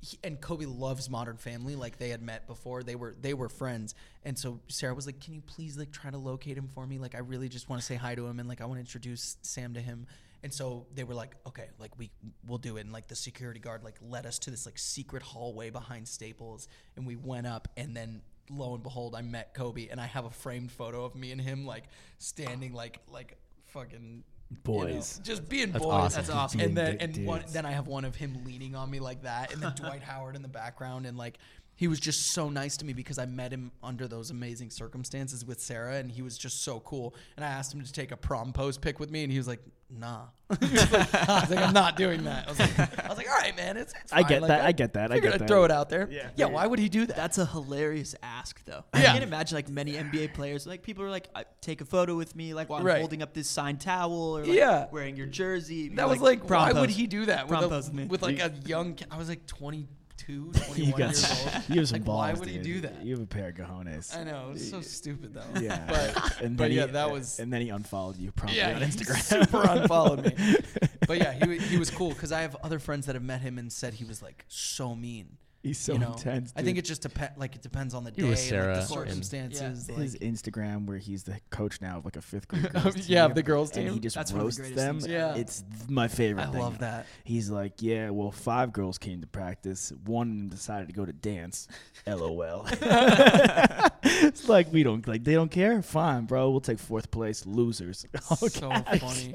S5: he, and Kobe loves Modern Family. Like they had met before. They were they were friends. And so Sarah was like, "Can you please like try to locate him for me? Like I really just want to say hi to him and like I want to introduce Sam to him." And so they were like, "Okay, like we we'll do it." And like the security guard like led us to this like secret hallway behind Staples, and we went up and then lo and behold, I met Kobe and I have a framed photo of me and him like standing like like fucking you know,
S1: Boys.
S5: just being
S1: That's
S5: boys.
S1: awesome. That's awesome.
S5: And
S1: Being
S5: then
S1: big
S5: and one,
S1: dudes.
S5: then I have one of him leaning on me like that, and then Dwight Howard in the background, and like he was just so nice to me because I met him under those amazing circumstances with Sarah, and he was just so cool. And I asked him to take a prom pose pic with me, and he was like, "Nah." He was like, I was like, "I'm not doing that." I was like, "I was like, all right, man, it's, it's
S1: I
S5: fine.
S1: get
S5: Like,
S1: that. I get that. I
S5: figured
S1: get
S5: I'd
S1: that.
S5: throw it out there.
S1: Yeah.
S5: Yeah, why would he do that?
S7: That's a hilarious ask, though. I
S5: Yeah.
S7: can't imagine like many NBA players. Like people are like, I, take a photo with me, like while I'm
S5: Right.
S7: holding up this signed towel, or like,
S5: Yeah.
S7: wearing your jersey.
S5: That was like, why would he do that with,
S7: Prom
S5: a,
S7: pose with me.
S5: with like a young? ki- I was like 22,
S1: You
S5: 21
S1: got
S5: years
S1: some-
S5: old.
S1: you have some
S5: like,
S1: balls.
S5: Why would he
S1: dude.
S5: do that?
S1: You have a pair of cojones.
S5: I know. It's so stupid though.
S1: Yeah.
S5: But,
S1: and
S5: but
S1: then
S5: yeah,
S1: he,
S5: that was.
S1: And then he unfollowed you probably
S5: yeah,
S1: on
S5: he
S1: Instagram.
S5: super unfollowed me. But yeah, he, wa- he was cool because I have other friends that have met him and said he was like so mean.
S1: He's so
S5: you know?
S1: intense,
S5: I think
S1: dude.
S5: it just depends. Like it depends on the day,
S6: You were
S5: and,
S6: Sarah
S5: like, the
S6: and-
S5: circumstances. like-
S1: His Instagram, where he's the coach now of like a fifth grade. Girls
S5: Yeah,
S1: team,
S5: of the girls'
S1: And he
S5: team.
S1: just
S7: That's one of the
S1: roasts
S7: greatest
S1: them.
S7: things
S5: ever. Yeah.
S1: it's th- my favorite.
S5: I
S1: thing.
S5: love that.
S1: He's like, yeah, well, five girls came to practice. One decided to go to dance. LOL. it's like we don't like they don't care. Fine, bro. We'll take fourth place, losers. All
S5: So
S1: caps.
S5: funny.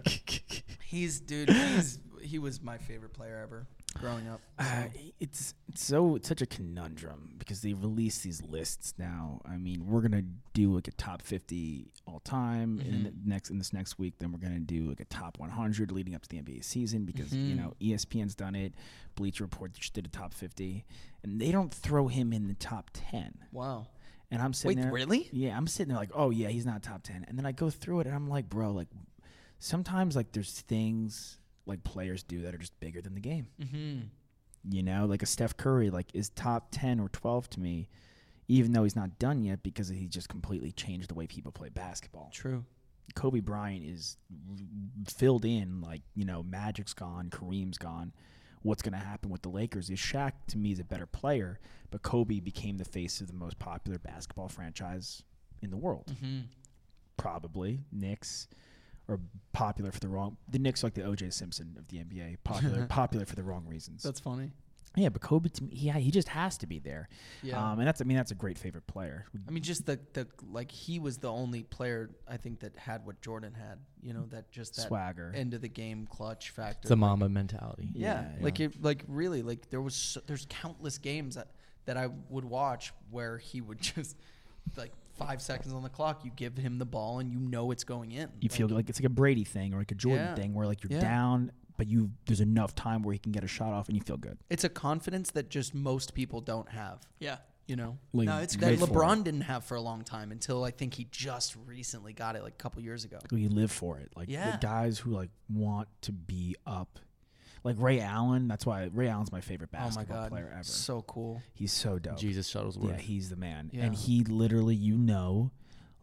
S5: he's dude. He's he was my favorite player ever growing up.
S1: Uh, it's, it's so it's such a conundrum because they release these lists now. I mean, we're gonna do like a top fifty all time, and then next in this next week, then we're gonna do like a top one hundred leading up to the NBA season because you know E ESPN's done it, Bleacher Report just did a top fifty, and they don't throw him in the top ten.
S5: Wow.
S1: And I'm sitting
S5: Wait,
S1: there.
S5: really?
S1: Yeah, I'm sitting there like, oh yeah, he's not top ten. And then I go through it and I'm like, bro, like sometimes like there's things like players do that are just bigger than the game.
S5: Mm-hmm.
S1: You know, like a Steph Curry, like is top ten or twelve to me, even though he's not done yet because he just completely changed the way people play basketball.
S5: True.
S1: Kobe Bryant is filled in like you know Magic's gone, Kareem's gone. What's going to happen with the Lakers is Shaq to me is a better player, but Kobe became the face of the most popular basketball franchise in the world.
S5: Mhm.
S1: Probably Knicks are popular for the wrong. The Knicks are like the O.J. Simpson of the NBA, popular popular for the wrong reasons.
S5: That's funny.
S1: yeah, but Kobe to me, yeah, he just has to be there.
S5: Yeah.
S1: um, and that's I mean that's a great favorite player.
S5: I mean, just the, the like he was the only player I think that had what Jordan had. You know, that just that
S1: Swagger.
S5: end of the game clutch factor.
S6: It's a mama mentality.
S5: Yeah, like it, like really, like there was so, there's countless games that, that I would watch where he would just like five seconds on the clock, you give him the ball and you know it's going in.
S1: you feel like it's like a Brady thing or like a Jordan
S5: Yeah.
S1: thing where like you're
S5: Yeah.
S1: down, but you there's enough time where he can get a shot off and you feel good.
S5: It's a confidence that just most people don't have.
S7: Yeah.
S5: You know,
S1: Like, No, it's
S5: that
S1: great for
S5: LeBron didn't have for a long time until I think he just recently got it, like a couple years ago.
S1: Like, you live for it. Like
S5: Yeah.
S1: the guys who like want to be up. Like Ray Allen, that's why Ray Allen's my favorite
S5: Oh my
S1: basketball
S5: God,
S1: player ever.
S5: so cool.
S1: He's so dope.
S6: Jesus Shuttlesworth.
S1: Yeah, he's the man.
S5: Yeah.
S1: And he literally, you know,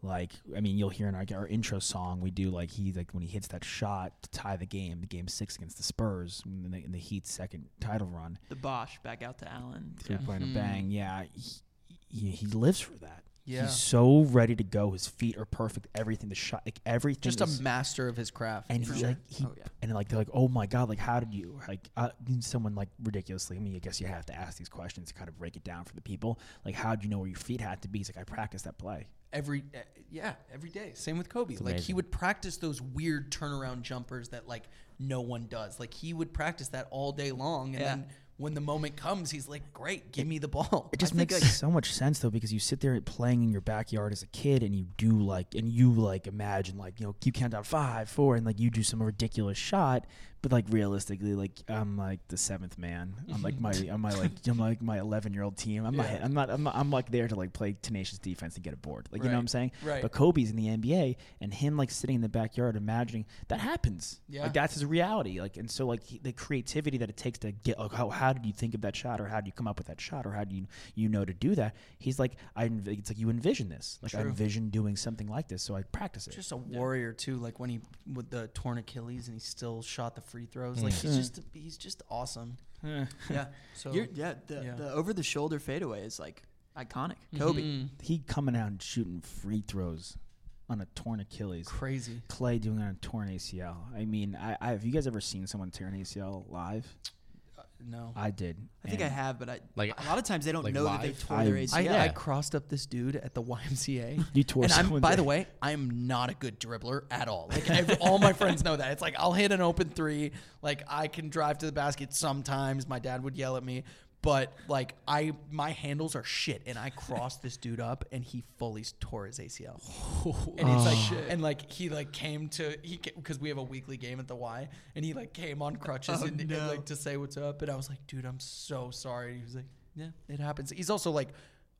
S1: like I mean, you'll hear in our, our intro song we do like he like when he hits that shot to tie the game, the game six against the Spurs in the, in the Heat's second title run.
S7: The Bosch back out to Allen.
S1: three
S7: Yeah.
S1: pointer
S5: Mm-hmm.
S7: Mhm.
S1: bang. Yeah, he, he, he lives for that.
S5: Yeah.
S1: He's so ready to go. His feet are perfect. Everything, the shot, like everything.
S5: Just
S1: is-
S5: a master of his craft.
S1: And
S5: for
S1: he,
S5: sure.
S1: like he, and like they're like, oh my god, like how did you like uh, and someone like ridiculously? I mean, I guess you have to ask these questions to kind of break it down for the people. Like, how do you know where your feet had to be? He's like, I practiced that play.
S5: every uh, yeah every day same with kobe
S1: It's
S5: like he
S1: amazing.
S5: would practice those weird turnaround jumpers that like no one does like he would practice that all day long and
S7: Yeah.
S5: then when the moment comes he's like great give me the ball
S1: It just makes so much sense though because you sit there playing in your backyard as a kid and you do like and you like imagine like you know you count down five four and like you do some ridiculous shot but like realistically like I'm like the seventh man I'm like my I'm my like I'm like my 11 year old team I'm
S5: Yeah.
S1: not I'm not I'm not I'm like there to like play tenacious defense and get a board like you know what I'm
S5: Right.
S1: saying
S5: Right.
S1: but Kobe's in the NBA and him like sitting in the backyard imagining that happens
S5: Yeah.
S1: like that's his reality like and so like he- the creativity that it takes to get like how, how did you think of that shot or how do you come up with that shot or how do you you know to do that he's like i env- it's like you envision this like i
S5: True.
S1: envision doing something like this so i practice it
S5: just a warrior too like when he with the torn achilles and he still shot the free throws like
S1: Mm.
S5: he's
S1: Mm.
S5: just he's just awesome yeah so
S7: You're- yeah, Mm-hmm. the,
S5: yeah.
S7: the over the shoulder fadeaway is like iconic. Kobe.
S1: he coming out and shooting free throws on a torn achilles
S5: crazy
S1: clay doing it on a torn acl i mean i, I have you guys ever seen someone tear an acl live
S5: Uh, no
S1: i did
S7: I think I
S1: and-
S7: have, but I
S6: Like-
S7: a lot of times they don't
S6: like
S7: know that they
S6: live?
S7: tore their
S1: I-
S7: ACL.
S5: I, I
S1: Yeah.
S5: crossed up this dude at the YMCA.
S1: You tore
S5: And I'm,
S1: someone's
S5: by the
S1: ass.
S5: way, I'm not a good dribbler at all. Like ev all my friends know that. It's like I'll hit an open three. Like I can drive to the basket sometimes. My dad would yell at me, but like I my handles are shit. And I crossed this dude up, and he fully tore his ACL. and it's like
S7: Oh.
S5: and like he like came to he because we have a weekly game at the Y, and he like came on crutches
S7: Oh,
S5: and, and,
S7: no.
S5: like to say what's up. And I was like, dude, I'm so sorry. He was like, yeah, it happens. He's also like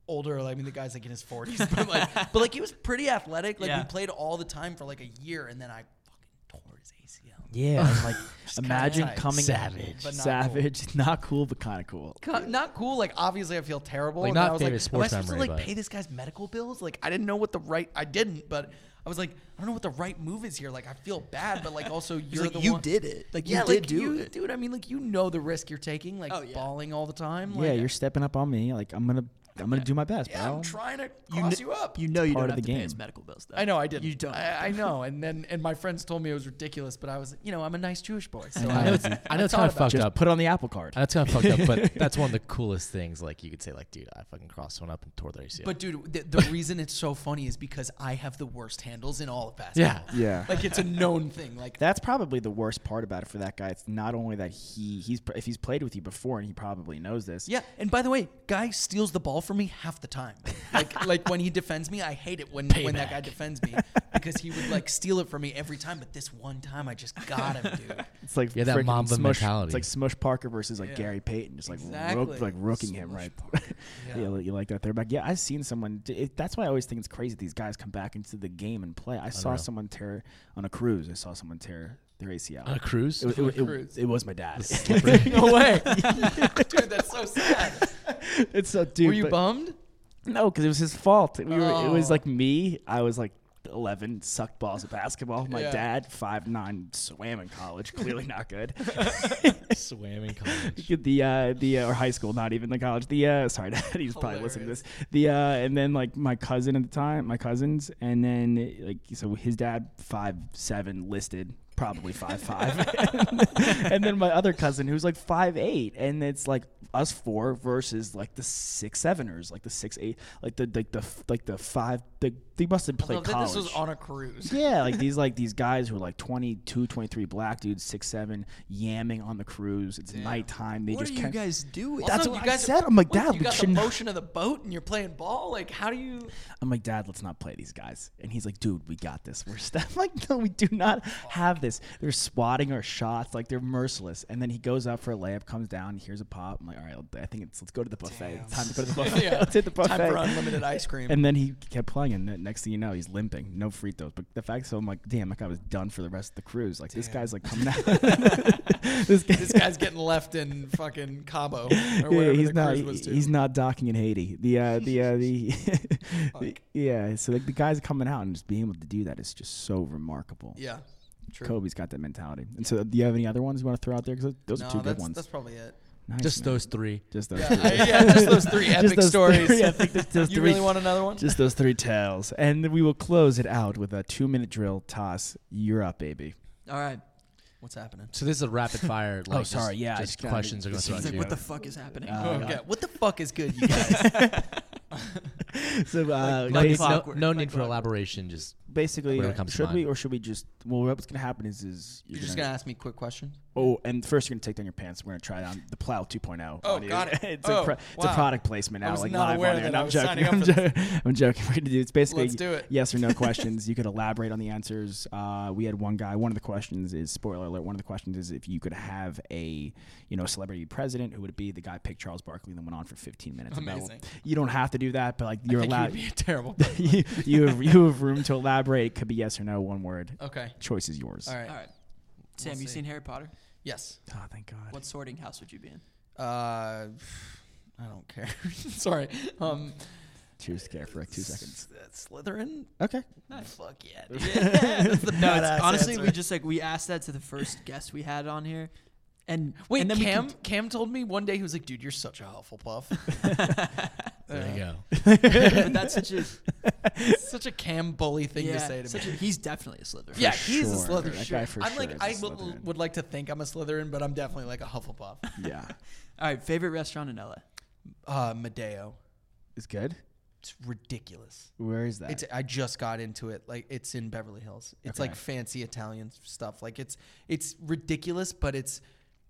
S5: older. like, I mean, the guy's like in his 40s, but like, but like he was pretty athletic. Like
S7: Yeah.
S5: we played all the time for like a year, and then I fucking tore his ACL.
S1: yeah and, like
S5: Just kinda
S1: imagine
S5: tight.
S1: coming
S5: Savage. But not cool.
S1: savage not cool but kind of cool
S5: Co- Not cool. Like obviously, I feel terrible.
S6: Like,
S5: and then
S6: not
S5: I was
S6: favorite
S5: like, am I
S6: sports
S5: supposed
S6: memory,
S5: to like
S6: but-
S5: pay this guy's medical bills? Like I didn't know what the right. I didn't, but I was like, I don't know what the right move is here. Like I feel bad, but like also you're
S7: like,
S5: the
S7: "You
S5: one-
S7: did it. Like, you
S5: yeah,
S7: did
S5: like,
S7: do
S5: you-
S7: it."
S5: dude. I mean, like you know the risk you're taking. Like
S7: Oh, yeah.
S5: balling all the time.
S1: yeah,
S5: like, uh,
S1: you're stepping up on me. Like I'm gonna, I'm gonna do my best,
S5: Yeah,
S1: bro.
S5: I'm trying to
S7: You
S5: cross
S7: kn-
S5: you, up.
S7: You know you
S1: Part
S7: don't
S1: of
S7: have to
S1: the
S7: pay
S1: game.
S7: his medical bills though.
S5: I know I didn't.
S7: You don't.
S5: I, I know, and then and my friends told me it was ridiculous, but I was, you know, I'm a nice Jewish boy. So
S6: I know it's, I know it's kind of fucked
S1: Just
S6: up.
S1: put it on the Apple Card.
S6: I know it's kind of fucked up, but that's one of the coolest things. Like you could say, like, dude, I fucking crossed one up and tore their ACL.
S5: But dude, the, the reason it's so funny is because I have the worst handles in all of basketball.
S1: Yeah.
S5: like it's a known thing. Like
S1: That's probably the worst part about it for that guy. It's not only that he he's pr- if he's played with you before and he probably knows this.
S5: yeah. And by the way, guy steals the ball from me half the time. Like like when he defends me, I hate it when when that guy defends me because he would like steal it from me every time. But this one time, I just got him, dude.
S1: It's like
S6: Yeah, that
S1: frickin'
S6: Mamba
S1: Smush-
S6: mentality.
S1: It's like Smush Parker versus like
S5: Yeah.
S1: Gary Payton, just like
S5: Exactly.
S1: rook, like rooking him right. yeah,
S5: Yeah.
S1: you like that there back. Yeah, I've seen someone. d- It, that's why I always think it's crazy these guys come back into the game and play. I saw
S6: Unreal.
S1: someone tear on a cruise. I saw someone tear their ACL
S6: On a cruise?
S1: It, wa- it, wa-
S5: On a
S1: it-
S5: cruise.
S1: it was my dad.
S5: no way, dude. That's so sad.
S1: it's so dude.
S5: Were you
S1: but-
S5: bummed?
S1: No, because it was his fault. We were, It was
S5: Oh.
S1: like me. I was like, eleven, sucked balls at basketball. My
S11: Yeah.
S1: dad five nine, swam in college. Clearly not good.
S6: swam in college.
S1: the uh, the uh, or high school, not even the college. The uh, sorry, Dad, he's probably listening to this. The uh, and then like my cousin at the time, my cousins, and then like so his dad five seven listed. Probably five five, and then my other cousin who's like five eight, and it's like us four versus like the six seveners, like the six eight, like the like the like the five. The, they must have played
S5: Love that
S1: college.
S5: this was on a cruise.
S1: Yeah, like these like these guys who are like 22, 23 black dudes, six seven, yamming on the cruise. It's nighttime. They
S5: What
S1: just
S5: are you
S1: can't-
S5: guys doing?
S1: That's
S5: Also,
S1: what
S5: you
S1: I
S5: guys-
S1: said. I'm like,
S5: what,
S1: Dad,
S5: you
S1: we
S5: got the
S1: should not.
S5: motion of the boat and you're playing ball. Like, how do you?
S1: I'm like, Dad, let's not play these guys. And he's like, Dude, we got this. We're st-. I'm like, No, we do not have this. They're swatting our shots like they're merciless. And then he goes up for a layup, comes down, hears a pop. I'm like, All right, I think it's let's go to the buffet. It's time to go to the buffet.
S5: Yeah.
S1: Let's hit the buffet.
S5: Time for unlimited ice cream.
S1: And then he kept playing, and the next thing you know, he's limping, no free throws. But the fact, so I'm like, damn, that guy was done for the rest of the cruise. Like this guy's like coming out.
S5: this, guy's getting left in fucking Cabo or
S1: yeah,
S5: wherever
S1: he's
S5: the
S1: not.
S5: cruise was to.
S1: He's not docking in Haiti. The uh, the uh, the, the- yeah. So like the guys coming out and just being able to do that is just so remarkable.
S5: Yeah, true.
S1: Kobe's got that mentality. And so, do you have any other ones you want to throw out there? Because those
S5: No,
S1: are two good
S5: that's-
S1: ones.
S5: that's probably it.
S1: Nice,
S6: Just
S1: man.
S6: those three.
S1: Just those.
S5: Yeah,
S1: three.
S5: I- yeah, just those three epic stories.
S1: three epic- just those
S5: You really
S1: three-
S5: want another one?
S1: Just those three tales, and then we will close it out with a two-minute drill. Toss, you're up, baby.
S7: All right.
S5: What's happening?
S6: So this is a rapid fire.
S1: Oh,
S6: Like,
S1: sorry,
S6: Just,
S1: yeah, I
S6: Just
S1: just gotta-
S6: questions are going to
S7: He's
S6: throw
S7: like,
S6: you.
S7: "What the fuck is happening?"
S6: Uh,
S5: okay, what the fuck is good, you guys?
S1: So, uh,
S6: no, need, no,
S1: clockwork,
S6: no need for elaboration. Just
S1: Basically,
S6: whatever comes to
S1: should
S6: mind.
S1: we or should we just? Well, what's gonna happen is is
S5: You're just gonna ask me quick question.
S1: Oh, and first you're gonna take down your pants. We're gonna try on the plow 2.0.
S5: Oh,
S1: on you.
S5: got it.
S1: it's,
S5: Oh,
S1: a pro- it's a
S5: wow.
S1: product placement
S5: I
S1: now,
S5: was
S1: like
S5: not
S1: live
S5: aware
S1: on air.
S5: that
S1: No,
S5: I
S1: I'm
S5: was
S1: joking.
S5: signing up
S1: I'm,
S5: for
S1: jo-
S5: this.
S1: I'm joking. We're gonna do it's basically
S5: Let's do it.
S1: yes or no questions. You could elaborate on the answers. Uh, we had one guy. One of the questions is spoiler alert. One of the questions is if you could have a you know celebrity president, who would it be? The guy picked Charles Barkley and then went on for 15 minutes. about-
S5: Amazing.
S1: You don't have to do that, but like you're
S5: think he would
S1: allowed.
S5: be a terrible
S1: you, you have you have room to elaborate. It could be yes or no. One word.
S7: Okay.
S1: Choice is yours.
S7: All right. Sam,
S5: We'll
S7: you
S5: see.
S7: seen Harry Potter?
S5: Yes.
S1: Oh, thank God.
S7: What sorting house would you be in?
S5: Uh, I don't care. Sorry. Um,
S1: Cheers, care for like two seconds.
S5: that's Slytherin.
S1: Okay.
S5: Nice. Fuck yeah.
S7: No,
S5: dude.
S7: it's-
S5: that's the badass
S7: honestly, we
S5: answer.
S7: just like we asked that to the first guest we had on here, and
S5: Wait,
S7: and then we
S5: Cam.
S7: cont-
S5: Cam told me one day he was like, "Dude, you're such a Hufflepuff."
S6: There you
S7: But that's such a
S5: such a Cam bully thing to
S7: Yeah,
S5: say to
S7: such
S5: me.
S7: a- he's definitely a Slytherin.
S5: Yeah,
S7: For
S5: he's a
S7: sure.
S5: Slytherin.
S7: That guy for
S5: I'm
S7: sure
S5: like,
S7: is a
S5: I would, would like to think I'm a Slytherin, but I'm definitely like a Hufflepuff.
S1: Yeah.
S7: All right. Favorite restaurant in LA?
S5: Uh, Medeo.
S1: It's good.
S5: It's ridiculous.
S1: Where is that?
S5: It's, I just got into it. Like it's in Beverly Hills. It's like
S1: Okay.
S5: fancy Italian stuff. Like it's it's ridiculous, but it's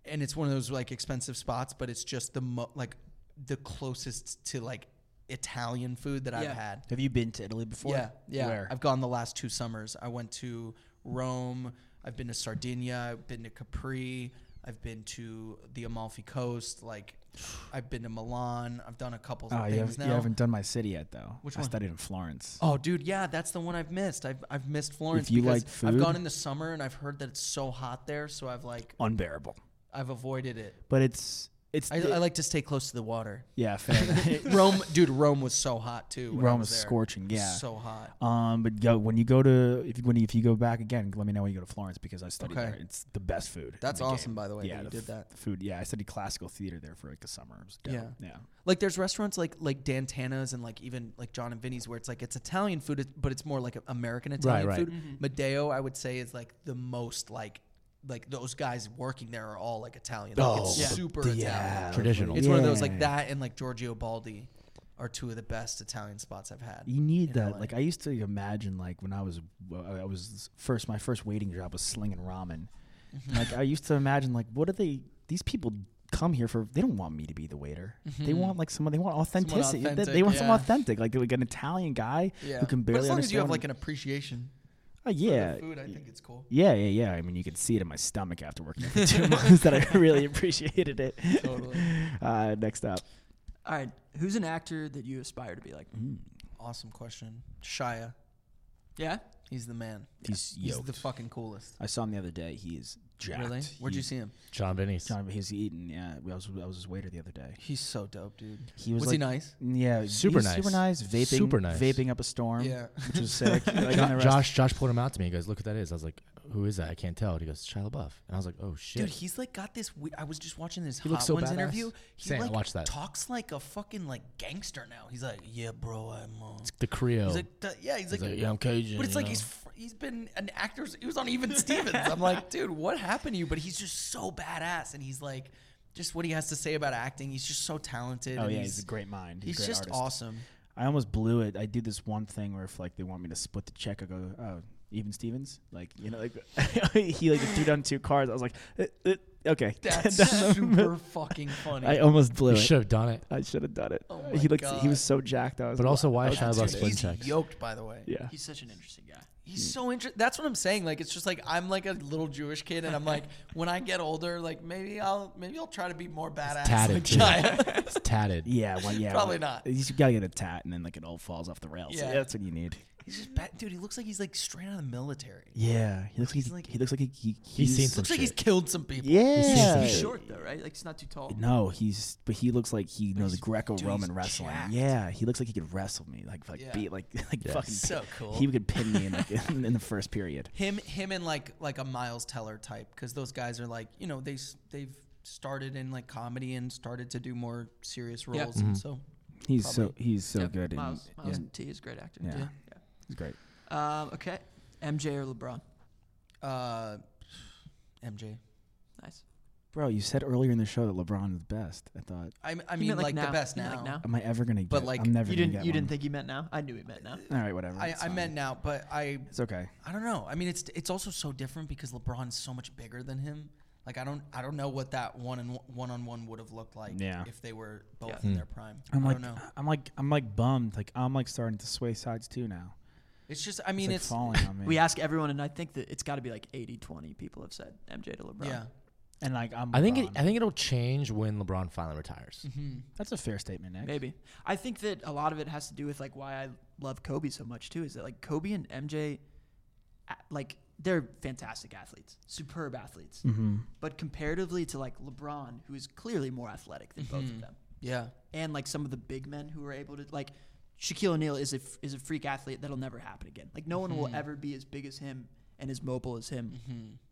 S5: and it's one of those like expensive spots, but it's just the mo- like the closest to like Italian food that I've
S1: Yeah.
S5: had.
S1: Have you been to Italy before?
S5: Yeah, yeah.
S1: Where?
S5: I've gone the last two summers. I went to Rome. I've been to Sardinia. I've been to Capri. I've been to the Amalfi Coast. Like, I've been to Milan. I've done a couple
S1: Oh,
S5: things
S1: you, haven't,
S5: now.
S1: you haven't done my city yet, though.
S5: Which
S1: I
S5: one?
S1: studied in Florence.
S5: Oh, dude, yeah, that's the one I've missed. I've I've missed Florence.
S1: you
S5: because
S1: like
S5: I've
S1: food-
S5: gone in the summer and I've heard that it's so hot there, so I've like
S1: Oh, Unbearable.
S5: I've avoided it.
S1: But it's it's.
S5: I, I like to stay close to the water.
S1: Yeah, fair enough.
S5: Rome, dude. Rome was so hot too. when I
S1: Rome is
S5: was there.
S1: scorching. Yeah,
S5: so hot.
S1: Um, but go, when you go to if you- when you, if you go back again, let me know when you go to Florence because I studied
S5: Okay.
S1: there. It's the best food. in
S5: That's
S1: the game.
S5: awesome, by the way, that you
S1: the
S5: did that.
S1: the food. Yeah, I studied classical theater there for like the summer. It was dope.
S5: Yeah.
S1: yeah.
S5: Like there's restaurants like like Dantana's and like even like John and Vinny's where it's like it's Italian food it- but it's more like American Italian
S6: right.
S5: food. Madeo I would say is like the most like like those guys working there are all like Italian. Like
S6: Oh,
S5: it's
S6: Yeah.
S5: super
S6: the- yeah.
S5: Italian.
S6: Traditional.
S5: It's one of those
S1: Yeah.
S5: like that and like Giorgio Baldi are two of the best Italian spots I've had.
S1: You need that. Like I used to imagine, like when I was, I was first. My first waiting job was slinging ramen.
S5: Mm-hmm.
S1: Like I used to imagine, like what are they? These people come here for. They don't want me to be the waiter. They
S5: Mhm.
S1: want like someone. They want authenticity. They- They,
S5: authentic,
S1: want
S5: yeah.
S1: someone authentic, like like an Italian guy
S5: Yeah.
S1: who can
S5: but
S1: barely.
S5: as long as you have
S1: understand
S5: like
S1: what-
S5: an appreciation.
S1: Oh, yeah.
S5: For the food I think it's cool.
S1: Yeah, yeah, yeah. I mean, you could see it in my stomach after working there for two months that I really appreciated it.
S5: Totally.
S1: Uh, next up.
S7: All right. Who's an actor that you aspire to be like?
S5: Awesome question. Shia. Yeah, he's the man.
S1: He's
S5: he's the
S1: yoked.
S5: fucking coolest.
S1: I saw him the other day. He is jacked.
S5: Really? Where'd you see him?
S6: John Vinny's.
S1: John, he's eating. Yeah, I was I was his waiter the other day.
S5: He's so dope, dude.
S1: He was,
S5: Was he
S1: like-
S5: nice?
S1: Yeah, he
S6: Super
S1: was
S6: nice.
S1: super nice, vaping,
S6: Super nice.
S1: vaping up a storm.
S5: Yeah.
S1: which was sick. Like, and the
S6: Jo-
S1: rest-
S6: Josh, Josh pulled him out to me. He goes, "Look what that is." I was like, "Who is that?" I can't tell. And he goes, "Shia LaBeouf." And I was like, "Oh shit."
S5: Dude, he's like got this. We- I was just watching this
S6: He
S5: Hot
S6: looks so
S5: Ones
S6: badass.
S5: interview. He
S6: Same, I
S5: like
S6: watched that.
S5: talks like a fucking like gangster now. He's like, yeah, bro, I'm. Uh,
S6: the Creole.
S5: He's like, "Duh," yeah, he's
S6: He's
S5: like,
S6: like, "Yeah, I'm Cajun,"
S5: But it's
S6: you
S5: like
S6: know?
S5: he's fr- he's been an actor. s- He was on Even Stevens. I'm like, dude, what happened to you? But he's just so badass, and he's like, just what he has to say about acting. He's just so talented.
S1: Oh
S5: and
S1: yeah, he's, a great mind. He's,
S5: He's,
S1: a great
S5: just
S1: artist.
S5: awesome.
S1: I almost blew it. I do this one thing where if like they want me to split the check, I go, oh, even Stevens. Like you know, like he like threw down two cards. I was like, "Uh, uh, okay.
S5: That's
S1: Down the-
S5: super fucking funny.
S1: I almost blew
S6: You
S1: it.
S6: should have done it.
S1: I should have done it.
S5: Oh
S1: he
S5: my
S1: looked. He was
S5: God.
S1: so jacked. I was.
S6: But
S1: like,
S6: also, why
S1: I was
S6: is Shia LaBeouf
S1: intimidated.
S6: split
S5: He's
S6: checks?
S5: yoked, by the way.
S1: Yeah.
S7: He's such an interesting guy.
S5: He's so interesting. That's what I'm saying. Like it's just like I'm like a little Jewish kid, and I'm like when I get older, like maybe I'll maybe I'll try to be more badass.
S6: tatted,
S5: like
S6: too.
S5: Shia.
S6: It's tatted.
S1: Yeah. Well, yeah.
S5: Probably
S1: well,
S5: not.
S1: You just gotta get a tat, and then like it all falls off the rails. Yeah.
S5: Yeah.
S1: that's what you need.
S5: he's just bad, dude. He looks like he's like straight out of the military.
S1: Yeah. He looks like he, he looks like he, he
S6: He's seen some
S5: looks like
S6: shit.
S5: he's killed some people.
S1: Yeah.
S7: He's short though, right? Like he's not too tall.
S1: No, he's but he looks like he knows Greco-Roman
S5: he's
S1: wrestling.
S5: jacked.
S1: Yeah, he looks like he could wrestle me, like like
S5: Yeah.
S1: beat like like fucking.
S5: So
S1: pin-
S5: cool.
S1: He could pin me in like in, in the first period.
S5: Him, him, and like like a Miles Teller type, because those guys are like you know they s- they've started in like comedy and started to do more serious roles, and so
S1: He's so he's so
S7: Yeah,
S1: good. And,
S7: Miles, Miles T is a great actor.
S1: yeah,
S7: Yeah.
S1: he's great.
S7: Um, okay. MJ or LeBron?
S5: uh, MJ.
S7: Nice.
S1: Bro, you said earlier in the show that LeBron is the best. I thought,
S5: I, I
S7: He
S5: mean
S7: meant,
S5: like,
S7: now.
S5: the best
S7: He meant,
S5: now.
S7: like, now.
S1: am I ever gonna get?
S5: But, like,
S1: I'm never
S7: You
S1: gonna
S7: didn't.
S1: get
S7: You
S1: one.
S7: didn't think he meant now? I knew he meant now.
S1: All right, whatever.
S5: I,
S1: it's
S5: I
S1: fine.
S5: meant now, but I
S1: it's okay.
S5: I don't know. I mean, it's it's also so different because LeBron's so much bigger than him. Like I don't I don't know what that one and one on one would have looked like
S1: Yeah. Hmm.
S5: if they were both in their prime.
S1: I'm
S5: I
S1: like uh,
S5: don't know.
S1: I'm like I'm like bummed. Like I'm like starting to sway sides too now.
S5: It's just I
S1: It's
S5: mean
S1: like
S5: it's,
S1: falling on me.
S7: We ask everyone, and I think that it's got to be like 80-20 people have said MJ to LeBron.
S5: yeah.
S1: and like I'm.
S6: I think it,
S1: LeBron.
S6: I think it'll change when LeBron finally retires.
S1: Mm-hmm. that's a fair statement, Nick.
S7: Maybe. I think that a lot of it has to do with like why I love Kobe so much too. Is that like Kobe and MJ, a- like they're fantastic athletes, superb athletes. But comparatively to like LeBron, who is clearly more athletic than both of them,
S5: Yeah.
S7: and like some of the big men who are able to like Shaquille O'Neal is a f- is a freak athlete that'll never happen again. Like no one
S5: Mm-hmm.
S7: will ever be as big as him and as mobile as him.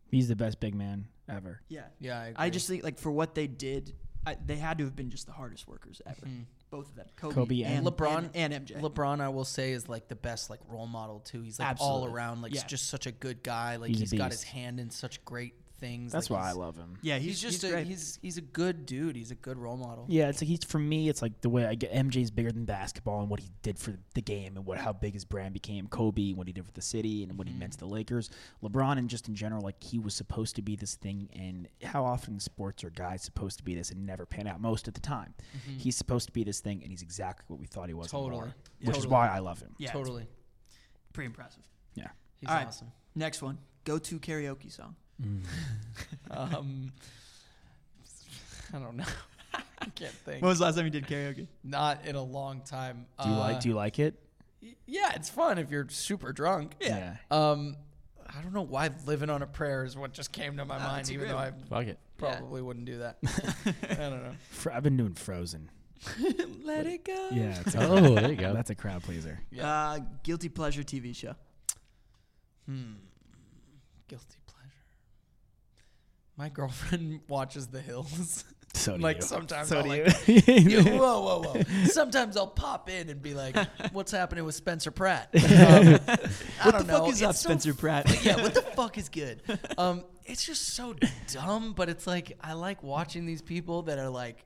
S1: He's the best big man ever.
S7: Yeah.
S5: Yeah, I agree.
S7: I just think like for what they did, I, they had to have been just the hardest workers ever. Both of them, Kobe,
S1: Kobe and-
S5: Mm-hmm. LeBron
S7: and, and MJ.
S5: LeBron, I will say, is like the best like role model too. He's like all
S7: Absolutely.
S5: around, like he's
S7: Yeah.
S5: just such a good guy. Like
S1: He's a
S5: he's got
S1: beast.
S5: his hand in such great things.
S1: That's
S5: like,
S1: why I
S5: he's-
S1: love him.
S7: yeah,
S5: He's,
S7: he's,
S5: just
S7: he's
S5: a,
S7: great.
S5: he's he's a good dude. He's a good role model.
S1: Yeah, it's like he's for me. It's like the way I get MJ's bigger than basketball and what he did for the game and what how big his brand became. Kobe, what he did for the city and
S5: Mm-hmm.
S1: what he meant to the Lakers. LeBron and just in general, like he was supposed to be this thing. And how often in sports are guys supposed to be this and never pan out? Most of the time, he's supposed to be this thing, and he's exactly what we thought he was. and
S5: Mm-hmm. Totally.
S1: more,
S5: Yeah.
S1: which is
S5: Totally.
S1: why I love him.
S7: yeah, it's
S5: totally.
S7: pretty impressive.
S1: Yeah.
S5: He's
S7: All right.
S5: awesome.
S7: Next one, go to karaoke song.
S5: Um, I don't know. I can't think.
S7: was the last time you did karaoke?
S5: Not in a long time. Uh,
S1: Do you like? Do you like it?
S5: Yeah, it's fun if you're super drunk.
S1: Yeah.
S5: Um, I don't know why "Living on a Prayer" is what just came to my mind,
S7: that's a
S5: even
S7: good
S5: though I
S6: Fuck it.
S5: probably wouldn't do that. I don't know.
S1: Fro- I've been doing Frozen.
S5: Let it go.
S1: Yeah. It's a,
S6: Oh, there you go.
S1: that's a crowd pleaser.
S5: Yeah.
S7: Uh, guilty pleasure TV show.
S5: Hmm. Guilty pleasure. My girlfriend watches The Hills.
S1: So Oh, do
S5: like
S1: you.
S5: sometimes
S1: So
S5: I'll
S1: do
S5: like
S1: you.
S5: Yeah, whoa, whoa, whoa. Sometimes I'll pop in and be like, what's happening with Spencer Pratt? Um, I
S7: What the
S5: don't know.
S7: fuck is up,
S5: It's so
S7: Spencer Pratt?
S5: yeah, what the fuck is good? Um, it's just so dumb, but it's like I like watching these people that are like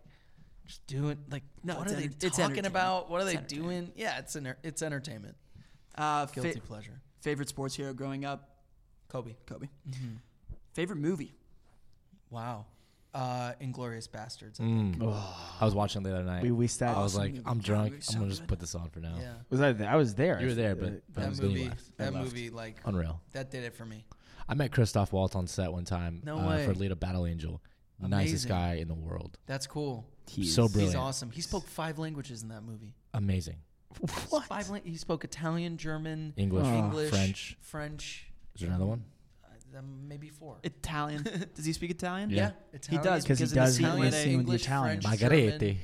S5: just doing like
S7: No,
S5: what
S7: it's
S5: are they
S7: enter- it's
S5: talking about? What are they
S7: entertainment. It's
S5: doing? Yeah, it's enter- it's entertainment.
S7: Uh, fa-
S5: Guilty pleasure.
S7: favorite sports hero growing up,
S5: Kobe. Mm-hmm.
S7: Kobe. Favorite movie.
S5: Wow. Uh, Inglorious Bastards. I think.
S6: Mm. I was watching the other night.
S1: We we sat.
S6: I was
S7: Awesome
S6: like,
S7: movie.
S6: I'm
S7: That
S6: drunk.
S7: movie's
S6: I'm
S7: so
S6: gonna just
S7: good.
S6: put this on for now.
S5: Yeah.
S1: Was I? There? I was there.
S6: You were there,
S1: Uh,
S6: but, but
S5: That
S6: then you
S5: movie,
S6: left.
S5: that
S1: left.
S5: movie, like
S6: Unreal.
S5: that did it for me.
S6: I met Christoph Waltz on set one time
S5: No
S6: uh,
S5: way.
S6: for Lead a Battle Angel. Nicest
S5: Amazing.
S6: guy in the world.
S5: That's cool.
S1: He
S6: so
S1: is-
S6: brilliant.
S5: He's awesome. He spoke five languages in that movie.
S6: Amazing.
S5: What? Five lang- he spoke Italian, German,
S6: English, Oh.
S5: English,
S6: French.
S5: French.
S6: Is there another one?
S5: uh, um, maybe four.
S7: Italian. does he speak Italian?
S6: Yeah. Yeah,
S5: Italian,
S7: He does
S1: Because he
S7: in the
S1: does
S7: scene
S1: when
S7: where
S1: they
S7: they-
S1: sing with the
S5: English,
S1: Italian.
S5: French,
S6: Margarete.
S5: German,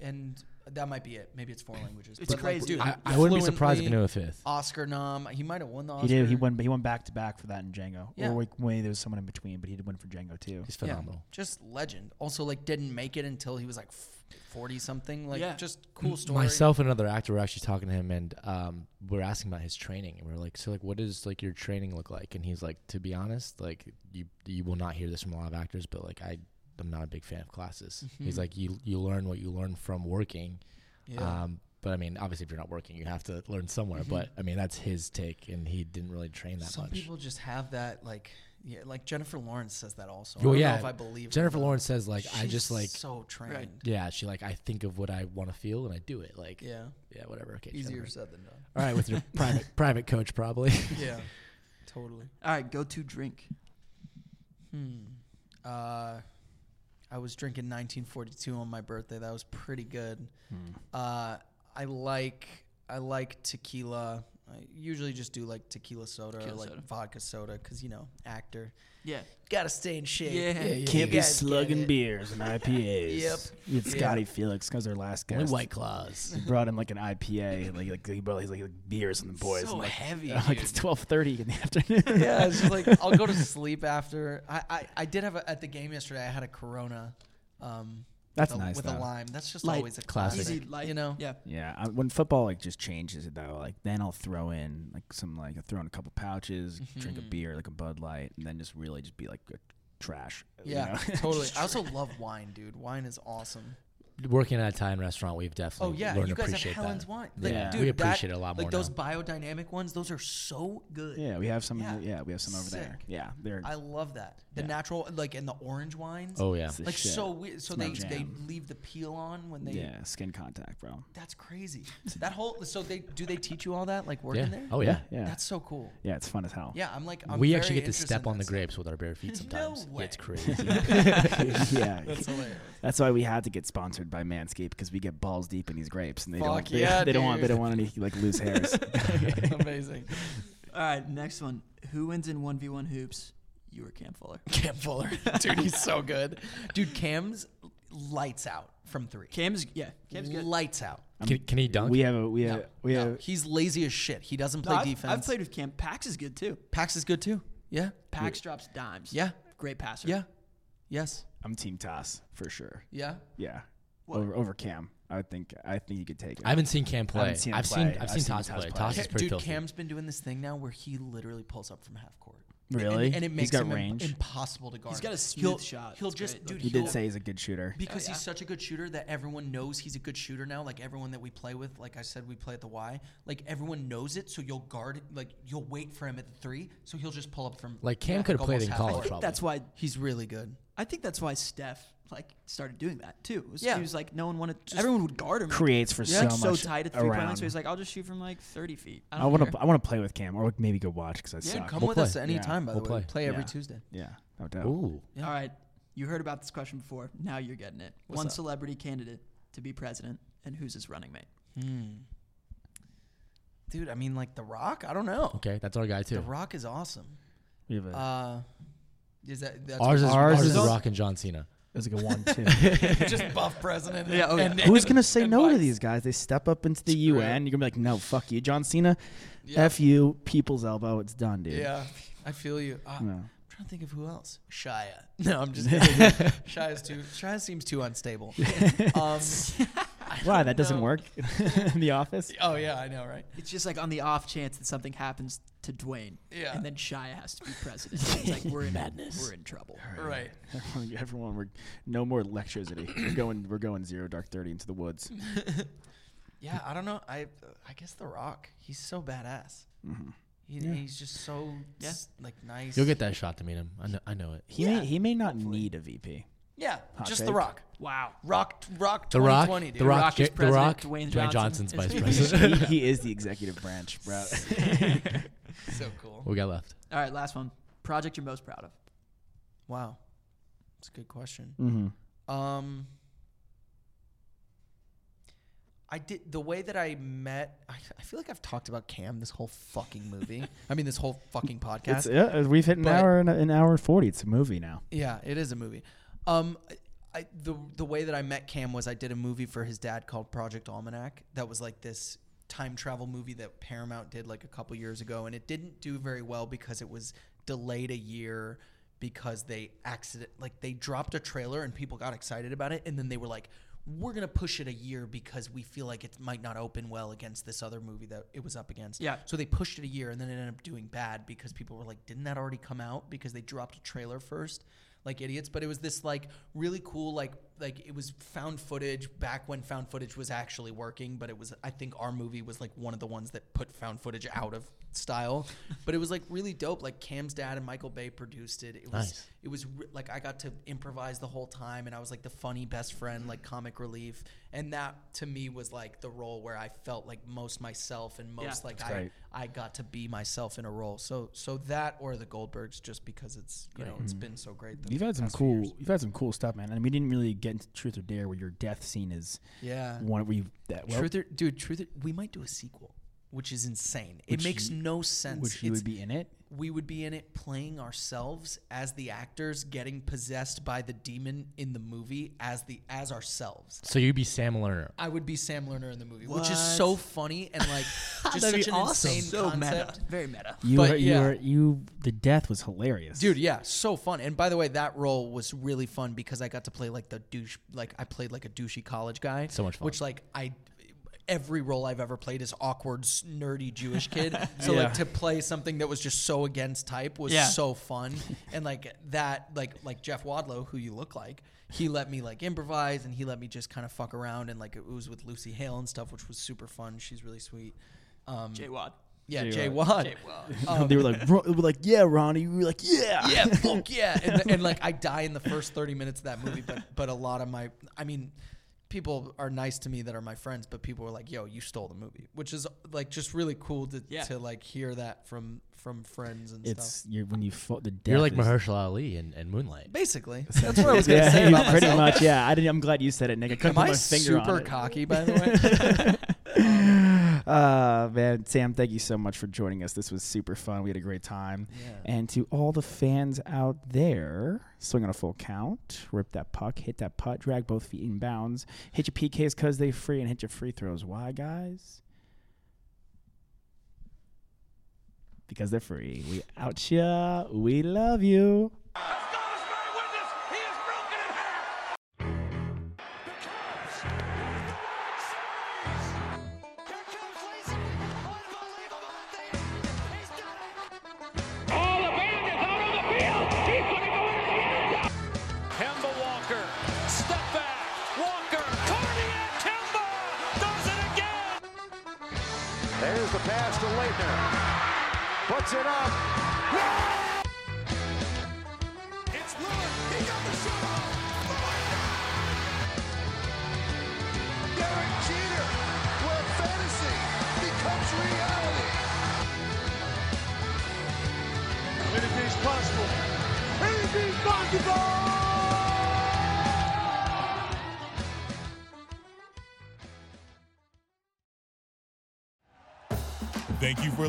S5: and that might be it. Maybe it's four languages.
S7: It's
S5: But, like,
S7: crazy.
S5: dude,
S6: I- I wouldn't be surprised if he
S5: fluently,
S6: knew a fifth.
S5: Oscar nom. He might have won the Oscar.
S1: He did. He went. He went back to back for that in Django.
S5: Yeah.
S1: Or like, when there was someone in between, but he did win for Django too.
S6: He's
S5: Yeah,
S6: phenomenal.
S5: just legend. Also, like, didn't make it until he was like forty something. Like,
S7: Yeah.
S5: just cool story.
S6: Myself and another actor were actually talking to him, and um, we are asking about his training, and we are like, "So, like, what does like your training look like?" And he's like, "To be honest, like, you you will not hear this from a lot of actors, but like, I I'm not a big fan of classes." He's
S5: Mhm.
S6: like, "You you learn what you learn from working."
S5: Yeah.
S6: Um, but I mean, obviously, if you're not working, you have to learn somewhere.
S5: Mhm.
S6: But I mean, that's his take, and he didn't really train that
S5: Some
S6: much.
S5: people just have that like. Yeah, like Jennifer Lawrence says that also. I
S6: Well,
S5: don't
S6: Oh, yeah.
S5: know if I believe her or
S6: Jennifer
S5: not.
S6: Lawrence says like, "I
S5: She's
S6: just like."
S5: so trained.
S6: Yeah, she like I think of what I want to feel and I do it. Like
S5: Yeah.
S6: yeah, whatever. Okay,
S5: Easier
S6: Jennifer.
S5: said than done.
S6: All right, with your private private coach probably.
S5: yeah, totally.
S7: All right, go to drink.
S5: Hmm. Uh, I was drinking 1942 on my birthday. That was pretty good.
S1: Hmm.
S5: Uh, I like I like tequila. I usually just do like tequila soda
S7: Tequila
S5: or like
S7: soda.
S5: vodka soda because you know actor
S7: Yeah.
S5: gotta stay in shape.
S7: Yeah. Yeah, yeah,
S5: You
S1: Can't be
S5: guys get
S1: slugging
S5: it.
S1: beers and IPAs.
S5: Yep.
S1: It's
S5: Yeah.
S1: Scotty Felix because our last guy.
S6: Only White Claws.
S1: He brought in like an IPA, like like he brought he's like, like beers and the boys.
S5: So
S1: and, like,
S5: heavy,
S1: I'm Like
S5: dude.
S1: it's twelve thirty in the afternoon.
S5: yeah, it's just like I'll go to sleep after. I, I, I did have a, at the game yesterday. I had a Corona. Um,
S1: That's
S5: with a,
S1: nice,
S5: with
S1: though.
S5: a lime. That's just
S7: Light.
S5: always a
S6: Classic.
S5: classic.
S7: Easy, light.
S5: you know.
S7: Yeah.
S1: yeah. I, when football like just changes it though, like then I'll throw in like some like I throw in a couple pouches, drink
S5: Mm-hmm.
S1: a beer like a Bud Light, and then just really just be like a trash. you
S5: Yeah,
S1: know?
S5: totally. I also love wine, dude. Wine is awesome.
S6: Working at an Italian restaurant, we've definitely
S5: Oh yeah,
S6: learned
S5: you
S6: to
S5: guys have
S6: appreciate
S5: Helen's
S6: that.
S5: wine. Like,
S6: yeah,
S5: dude,
S6: we
S5: that-
S6: appreciate it a lot more
S5: Like those
S6: now.
S5: biodynamic ones, those are so good.
S1: Yeah, we have some. in
S5: Yeah.
S1: the- yeah we have some over there.
S5: Sick.
S1: Yeah, they're
S5: I love that. The natural, like, and the orange wines.
S6: Oh yeah,
S1: It's the
S5: like
S1: shit.
S5: so weird. So
S1: It's my
S5: they they
S1: jam.
S5: leave the peel on when they.
S1: yeah skin contact, bro.
S5: That's crazy. That whole so they do they teach you all that like
S6: yeah.
S5: working there?
S6: Oh yeah.
S1: yeah.
S5: That's so cool.
S1: Yeah, it's fun as hell.
S5: Yeah, I'm like I'm
S6: we
S5: very
S6: actually get to
S5: interested
S6: step
S5: in
S6: on the
S5: that
S6: grapes with our bare feet sometimes.
S5: way.
S6: It's crazy.
S1: yeah.
S5: stuff. That's hilarious.
S1: That's why we had to get sponsored by Manscaped because we get balls deep in these grapes, and they
S5: Fuck
S1: don't. They,
S5: yeah,
S1: they don't want. They
S5: dude.
S1: don't want any like loose hairs.
S5: Amazing.
S7: All right, next one. Who wins in 1v1 hoops? You or Cam Fuller?
S5: Cam Fuller, dude, he's so good. Dude, Cam's lights out from three.
S7: Cam's, yeah. Cam's good.
S5: Lights out.
S6: can, can he dunk?
S1: we have a. We have.
S5: No,
S1: we
S5: no,
S1: have.
S5: he's lazy as shit. He doesn't
S7: No,
S5: play
S7: I've-
S5: defense.
S7: I've played with Cam. Pax is good too.
S5: Pax is good too. Yeah.
S7: Pax drops dimes.
S5: Yeah.
S7: Great passer.
S5: Yeah. Yes.
S1: I'm Team Toss for sure.
S5: Yeah.
S1: Yeah. Over over Cam, I would think. I think you could take it.
S6: I haven't seen Cam play.
S1: haven't seen him
S6: I've
S1: play.
S6: seen I've seen Toss play. Toss
S5: Ca-
S6: is pretty
S5: Dude,
S6: filthy.
S5: Cam's been doing this thing now where he literally pulls up from half court.
S1: Really?
S5: And, and it
S1: He's
S5: makes
S1: got
S5: him im-
S1: range.
S5: impossible to guard.
S7: got a
S5: He'll-
S7: smooth shot.
S5: He'll
S7: It's
S5: just,
S7: great. Oh,
S5: dude,
S1: he did
S5: he'll-
S1: say he's a good shooter.
S5: because he's such a good shooter that everyone knows he's a good shooter now. Like everyone that we play with, like I said, we play at the Y. Like everyone knows it, so you'll guard, like you'll wait for him at the three, so he'll just pull up from.
S6: Like, Cam could've played
S5: almost
S6: in
S5: half
S6: college,
S5: court.
S6: probably.
S7: That's why
S5: He's really good.
S7: I think that's why Steph like started doing that too. It was-
S5: Yeah.
S7: He was like no one wanted everyone would guard him.
S1: Creates for
S7: He's, like,
S1: so
S7: so
S1: much
S7: tight at three point
S1: around.
S7: line, so he's like, I'll just shoot from like thirty feet. I
S1: I
S7: don't
S1: want
S7: care.
S1: to. I want to play with Cam, or like, maybe go watch because I suck.
S5: come
S6: We'll
S5: with
S6: play.
S5: us any
S1: Yeah.
S5: time. By
S6: We'll
S5: the way, play
S6: play.
S5: every
S1: Yeah.
S5: Tuesday. Uh,
S1: yeah, no doubt.
S6: Ooh,
S7: All right. You heard about this question before. Now you're getting it.
S5: What's
S7: one
S5: up?
S7: celebrity candidate to be president and who's his running mate.
S5: Dude, I mean, like The Rock. I don't know.
S6: okay, that's our guy
S5: The
S6: too.
S5: Rock is awesome.
S1: We have a.
S5: Uh, is that that's
S6: Ours is
S1: Ours
S6: ours, is,
S1: is-
S6: The Rock and John Cena.
S1: it was like a one two.
S5: just buff president?
S7: Yeah, oh, yeah.
S5: and-
S1: Who's gonna say
S5: and
S1: no to
S5: vice.
S1: these guys? They step up into the UN. You're gonna be like, no, fuck you, John Cena. F you, people's elbow. It's done, dude.
S5: Yeah, I feel you. Uh,
S1: No.
S5: I'm trying to think of who else. Shia. No, I'm just Shia's too. Shia seems too unstable. um,
S1: Why that doesn't
S5: No.
S1: work in the office?
S5: oh yeah, I know, right?
S7: It's just like on the off chance that something happens to Dwayne,
S5: Yeah.
S7: and then Shia has to be president. it's like we're in madness. We're in trouble.
S5: Right.
S1: Everyone, we're no more electricity. we're going, we're going zero dark thirty into the woods.
S5: Yeah, I don't know. I I guess The Rock. He's so badass. He, He's just so s- like nice.
S6: Mm-hmm. You'll get that shot to meet him. I know. I know it.
S1: He
S5: Yeah,
S1: may, he may not need a VP.
S5: Yeah, just The
S1: take.
S5: Rock.
S7: Wow.
S5: Rock, Rock,
S6: The Rock,
S5: 2020, dude.
S6: The Rock,
S7: is
S6: Ja- The
S7: president,
S6: Rock,
S7: Dwayne
S6: Dwayne,
S7: Johnson is
S6: Johnson's vice
S7: VP.
S6: president.
S1: he, he is the executive branch, bro.
S5: so cool.
S6: we got left.
S7: All right, last one. Project you're most proud of.
S5: Wow, Um, that's a good question.
S1: mm-hmm.
S5: Um, I did the way that I met. I, I feel like I've talked about Cam this whole fucking movie. I mean, this whole fucking podcast.
S1: It's, yeah, we've hit an
S5: But-
S1: hour and a- an hour and forty. It's a movie now.
S5: Yeah, it is a movie. Um, I- I, the the way that I met Cam was I did a movie for his dad called Project Almanac. That was like this time travel movie that Paramount did like a couple years ago, and it didn't do very well because it was delayed a year because they accident like they dropped a trailer and people got excited about it, and then they were like. We're gonna push it a year because we feel like it might not open well against this other movie that it was up against.
S7: Yeah.
S5: So they pushed it a year and then it ended up doing bad because people were like, didn't that already come out? Because they dropped a trailer first, like idiots. But it was this like really cool, like like it was found footage back when found footage was actually working, but it was I think our movie was like one of the ones that put found footage out of style. but it was like really dope. Like Cam's dad and Michael Bay produced it. It was
S6: Nice.
S5: it was re- like I got to improvise the whole time, and I was like the funny best friend, like comic relief, and that to me was like the role where I felt like most myself and most
S7: Yeah.
S5: like
S1: That's
S5: I
S1: great.
S5: I got to be myself in a role. So so that or the Goldbergs, just because it's you know it's been so great. the
S1: You've had some
S5: past few
S1: cool.
S5: years.
S1: You've had some cool stuff, man. And we didn't really get into Truth or Dare, where your death scene is.
S5: Yeah.
S1: One where you that well,
S5: Truth or, dude, truth. Or, we might do a sequel, which is insane.
S1: Which
S5: it makes
S1: you-
S5: no sense.
S1: which you would be in it?
S5: We would be in it playing ourselves as the actors getting possessed by the demon in the movie as the as ourselves.
S6: So you'd be Sam Lerner.
S5: I would be Sam Lerner in the movie, which is so funny and like just
S7: That'd be
S5: such an
S7: awesome.
S5: insane
S7: So meta.
S5: concept.
S7: Very meta.
S1: You
S5: but
S1: were, you
S5: yeah.
S1: were, you the death was hilarious.
S5: Dude, yeah, so fun. And by the way, that role was really fun because I got to play like the douche, like I played like a douchey college guy.
S6: So much fun.
S5: Which like I, every role I've ever played is awkward, s- nerdy Jewish kid. So
S1: Yeah.
S5: like to play something that was just so against type was
S7: Yeah.
S5: so fun. and like that, like like Jeff Wadlow, who you look like, he let me like improvise and he let me just kind of fuck around and like it was with Lucy Hale and stuff, which was super fun. She's really sweet. Um,
S7: J Wad.
S5: yeah, Jay Wad. Um,
S1: they were like, "Ro- they were like, yeah, Ronnie. You were like, yeah,
S5: yeah, fuck yeah. And, and like I die in the first 30 minutes of that movie, but but a lot of my I mean, people are nice to me that are my friends, but people were like, "Yo, you stole the movie." Which is like just really cool to
S7: Yeah.
S5: to like hear that from from friends and
S1: It's
S5: stuff.
S1: you're, when you fought the death.
S6: You're like
S1: is-
S6: Mahershala Ali and, and Moonlight.
S5: Basically, that's what I was gonna
S1: Yeah,
S5: say about
S1: pretty
S5: myself.
S1: much. Yeah, I didn't. I'm glad you said it, Nick. I couldn't
S5: Am
S1: put
S5: I
S1: my finger on
S5: super
S1: it.
S5: cocky, by the way?
S1: Uh, man, Sam, thank you so much for joining us. This was super fun. We had a great time. And to all the fans out there, swing on a full count, rip that puck, hit that putt, drag both feet in bounds, hit your PKs because they free, and hit your free throws. Why, guys? Because they're free. We out ya. We love you.
S4: Kemba Walker, step back, Walker, cardiac Kemba does it again.
S11: There's the pass to Leitner. Puts it up.
S4: It's Lillard. He got the shot off.
S11: Derek Jeter, where fantasy becomes reality. Anything's possible. Anything's possible.
S12: Thank you for